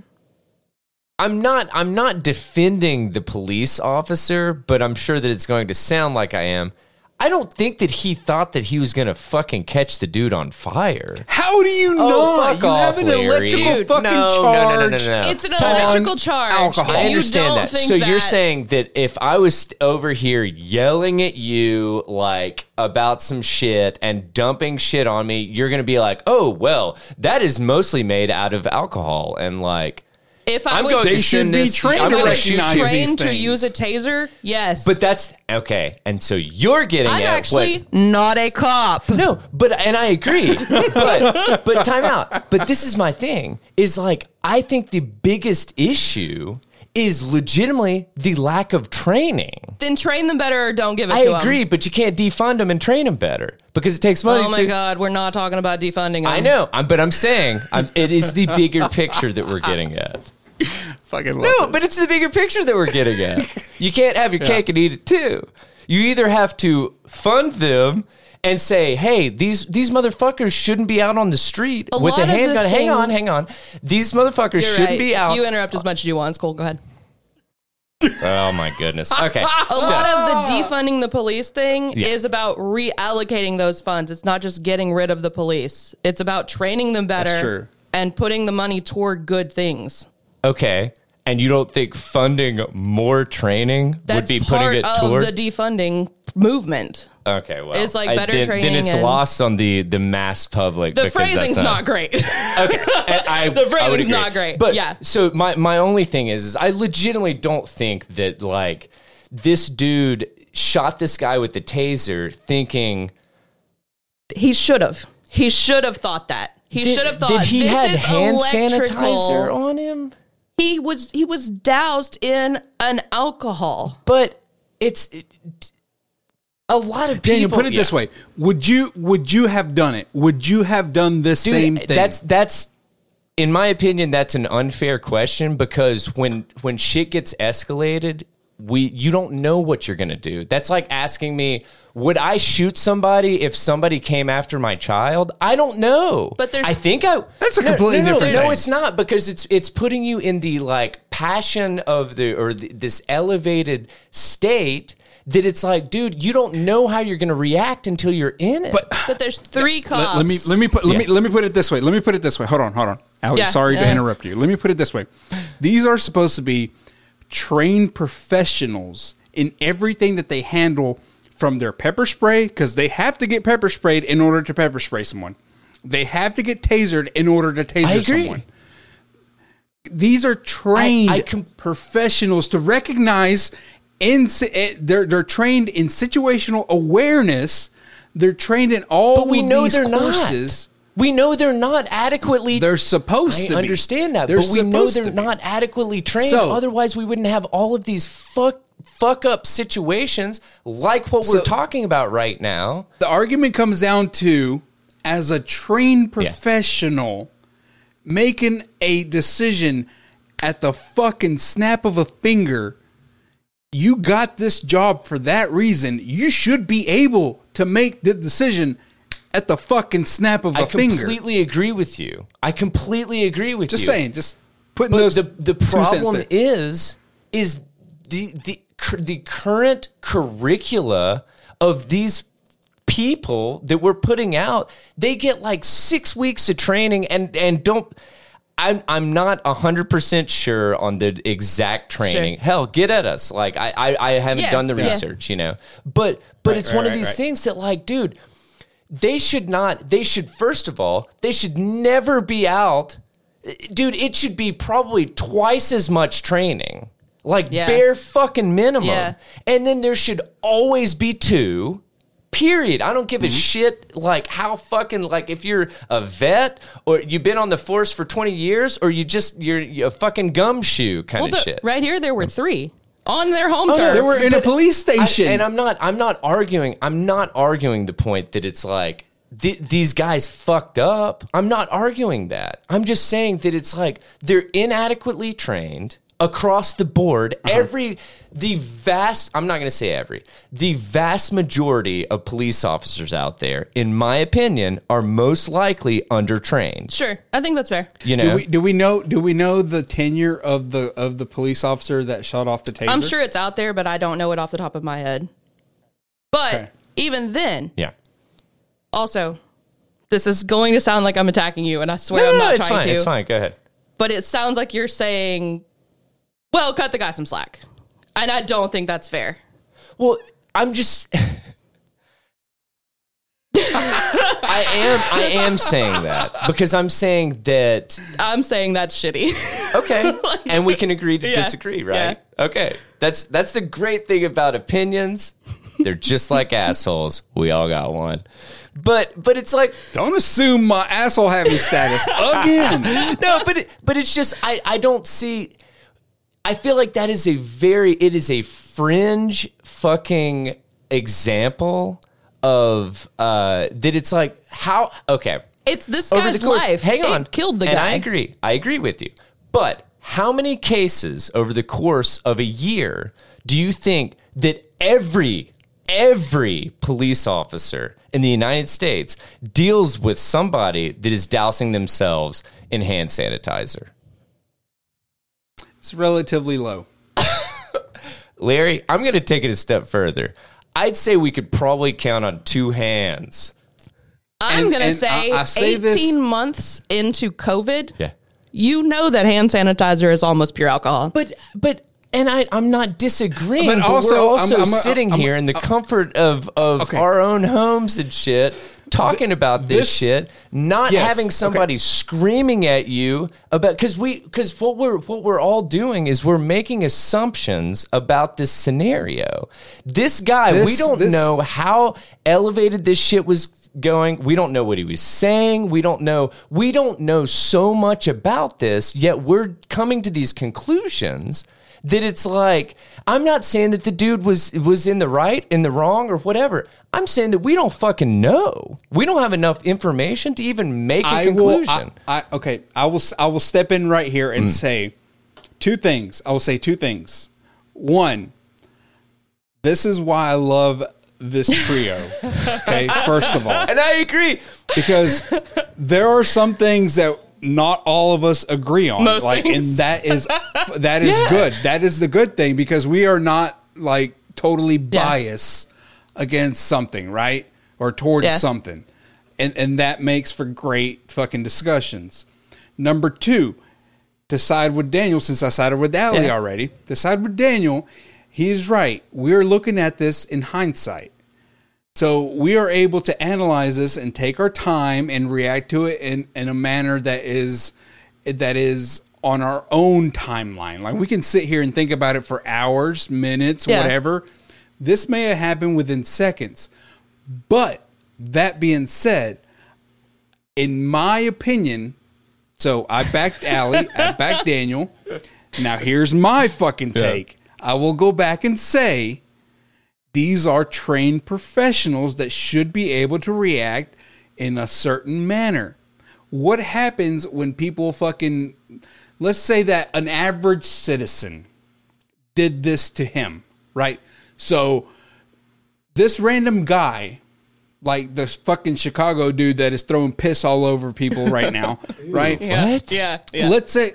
I'm not I'm not defending the police officer, but I'm sure that it's going to sound like I am. I don't think that he thought that he was going to fucking catch the dude on fire. How do you know? Oh, fuck you off, have an Larry. electrical Dude, fucking no, no, no, no, charge. no, no. it's an Tom, electrical charge. alcohol. If I you understand don't that. think So you're that- saying that if I was st- over here yelling at you like about some shit and dumping shit on me, you're going to be like, "Oh, well, that is mostly made out out of alcohol." And like if I I'm was going They to should send be this- trained I'm to gonna was shoot recognize you. these trained to things. use a taser, yes, But that's okay. And so you're getting I'm at what- actually not a cop. No, but and I agree. but but time out. But this is my thing is like I think the biggest issue is legitimately the lack of training. Then train them better or don't give it I to agree, them. but you can't defund them and train them better because it takes money Oh my to god, we're not talking about defunding. Them. I know, I'm, but I'm saying I'm, it is the bigger picture that we're getting at. Fucking love No, it. but it's the bigger picture that we're getting at. You can't have your cake and eat it too. You either have to fund them and say, "Hey, these these motherfuckers shouldn't be out on the street A with a lot of the handgun." hang thing- on, hang on. These You're motherfuckers shouldn't right. be out. You interrupt as much as you want. It's cool. Go ahead. oh my goodness. Okay. A so- Ah! lot of the defunding the police thing Yeah. is about reallocating those funds. It's not just getting rid of the police. It's about training them better true. and putting the money toward good things. Okay. And you don't think funding more training That's would be part putting it of toward the defunding movement. okay, well, is, like, I- better then, training Then it's and- lost on the the mass public. The because that's phrasing's not great. Okay, and The I, I would phrasing's agree. not great, But yeah. So my my only thing is, is I legitimately don't think that like this dude shot this guy with the taser, thinking he should have. He should have thought that. He should have thought that he this had is hand electrical. sanitizer on him. He was he was doused in an alcohol. But it's it, a lot of people. Daniel, put it yeah. this way: Would you would you have done it? Would you have done this Dude, same thing? That's that's in my opinion, that's an unfair question because when when shit gets escalated, we you don't know what you're gonna do. That's like asking me, would I shoot somebody if somebody came after my child? I don't know. But there's- I think I That's a completely no, no, different No, thing. it's not because it's it's putting you in the like passion of the or the, this elevated state that it's like, dude, you don't know how you're gonna react until you're in it. But But there's three cops. Let, let me let me put let me Yeah. let me put it this way. Let me put it this way. Hold on, hold on. Alex, Yeah. sorry to Yeah. interrupt you. Let me put it this way. These are supposed to be trained professionals in everything that they handle from their pepper spray because they have to get pepper sprayed in order to pepper spray someone. They have to get tasered in order to taser I agree. someone. These are trained com- professionals to recognize in si- eh, they're they're trained in situational awareness. They're trained in all but we of know these they're courses. not. We know they're not adequately. They're supposed I to be. understand that, They're but we know supposed they're to be. not adequately trained. So- Otherwise, we wouldn't have all of these fuck fuck up situations like what we're So- talking about right now. The argument comes down to as a trained professional making a decision at the fucking snap of a finger. You got this job for that reason. You should be able to make the decision at the fucking snap of a I finger. completely agree with you. I completely agree with Just you. saying, just putting But those. the the two cents problem there. is is the the cur- the current curricula of these people that we're putting out they get like 6 weeks of training and and don't I'm I'm not hundred percent sure on the exact training. Sure. Hell, get at us. Like I I, I haven't Yeah, done the yeah. research, you know. But but it's one of right, these right. things that like, dude, they should not they should first of all they should never be out dude it should be probably twice as much training like Yeah. bare fucking minimum Yeah. and then there should always be two period i don't give Mm-hmm. a shit like how fucking like if you're a vet or you've been on the force for 20 years or you just you're, you're a fucking gumshoe kind Well, of but shit right here there were three on their home Oh. no, turf. They were in a police I- station. and I'm not I'm not arguing I'm not arguing the point that it's like th- these guys fucked up. I'm not arguing that. I'm just saying that it's like they're inadequately trained across the board. Uh-huh. Every the vast I'm not going to say every. The vast majority of police officers out there in my opinion are most likely undertrained, sure, I think that's fair. you do know. we do we know do we know the tenure of the of the police officer that shot off the taser? I'm sure it's out there, but I don't know it off the top of my head. But Okay. even then, yeah. also, this is going to sound like I'm attacking you, and I swear No, I'm no, no, not it's trying fine. to. It's fine. Go ahead. But it sounds like you're saying, "Well, cut the guy some slack," and I don't think that's fair. Well, I'm just. I am. I am saying that because I'm saying that. I'm saying that's shitty. Okay, and we can agree to Yeah, disagree, right? Okay, that's that's the great thing about opinions. They're just like assholes. We all got one, but but it's like Don't assume my asshole having status again. no, but it, but it's just I I don't see. I feel like that is a very it is a fringe fucking example of uh that it's like how okay it's this guy's life. Hang It on, killed the And guy. I agree. I agree with you. But how many cases over the course of a year do you think that every every police officer in the United States deals with somebody that is dousing themselves in hand sanitizer. It's relatively low. Larry, I'm going to take it a step further. I'd say we could probably count on two hands. I'm And- gonna and say, I- I say 18 this- months into COVID, Yeah. you know that hand sanitizer is almost pure alcohol. But but and I I'm not disagreeing. But But, also, we're also I'm- I'm- sitting I'm- here in the comfort of of Okay. our own homes and shit, talking about this, this- shit, not Yes, having okay. somebody screaming at you about because we because what we're what we're all doing is we're making assumptions about this scenario. This guy, we This- don't this- know how elevated this shit was going. We don't know what he was saying. We don't know. We don't know so much about this, yet we're coming to these conclusions that it's like I'm not saying that the dude was was in the right, in the wrong or whatever. I'm saying that we don't fucking know. We don't have enough information to even make a I conclusion. will. I, I, okay, I will. s- I will step in right here and say two things. I will say two things. One, this is why I love this trio. okay, first of all, and I agree. because there are some things that not all of us agree on. Most like, things. and that is that is Yeah. good. That is the good thing because we are not like totally biased against something, right? Or towards Yeah. something. And and that makes for great fucking discussions. Number two, to side with Daniel, since I sided with Allie Yeah. already, to side with Daniel, he's right. We're looking at this in hindsight. So we are able to analyze this and take our time and react to it in, in a manner that is that is on our own timeline. Like we can sit here and think about it for hours, minutes, Yeah. whatever. This may have happened within seconds. But that being said, in my opinion, so I backed Allie, I backed Daniel. Now here's my fucking take. I will go back and say these are trained professionals that should be able to react in a certain manner. What happens when people fucking let's say that an average citizen did this to him, right? So this random guy like this fucking Chicago dude that is throwing piss all over people right now, right? What? Yeah, yeah. let's say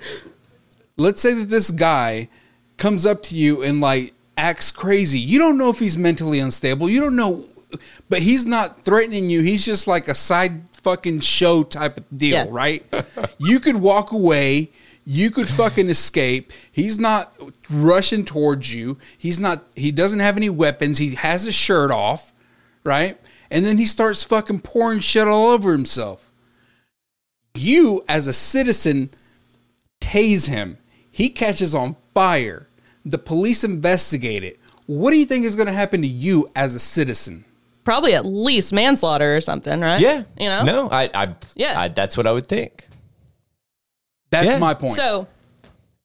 let's say that this guy comes up to you and like acts crazy you don't know if he's mentally unstable you don't know but he's not threatening you he's just like a side fucking show type of deal Yeah. right you could walk away you could fucking escape he's not rushing towards you he's not he doesn't have any weapons he has his shirt off right and then he starts fucking pouring shit all over himself you as a citizen tase him. He catches on fire. The police investigate it. What do you think is going to happen to you as a citizen? Probably at least manslaughter or something, right? Yeah. You know? No, I I Yeah. I, that's what I would think. That's Yeah. my point. So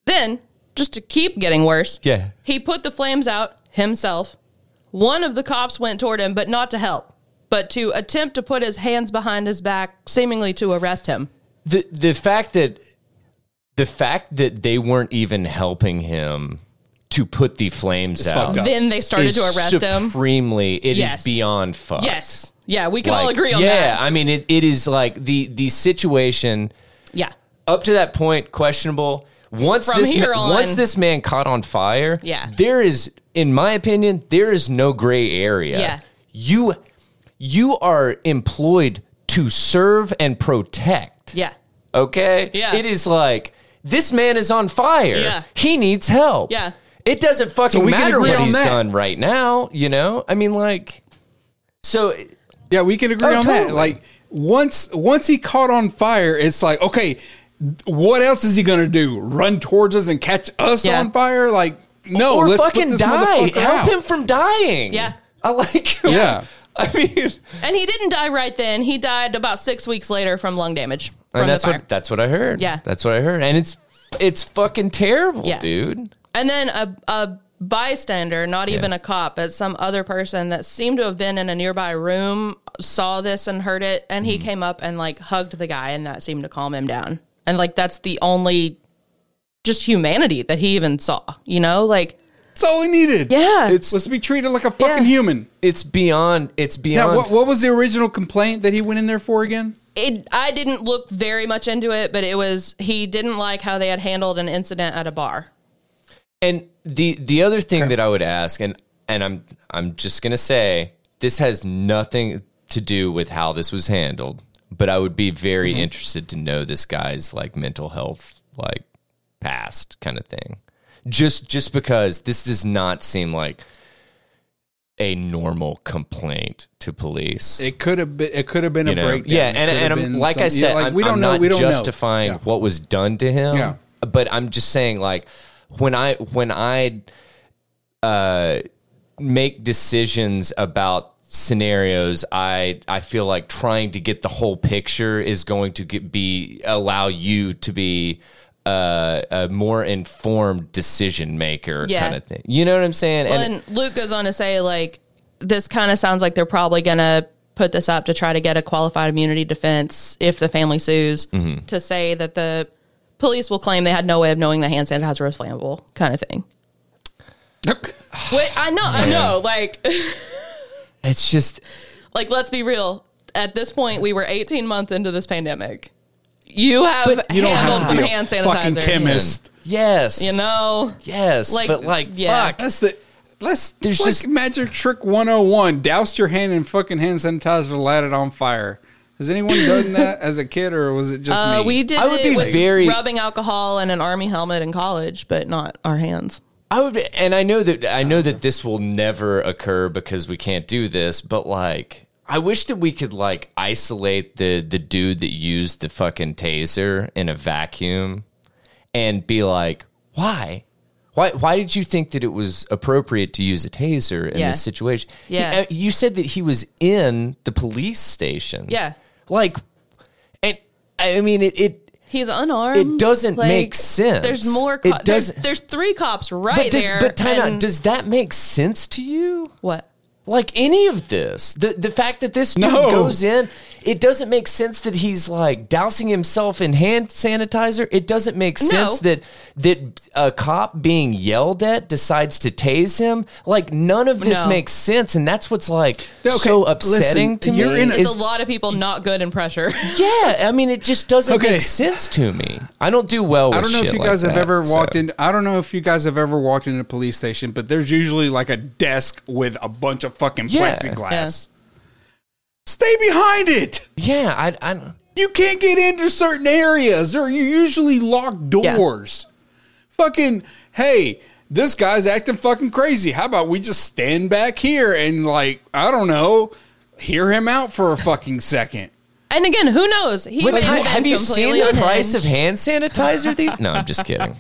then, just to keep getting worse, Yeah. he put the flames out himself. One of the cops went toward him, but not to help, but to attempt to put his hands behind his back, seemingly to arrest him. the the fact that the fact that they weren't even helping him to put the flames out fucked up. Then they started is to arrest him. supremely. It is Yes. beyond fuck. Yes. Yeah, we can all Like, agree on yeah, that. I mean, it, it is like the the situation Yeah. up to that point questionable. Once From this here ma- on. once this man caught on fire, Yeah. there is, in my opinion, there is no gray area. Yeah. you you are employed to serve and protect. Yeah. Okay? Yeah. It is like this man is on fire. Yeah. He needs help. Yeah. It doesn't fucking So we can matter agree what on he's that. done right now, you know? I mean like so yeah, we can agree Oh, on that. totally. Like once once he caught on fire, it's like, okay, what else is he going to do? Run towards us and catch us Yeah. on fire? Like no, or let's put fucking this die. motherfucker Help out. him from dying. Yeah. I like Yeah. I mean And he didn't die right then. He died about six weeks later from lung damage. From and that's the fire. what that's what I heard. Yeah. That's what I heard. And it's it's fucking terrible, Yeah. dude. And then a, a bystander, not even a cop, but some other person that seemed to have been in a nearby room, saw this and heard it, and Mm-hmm. he came up and like hugged the guy, and that seemed to calm him down. And like that's the only just humanity that he even saw, you know? Like That's all he needed. Yeah. It's was to be treated like a fucking Yeah. human. It's beyond. It's beyond. Now, what, what was the original complaint that he went in there for again? It, I didn't look very much into it, but it was he didn't like how they had handled an incident at a bar. And the the other thing that I would ask, and and I'm I'm just gonna say this has nothing to do with how this was handled, but I would be very interested to know this guy's like mental health, like past kind of thing. Just just because this does not seem like a normal complaint to police. It could have been. It could have been a you know? breakdown. Yeah, It could and, have and I'm, been like I something- said, yeah, I'm, I'm not justifying Yeah. what was done to him. Yeah. But I'm just saying, like when I when I uh, make decisions about scenarios, I I feel like trying to get the whole picture is going to get, be allow you to be. Uh, a more informed decision maker Yeah. kind of thing. You know what I'm saying? Well, and Luke goes on to say, like, this kind of sounds like they're probably going to put this up to try to get a qualified immunity defense if the family sues Mm-hmm. to say that the police will claim they had no way of knowing that hand sanitizer was flammable, kind of thing. Wait, I know, I know. Like, it's just like let's be real. At this point, we were 18 months into this pandemic. You have You don't handled have to some be a hand fucking sanitizer. chemist. yes, You know, yes, Like, but like yeah. fuck. That's the. Let's There's there's like just- magic trick 101. Douse your hand in fucking hand sanitizer, light it on fire. Has anyone done that as a kid, or was it just Uh, me? we did I would it be with very- rubbing alcohol and an army helmet in college, but not our hands. I would, and I know that I know that this will never occur because we can't do this. But like, I wish that we could like isolate the the dude that used the fucking taser in a vacuum, and be like, why, why, why did you think that it was appropriate to use a taser in Yeah. this situation? He- Yeah. uh, you said that he was in the police station. Yeah. like, and I mean it. it He's unarmed. It doesn't make sense. There's more. It Co- there's, doesn't- there's three cops right but does, there. but time out. and- Does that make sense to you? what? like any of this. The the fact that this dude No. goes in, it doesn't make sense that he's like dousing himself in hand sanitizer. It doesn't make sense that that a cop being yelled at decides to tase him. Like none of this No. makes sense, and that's what's like No, okay, so upsetting listen, to me. you're in a- It's is- a lot of people not good in pressure. yeah, I mean, it just doesn't Okay. make sense to me. I don't do well. With I don't know if shit you like guys have that, ever so. walked in. I don't know if you guys have ever walked into a police station, but there's usually like a desk with a bunch of fucking Yeah. plexiglass. Stay behind it. Yeah, I, I don't. You can't get into certain areas. There are usually locked doors. Fucking hey, this guy's acting fucking crazy. How about we just stand back here and like I don't know, hear him out for a fucking second. and again, who knows? He What may time, been have you seen completely the price of unhinged. hand sanitizer? These? No, I'm just kidding.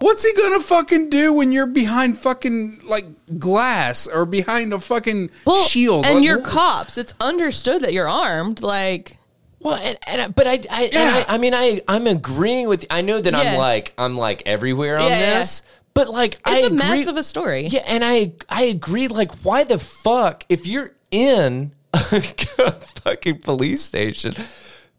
What's he gonna fucking do when you're behind fucking like glass or behind a fucking Well, shield? and Like, you're wh- cops? It's understood that you're armed. Like, Well, and, and I- but I, I, and Yeah. I, I mean, I, I'm agreeing with. I know that I'm Yeah. like, I'm like everywhere on Yeah, yeah. this, but like, I it's a agree, mess of a story. Yeah, and I, I agree. Like, why the fuck if you're in a fucking police station?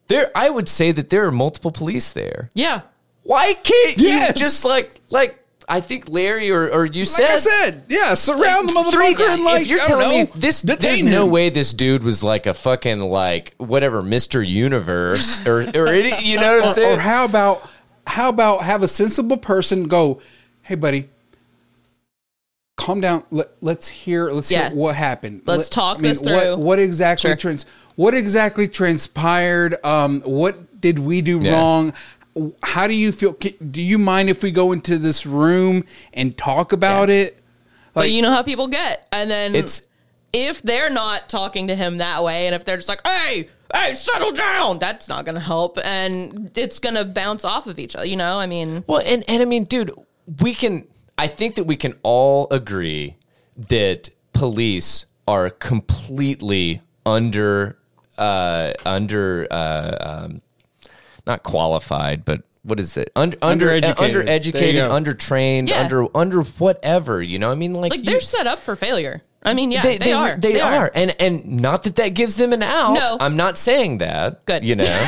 There, I would say that there are multiple police there. yeah. Why can't Yes. you just like, like I think Larry or or you Like I said, yeah, surround the Three- motherfucker and like if you're I don't telling know, me this, there's detain no him. way this dude was like a fucking like whatever Mister Universe or or any, you know what I'm Or saying? how about how about have a sensible person go, hey buddy, calm down. Let, let's hear let's Yeah. hear what happened. Let's Let- talk this what- through. What, exactly Sure. trans what exactly transpired? Um, what did we do Yeah. wrong? How do you feel? Ca- Do you mind if we go into this room and talk about it? but you know how people get, and then It's- if they're not talking to him that way, and if they're just like, "Hey, hey, settle down," that's not going to help, and it's going to bounce off of each other. You know, I mean, well, and and I mean, dude, we can. I think that we can all agree that police are completely under uh under uh um, not qualified, but. What is it? Under, under, uh, Undereducated. undereducated, There you go. undertrained, Yeah. under, under whatever. You know, I mean, like, like you- they're set up for failure. I mean, yeah, they, are. They, are. And and not that that gives them an out. No. I'm not saying that. Good. You know.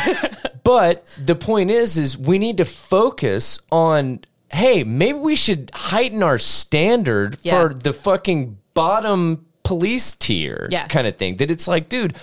but the point is is we need to focus on hey, maybe we should heighten our standard Yeah. for the fucking bottom police tier Yeah. kind of thing. That it's like, dude,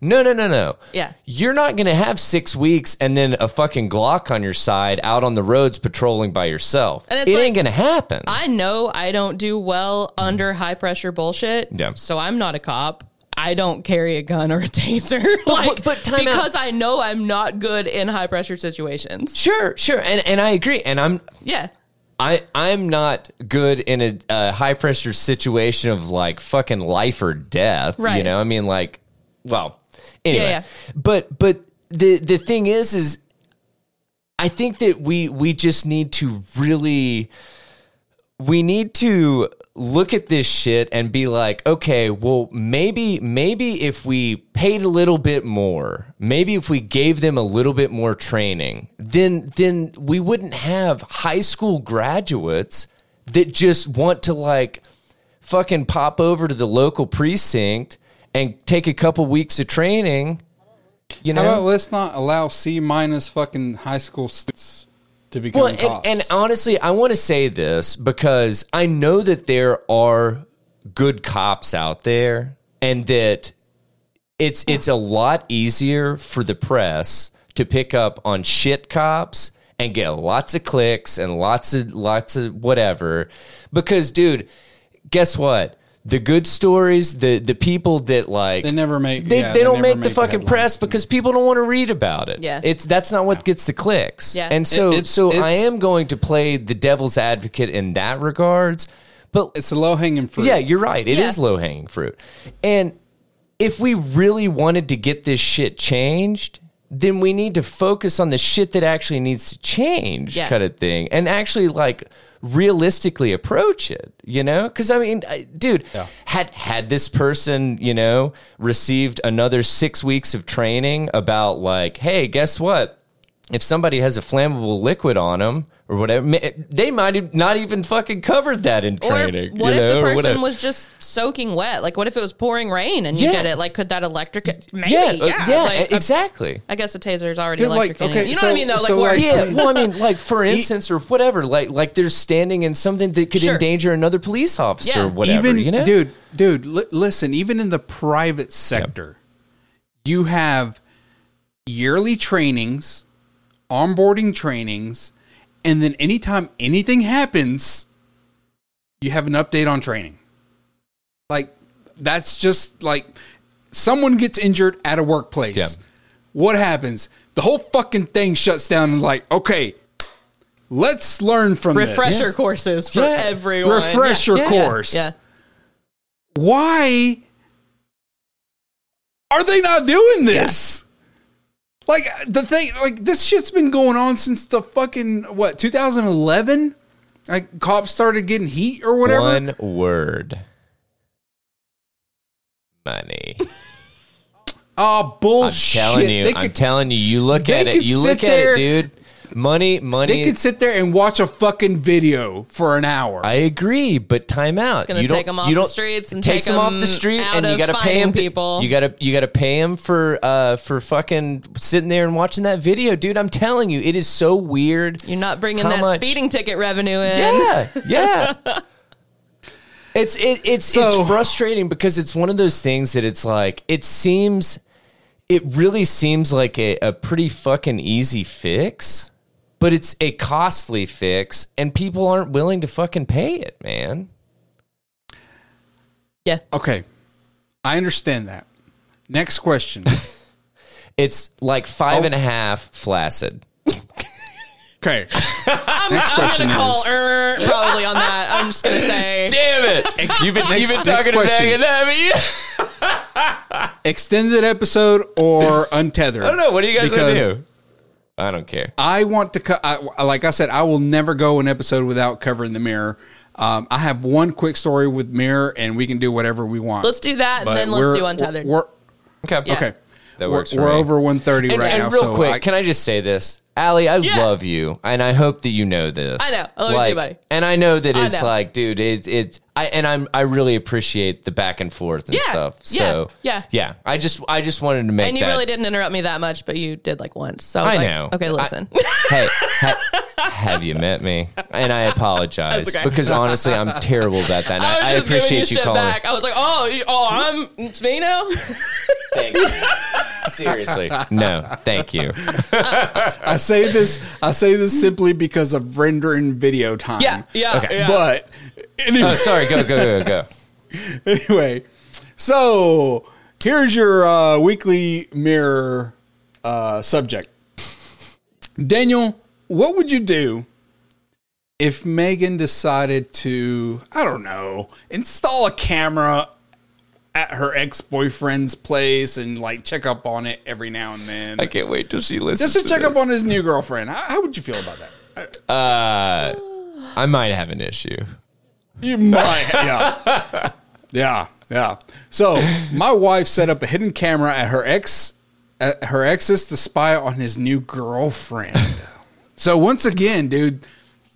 no, no, no, no. Yeah. You're not going to have six weeks and then a fucking Glock on your side out on the roads patrolling by yourself. And it it's like- ain't going to happen. I know I don't do well under high pressure bullshit. Yeah. So I'm not a cop. I don't carry a gun or a taser. like, but time out. because I know I'm not good in high pressure situations. sure, sure. And, and I agree. And I'm, Yeah. I I'm not good in a, a high pressure situation of like fucking life or death. You Right. know, I mean, like, well, anyway, yeah. but but the the thing is, is I think that we we just need to really we need to look at this shit and be like, okay, well, maybe maybe if we paid a little bit more, maybe if we gave them a little bit more training, then then we wouldn't have high school graduates that just want to like fucking pop over to the local precinct and take a couple weeks of training. You know, How about let's not allow C minus fucking high school students to become Well, cops? and, and honestly, I want to say this because I know that there are good cops out there, and that it's it's a lot easier for the press to pick up on shit cops and get lots of clicks and lots of lots of whatever because dude guess what the good stories the the people that like They never make- they, yeah, they, they don't never make, the make the fucking headlines. press because people don't want to read about it Yeah. it's that's not what gets the clicks Yeah. and so It- it's- so i it's- am going to play the devil's advocate in that regards but it's a low hanging fruit. yeah, you're right. It is Yeah. low hanging fruit. And if we really wanted to get this shit changed, then we need to focus on the shit that actually needs to change, Yeah. kind of thing, and actually like realistically approach it. You know, because I mean, I, dude, had had this person, you know, received another six weeks of training about like, hey, guess what? if somebody has a flammable liquid on them or whatever, ma- they might have not even fucking covered that in training. or what you if know, the or person whatever. was just soaking wet? Like, what if it was pouring rain and you Yeah. did it? Like, could that electric? Maybe, yeah, yeah, uh, yeah, Like, e- exactly. I guess a taser is already Dude, like, electrocuting. it. okay, you know what so- I mean, though. Like, so, where like- it's- Yeah, well, I mean, like for instance, or whatever, like like they're standing in something that could Sure. endanger another police officer Yeah. or whatever. even you know, dude, dude, li- listen. Even in the private sector, you have yearly trainings, onboarding trainings, and then anytime anything happens, you have an update on training. Like that's just like someone gets injured at a workplace. Yeah. What happens? The whole fucking thing shuts down and like, okay, let's learn from this. refresher courses for Yeah. everyone. Refresher Yeah. course. Yeah. why are they not doing this? Like the thing, like this shit's been going on since the fucking what 2011. Like cops started getting heat or whatever. one word, money. Oh I'm bullshit! telling you, they I'm could, telling you. You look they at it, could you look sit at there- it, dude. Money, money. they could sit there and watch a fucking video for an hour. I agree, but time out. gonna you don't, take 'em off you the don't- streets and takes take 'em off 'em the street, out and you of got to pay fighting him. people. You got to you got to pay him for uh for fucking sitting there and watching that video, dude. I'm telling you, it is so weird. You're not bringing How that much? speeding ticket revenue in. Yeah, yeah. It's it, it's So- it's frustrating because it's one of those things that it's like it seems it really seems like a, a pretty fucking easy fix, but it's a costly fix, and people aren't willing to fucking pay it, man. Yeah. okay, I understand that. Next question. It's like five and a half flaccid. okay, I'm, Next I'm question gonna call is- er, probably on that. I'm just gonna say Damn it! You've been, Next- next question. Abby. extended episode or untethered? I don't know. What are you guys going Because to do? I don't care. I want to, co- I, like I said, I will never go an episode without covering the mirror. Um, I have one quick story with mirror, and we can do whatever we want. let's do that, But and then let's we're- do untethered. We're, Okay. Yeah. okay, That we're, works for we're me. over 130 And, right and now. real so quick, I- can I just say this? Allie, I Yeah. love you, and I hope that you know this. I know. I love you too, like, buddy. And I know that I it's know. like, dude, it's it. I and I'm I really appreciate the back and forth and Yeah. stuff. Yeah. So Yeah. yeah. I just I just wanted to make And you that. really didn't interrupt me that much, but you did like once. So I, was I like, know. Okay, I- listen. hey, ha- have you met me? And I apologize That's okay. because honestly, I'm terrible about that. And I, I, was just giving appreciate you shit calling. back. I was like, oh, you- oh, I'm it's me now. Thank you. Seriously, no, thank you. I say this I say this simply because of rendering video time. Yeah, yeah, Okay. yeah. Uh, But anyway, Oh, sorry. Go go go go. anyway, so here's your uh, weekly mirror uh, subject. Daniel, what would you do if Megan decided to, I don't know, install a camera at her ex boyfriend's place and like check up on it every now and then? I can't wait till she listens. Just to check this. up on his new girlfriend. How, how would you feel about that? I might have an issue. You might. yeah. Yeah. Yeah. So my wife set up a hidden camera at her ex at her ex's to spy on his new girlfriend. so once again, dude,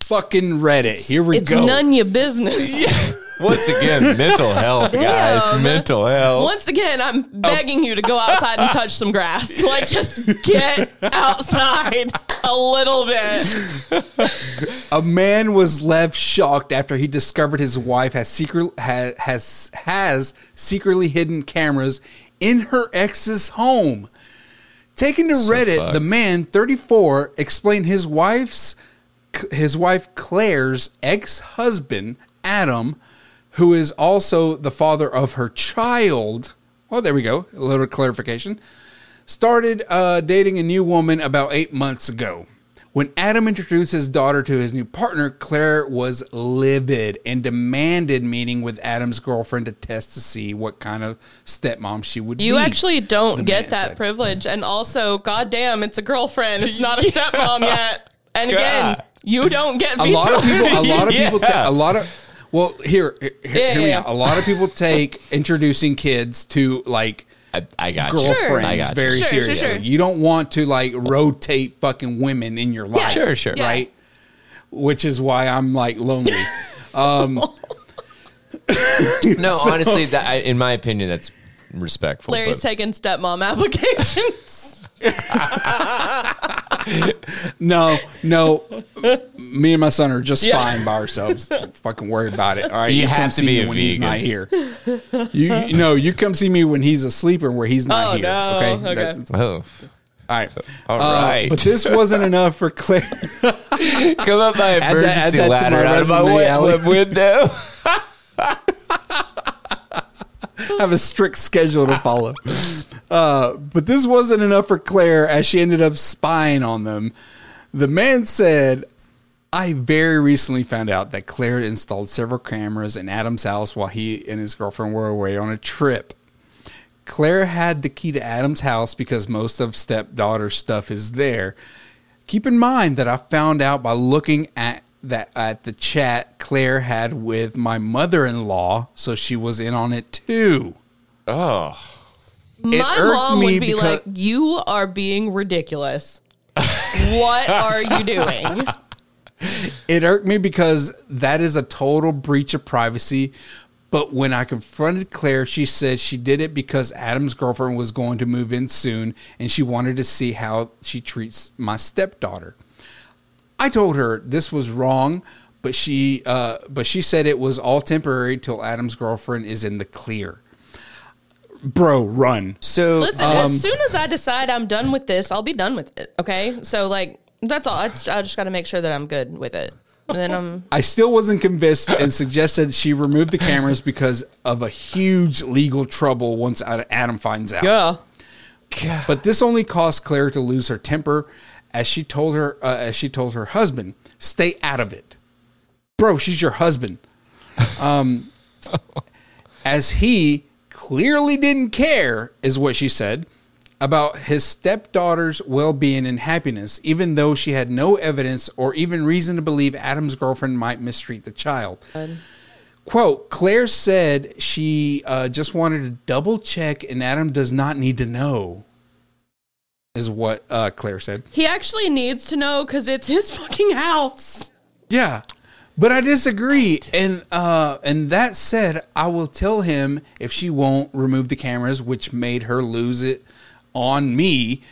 fucking Reddit. Here we It's go. none your business. Once again, mental health, guys. Mental health. Once again, I'm Oh. begging you to go outside and touch some grass. Like, just get outside a little bit. a man was left shocked after he discovered his wife has secret has has, has secretly hidden cameras in her ex's home. Taken to Reddit, fucked. the man, 34, explained his wife's his wife Claire's ex-husband, Adam, who is also the father of her child. Well, there we go. A little clarification. Started uh, dating a new woman about eight months ago. When Adam introduced his daughter to his new partner, Claire was livid and demanded meeting with Adam's girlfriend to test to see what kind of stepmom she would You be. actually don't the get man that said. privilege. And also, goddamn, it's a girlfriend. It's not a stepmom yet. And again, God. you don't get a lot of people a lot of Yeah. people ta- a lot of well here, here Yeah, hear me yeah, out. yeah. a lot of people take introducing kids to like I, I got you. I girlfriends got very Sure, sure, seriously sure. you don't want to like rotate fucking women in your life Sure, sure. Yeah. right which is why i'm like lonely you. No, honestly, that I, in my opinion, that's respectful. Larry's but- taking stepmom applications. no no me and my son are just Yeah. fine by ourselves Don't fucking worry about it all right You come have to see be me a when he's vegan. not here you, you no you come see me when he's asleep and where he's not Oh, here no. okay, Okay. That- oh, All right. All Uh, right. But this wasn't enough for Claire. come up my that- add emergency that to ladder my out of my resume, wi- Allie. window. have a strict schedule to follow. Uh, but this wasn't enough for Claire as she ended up spying on them. The man said, I very recently found out that Claire installed several cameras in Adam's house while he and his girlfriend were away on a trip. Claire had the key to Adam's house because most of stepdaughter's stuff is there. Keep in mind that I found out by looking at that at the chat Claire had with my mother-in-law, so she was in on it too. Oh, My irked mom me would be because- like, You are being ridiculous. what are you doing? It irked me because that is a total breach of privacy. But when I confronted Claire, she said she did it because Adam's girlfriend was going to move in soon and she wanted to see how she treats my stepdaughter. I told her this was wrong, but she uh, but she said it was all temporary till Adam's girlfriend is in the clear. Bro, run. so Listen, uh, Um, as soon as I decide I'm done with this, I'll be done with it. Okay, so like that's all. I just, I just got to make sure that I'm good with it, and then I'm. I still wasn't convinced and suggested she remove the cameras because of a huge legal trouble once Adam finds out. Yeah. But this only caused Claire to lose her temper, as she told her uh, as she told her husband, "Stay out of it, bro. She's your husband." Um, as he clearly didn't care, is what she said about his stepdaughter's well-being and happiness, even though she had no evidence or even reason to believe Adam's girlfriend might mistreat the child quote claire said she uh, just wanted to double check and adam does not need to know is what uh, Claire said. He actually needs to know because it's his fucking house. Yeah, but I disagree. And uh, and that said, I will tell him if she won't remove the cameras, which made her lose it on me,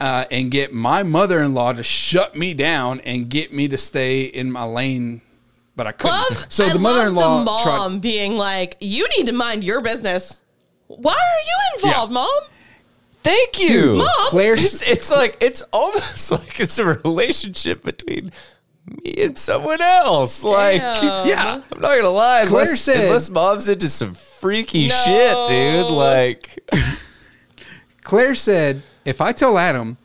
uh, and get my mother in law to shut me down and get me to stay in my lane. But I couldn't. Love, so the mother in law mom being like, "You need to mind your business. Why are you involved, Yeah. mom? Thank you. Mom. Claire. It's, it's like it's almost like it's a relationship between me and someone else. Like, Damn. Yeah. I'm not gonna lie. Claire Unless, said- unless mom's into some freaky No. shit, dude. Like, Claire said, if I tell Adam,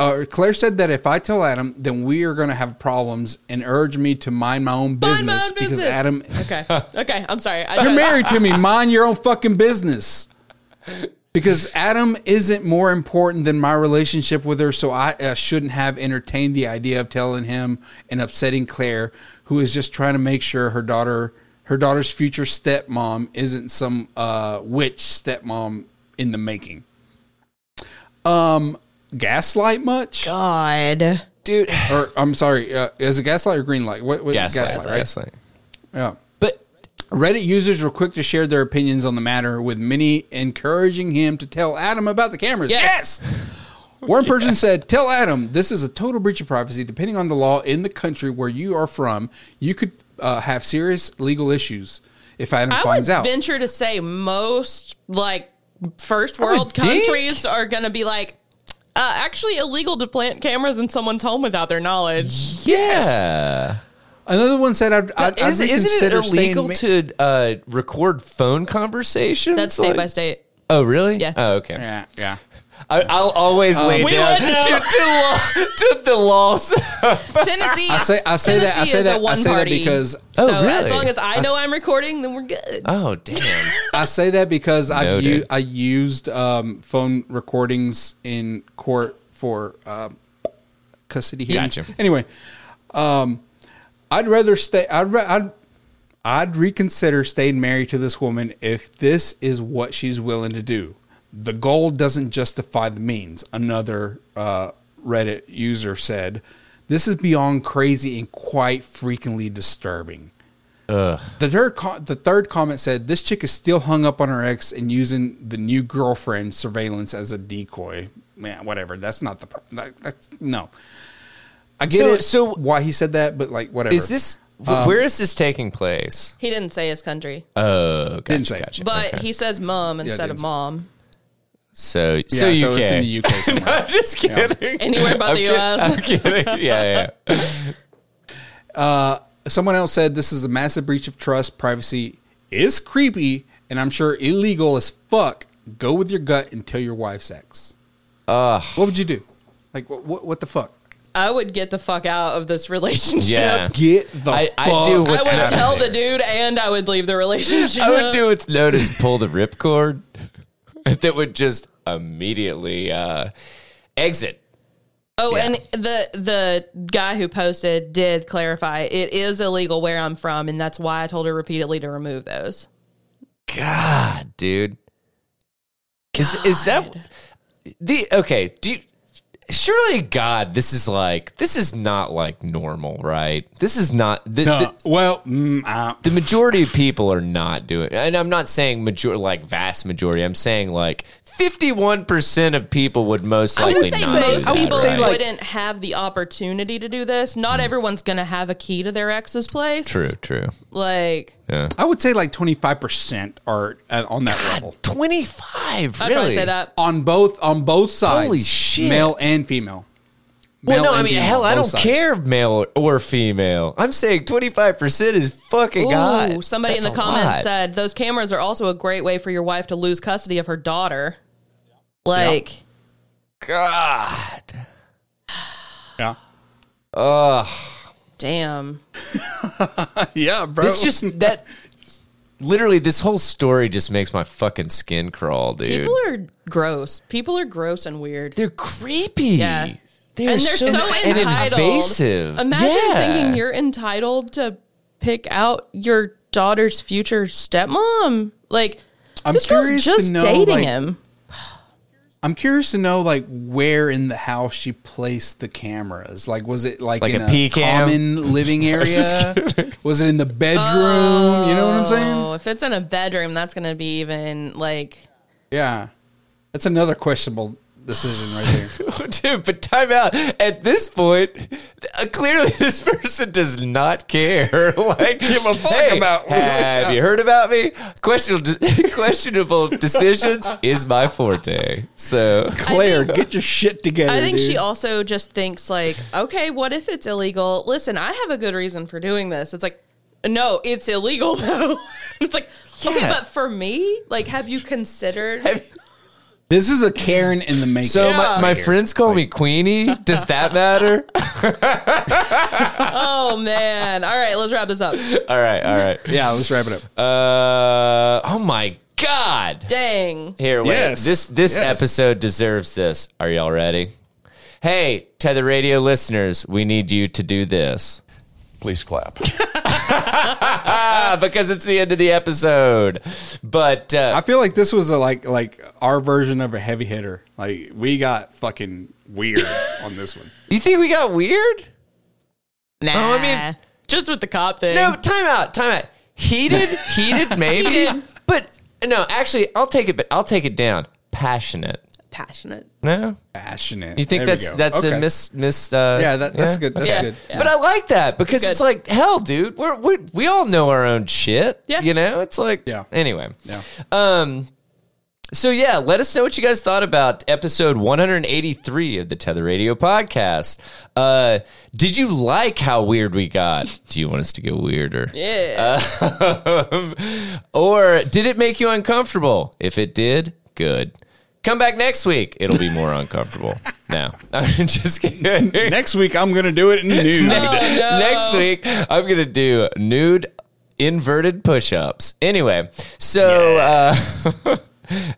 or Claire said that if I tell Adam, then we are going to have problems and urge me to mind my own business Mind my own because business." Adam, Okay, okay. I'm sorry. I you're judged. married to me, mind your own fucking business. Because Adam isn't more important than my relationship with her, so I uh, shouldn't have entertained the idea of telling him and upsetting Claire, who is just trying to make sure her daughter, her daughter's future stepmom, isn't some uh, witch stepmom in the making. Um, gaslight much? God. dude, Or I'm sorry, uh, is it gaslight or green light? What, what gaslight, right? gaslight. Yeah. But Reddit users were quick to share their opinions on the matter, with many encouraging him to tell Adam about the cameras. Yes. One person said, Tell Adam, this is a total breach of privacy. Depending on the law in the country where you are from, you could uh, have serious legal issues if Adam I finds would out. venture to say most like first world think. countries are going to be like uh, actually illegal to plant cameras in someone's home without their knowledge. yeah. Another one said, I'd, I'd, Is, I'd isn't it reconsider staying illegal ma- to uh, record phone conversations? That's state Like- by state. Oh, really? Yeah. Oh, okay. Yeah, Oh. yeah. I, I'll always lay We down would know. to, to, law, to the laws. Tennessee. I say, I say that, I say that, I say that because Oh, Oh, so as really? long as I know s- I'm recording, then we're good. oh, damn. I say that because I Noted. u- I used um, phone recordings in court for um, custody hearings. Gotcha. Anyway, um, I'd rather stay. I'd, ra- I'd I'd reconsider staying married to this woman if this is what she's willing to do. The goal doesn't justify the means. Another uh, Reddit user said, "This is beyond crazy and quite frequently disturbing." The third, co- the third comment said, "This chick is still hung up on her ex and using the new girlfriend surveillance as a decoy." Man, whatever. That's not the. pro- That, that's no. I get So- it. so- why he said that, but like whatever. Is this wh- where is this taking place? He didn't say his country, Oh, gotcha, Didn't say. gotcha. but he says mom instead didn't of say. mom. so Yeah, so, so UK. it's in the UK somewhere. I'm just kidding. Anywhere but I'm the kid- US. I'm kidding. Yeah, yeah. Someone else said this is a massive breach of trust. Privacy is creepy, and I'm sure illegal as fuck. Go with your gut and tell your wife sex. Uh, what would you do? Like what? What, what the fuck? I would get the fuck out of this relationship. Yeah. Get the I- fuck. I do I What's would happening? tell the dude and I would leave the relationship. I would do what's known as pull the ripcord. that would just immediately uh, exit. Oh, Yeah. and the the guy who posted did clarify it is illegal where I'm from, and that's why I told her repeatedly to remove those. God, dude. Is is that the okay? Do you, surely God, this is like this is not like normal, right? This is not the, No, the, well, mm, uh, the majority of people are not doing and i'm not saying major like vast majority i'm saying like 51% of people would most I likely would not say do most that, people say, right? like- wouldn't have the opportunity to do this. Not Hmm. everyone's gonna have a key to their ex's place. true true Like yeah I would say like 25% are uh, on that level. 25 I'd really Oh probably say that. On both on both sides. Holy shit. Male and female. well Male no i and mean female, hell i both don't sides. care male or female i'm saying 25% is fucking Ooh, god somebody in That's the a comments lot. said those cameras are also a great way for your wife to lose custody of her daughter. Like god Yeah. damn. yeah, bro. it's just that literally this whole story just makes my fucking skin crawl dude People are gross. People are gross and weird. They're creepy. Yeah. They're and they're so, and entitled. invasive. Imagine Yeah. thinking you're entitled to pick out your daughter's future stepmom. Like I'm this girl's curious just to know, dating like- him. I'm curious to know like where in the house she placed the cameras. Like, was it like, Like in a pea cam? common living area? just was it in the bedroom? you know what I'm saying? Oh, if it's in a bedroom, that's gonna be even like Yeah, that's another questionable decision right there. Oh, Dude, but time out. At this point, uh, clearly this person does not care. like, give a fuck about- Have you heard about me? Questionable, questionable decisions is my forte. So, Claire, get your shit together. I think dude. she also just thinks like, okay, what if it's illegal? Listen, I have a good reason for doing this. It's like, no, it's illegal though. it's like, okay, Yeah. but for me, like, have you considered? have- This is a Karen in the making. so Yeah. my, my friends call me Queenie. Does that matter? oh man! All right, let's wrap this up. all right, all right. yeah, let's wrap it up. Uh, oh my God. Dang. Here, wait. Yes. This this Yes. episode deserves this. Are y'all ready? Hey, Tether Radio listeners, we need you to do this. Please clap. Ah, because it's the end of the episode. But uh, I feel like this was a like like our version of a heavy hitter. Like we got fucking weird on this one. you think we got weird? Nah. I mean- just with the cop thing. No, time out, time out. Heated, heated, maybe. But no, actually, I'll take it. But I'll take it down. Passionate. passionate. No, Passionate. you think There we that's go. that's Okay. a miss miss. Uh, Yeah, that, that's good. That's Yeah. good. Yeah. But I like that because Good. it's like hell, dude. We're, we we all know our own shit. Yeah. you know, it's like Yeah. Anyway, Yeah. Um, so yeah, let us know what you guys thought about episode 183 of the Tether Radio podcast. Uh, did you like how weird we got? Do you want us to go weirder? Uh, Yeah. Um, or did it make you uncomfortable? If it did, good. Come back next week. It'll be more uncomfortable. No, I'm just kidding. Next week I'm gonna do it in oh, nude. no. Next week, I'm gonna do nude inverted push-ups. Anyway, so uh,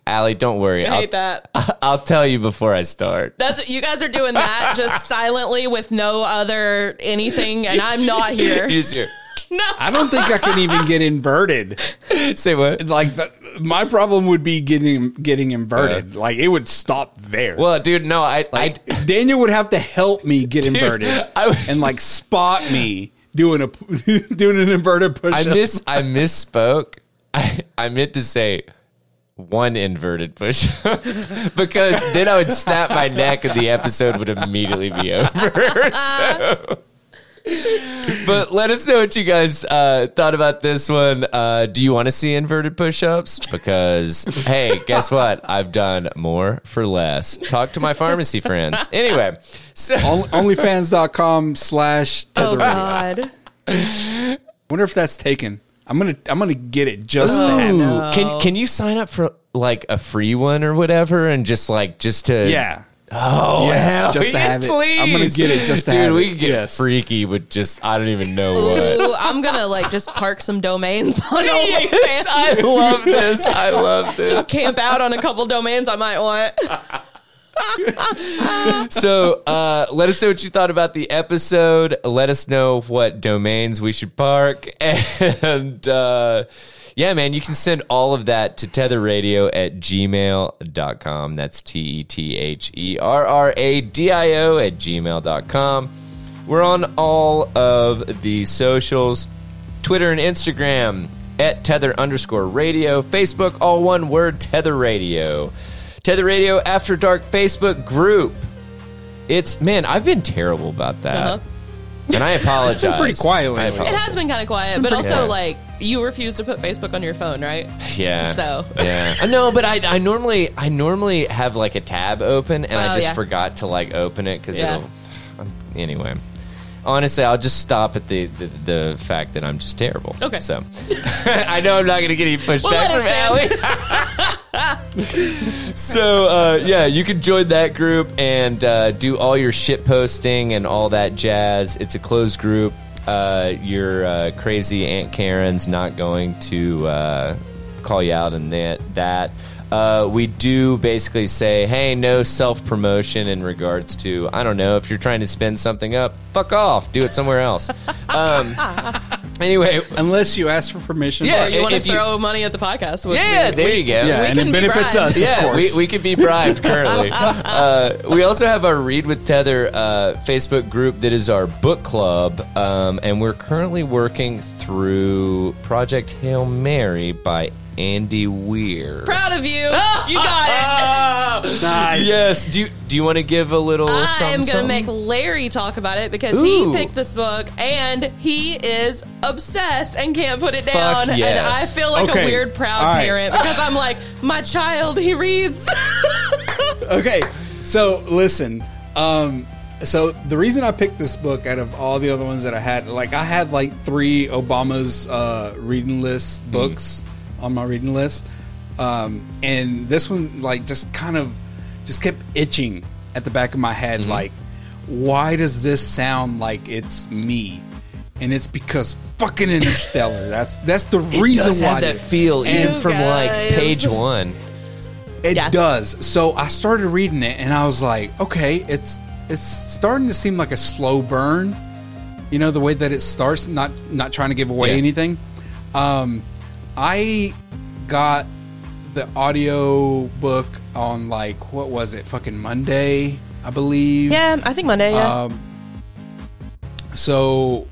Allie, don't worry. I I'll- hate that. I'll tell you before I start. That's what you guys are doing that just silently with no other anything, and I'm not here. You just hear- no. I don't think I can even get inverted. Say what? Like the, my problem would be getting getting inverted. Like it would stop there. Well, dude, no, I, I, Daniel would have to help me get inverted I would- and like spot me doing a doing an inverted push I up. miss, I misspoke. I, I meant to say one inverted push up because then I would snap my neck and the episode would immediately be over. So- But let us know what you guys uh, thought about this one. Uh, do you want to see inverted push ups? Because, hey, guess what? I've done more for less. Talk to my pharmacy friends. Anyway, so. onlyfans.com slash tether Oh radio. God. wonder if that's taken i'm gonna i'm gonna get it just Oh, to have it. Ooh, Can can you sign up for like a free one or whatever and just like just to yeah oh Yes, hell, just to yeah, have it. please. I'm gonna get it just to dude have we it. can get Yes. freaky with just I don't even know what Ooh, I'm gonna like just park some domains on OnlyFans. yes, I love this I love this Camp out on a couple domains I might want. so uh, let us know what you thought about the episode let us know what domains we should park and uh, yeah man you can send all of that to tetherradio at gmail.com that's E t-e-t-h-e-r-r-a-d-i-o at gmail.com we're on all of the socials Twitter and Instagram at tether underscore radio, Facebook, all one word, tether radio. Tether Radio After Dark Facebook group. It's, man, I've been terrible about that. Uh-huh. And I apologize. pretty quiet lately. I It It apologize. has been kind of quiet, but also quiet. like you refuse to put Facebook on your phone, right? Yeah. So. yeah. Uh, No, but I, I normally I normally have like a tab open and Oh, I just yeah. forgot to like open it because Yeah. it'll. I'm, anyway, honestly, I'll just stop at the, the the fact that I'm just terrible. Okay. So I know I'm not going to get any pushback We'll let it from Allie. stand. so uh, yeah, you can join that group and uh, do all your shit posting and all that jazz. It's a closed group. Uh, your uh, crazy Aunt Karen's not going to uh, call you out in that. That uh, we do basically say, hey, no self promotion in regards to I don't know if you're trying to spin something up, fuck off, do it somewhere else. Um, Anyway, Unless you ask for permission. Yeah. Or you want to If you- throw money at the podcast? With yeah, me. there you go. Yeah, We and can be it benefits bribed. us, yeah, of course. We, we could be bribed currently. uh, we also have our Read with Tether uh, Facebook group that is our book club, um, and we're currently working through Project Hail Mary by Andy Weir. Proud of you. you got it. Ah! Nice. Yes. Do you, do you want to give a little? I something, am going to something? make Larry talk about it because he Ooh. picked this book and he is obsessed and can't put it Fuck down. And yes. I feel like Okay. a weird proud All right. parent because I'm like, my child, he reads. Okay. So listen. Um, so the reason I picked this book out of all the other ones that I had, like I had like three Obama's uh, reading Mm-hmm. list books on my reading list, um, and this one like just kind of just kept itching at the back of my head. Mm-hmm. Like, why does this sound like it's me? And it's because fucking Interstellar. That's that's the reason Does why have I that did it. feel even You from like guys. page one. It Yeah. does. So I started reading it and I was like, okay, it's it's starting to seem like a slow burn. You know, the way that it starts, not not trying to give away Yeah. anything. Um I got the audio book on like what was it? Fucking Monday, I believe. yeah, I think Monday, yeah. Uh, So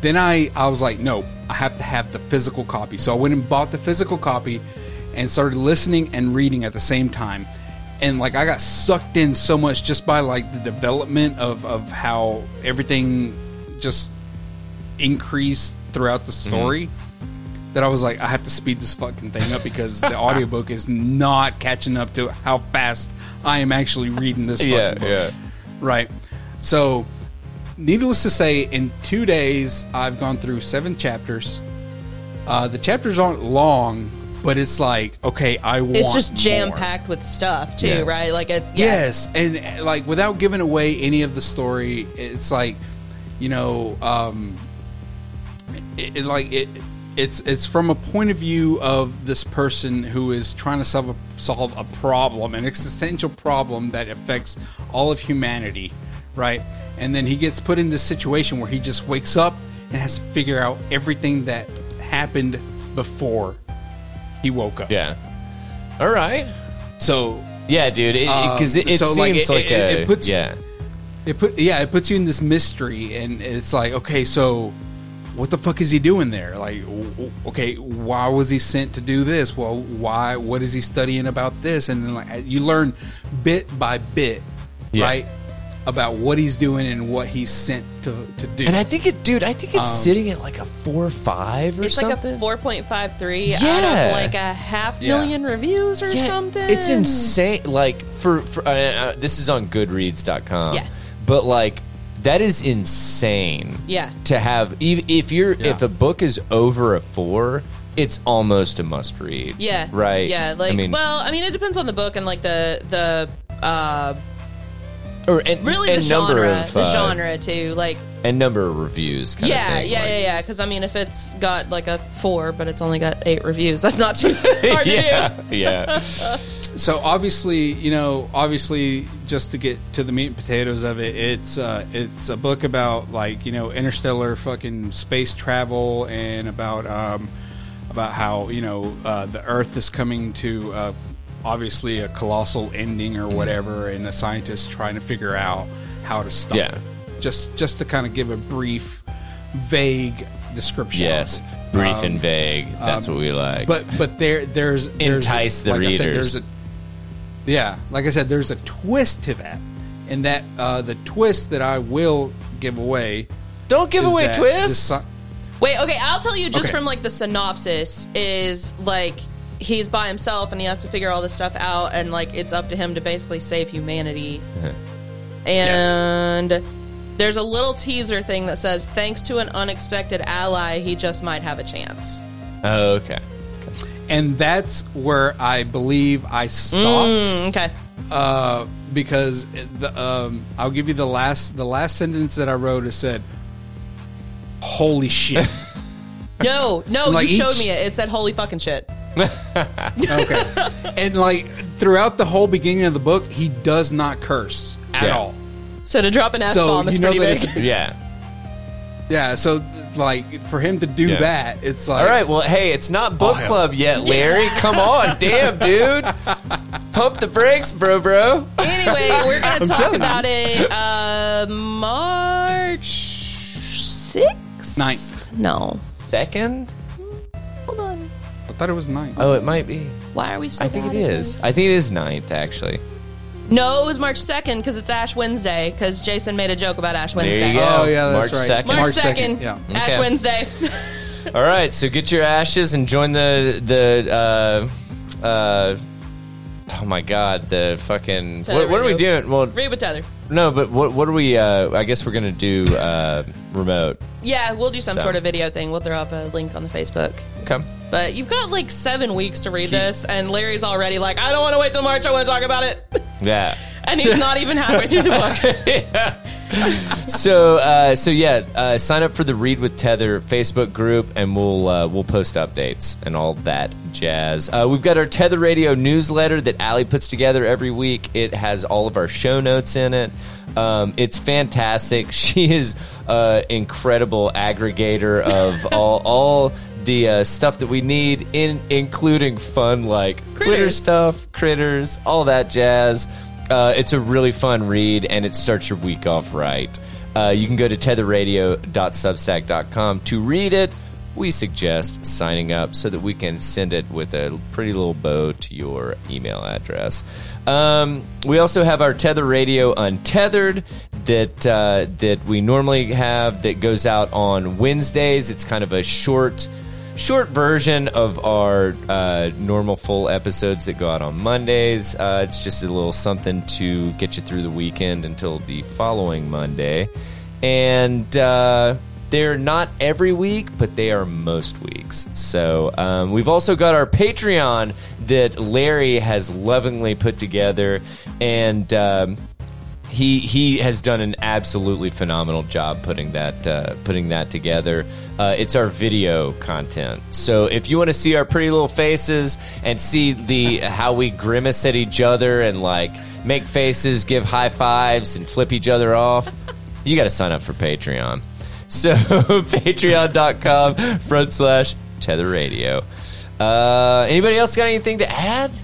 then I I was like, no, I have to have the physical copy. So I went and bought the physical copy and started listening and reading at the same time. And like I got sucked in so much just by like the development of of how everything just increased throughout the story that I was like, I have to speed this fucking thing up because the audiobook is not catching up to how fast I am actually reading this fucking Yeah, book. yeah. Right. So, needless to say, in two days, I've gone through seven chapters. Uh, the chapters aren't long, but it's like, okay, I want. it's just more. jam packed with stuff, too, Yeah. right? Like, it's, yeah. Yes, and uh, like without giving away any of the story, it's like, you know, um, it, it, like it. It's it's from a point of view of this person who is trying to solve a, solve a problem, an existential problem that affects all of humanity, right? And then he gets put in this situation where he just wakes up and has to figure out everything that happened before he woke up. Yeah. All right. So Yeah, dude. Because it, Um, it, so, like, seems like, it- it- a it puts- yeah. it put yeah it puts you in this mystery and it's like okay so what the fuck is he doing there like w- w- okay why was he sent to do this well why what is he studying about this and then like uh, you learn bit by bit Yeah. right about what he's doing and what he's sent to, to do And I think it, dude. I Um, think it's sitting at like a four or five or It's like a something. 4.53 out Yeah. of like a half Yeah. million reviews or Yeah, something. It's insane. Like for, for uh, uh, this is on Goodreads.com. Yeah. But like that is insane. Yeah. To have even if you're if a book is over a four, it's almost a must read. Yeah. Right. Yeah. Like, I mean, well, I mean, it depends on the book and like the the uh, or and, really and the number genre, of the uh, genre too. Like, and number of reviews. Kind yeah, of thing. yeah, like- yeah, yeah. Because I mean, if it's got like a four, but it's only got eight reviews, that's not too hard to do. yeah, yeah. so obviously you know obviously just to get to the meat and potatoes of it it's uh it's a book about like you know interstellar fucking space travel and about um about how you know uh, the earth is coming to uh, obviously a colossal ending or whatever and the scientists trying to figure out how to stop Yeah. it just just to kind of give a brief vague description of Yes, it. brief and vague. That's what we like. Um, But but there there's, there's Entice the like I said, readers. there's a, yeah, like I said, there's a twist to that, and that uh, the twist that I will give away. don't give is away that twists. the sci- Wait, okay, I'll tell you just Okay. from like the synopsis is like he's by himself and he has to figure all this stuff out and like it's up to him to basically save humanity. Uh-huh. And there's a little teaser thing that says thanks to an unexpected ally he just might have a chance. oh, okay. and that's where I believe I stopped. Mm, Okay. uh, because it- the, um, I'll give you the last the last sentence that I wrote. It said, "Holy shit!" No, no, Like you showed each- me it. It said holy fucking shit. okay, and like throughout the whole beginning of the book, he does not curse at Yeah. all. So to drop an F So bomb is you know pretty that big. it's Yeah. yeah. So th- like for him to do Yeah. that, it's like All right, well, hey, it's not book Oh, yeah. club yet, Larry. Come on, damn, dude. Pump the brakes, bro, bro. Anyway, we're going to talk telling you. about it uh, March 6th? Ninth. No. Second? Hold on. I thought it was nine. Oh, it might be. Why are we so I think it bad at is. this? I think it is ninth, actually. No, it was March 2nd because it's Ash Wednesday because Jason made a joke about Ash you Wednesday. go. Oh, yeah, March that's right. 2nd. March, March 2nd. 2nd, yeah. Ash Okay. Wednesday. All right, so get your ashes and join the the. Uh, uh, oh my God, the fucking. What, what are we doing? Well, Read with Tether. no, but what what are we? Uh, I guess we're gonna do uh, remote. Yeah, we'll do some So. sort of video thing. We'll throw up a link on the Facebook. Okay. But you've got like seven weeks to read this, and Larry's already like, I don't want to wait till March. I want to talk about it. Yeah. And he's not even halfway through the book. So uh, so yeah, uh, sign up for the Read with Tether Facebook group, and we'll uh, we'll post updates and all that jazz. Uh, we've got our Tether Radio newsletter that Allie puts together every week. It has all of our show notes in it. Um, it's fantastic. She is uh, incredible aggregator of all all the uh, stuff that we need, in including fun like Twitter Critters. stuff, critters, all that jazz. Uh, it's a really fun read, and it starts your week off right. Uh, you can go to tetherradio.substack.com to read it. We suggest signing up so that we can send it with a pretty little bow to your email address. Um, we also have our Tether Radio Untethered that uh, that we normally have that goes out on Wednesdays. It's kind of a short short version of our uh, normal full episodes that go out on Mondays. Uh, it's just a little something to get you through the weekend until the following Monday. And uh, they're not every week, but they are most weeks. So um, we've also got our Patreon that Larry has lovingly put together. And. Um, he he has done an absolutely phenomenal job putting that uh, putting that together. Uh, it's our video content, so if you want to see our pretty little faces and see the how we grimace at each other and like make faces, give high fives, and flip each other off, you got to sign up for Patreon. So patreon.com front slash tether radio. Uh, anybody else got anything to add?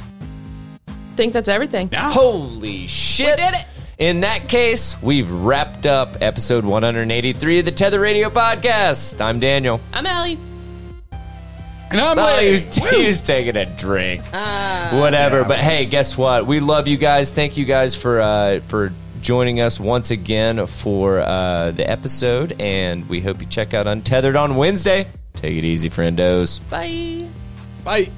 think that's everything. Holy shit! did it. In that case, we've wrapped up episode 183 of the Tether Radio Podcast. I'm Daniel. I'm Allie. And I'm Oh, he like, was, he was taking a drink. Whatever. Yeah, but hey, nice. guess what? We love you guys. Thank you guys for uh, for joining us once again for uh, the episode, and we hope you check out Untethered on Wednesday. Take it easy, friendos. Bye. bye.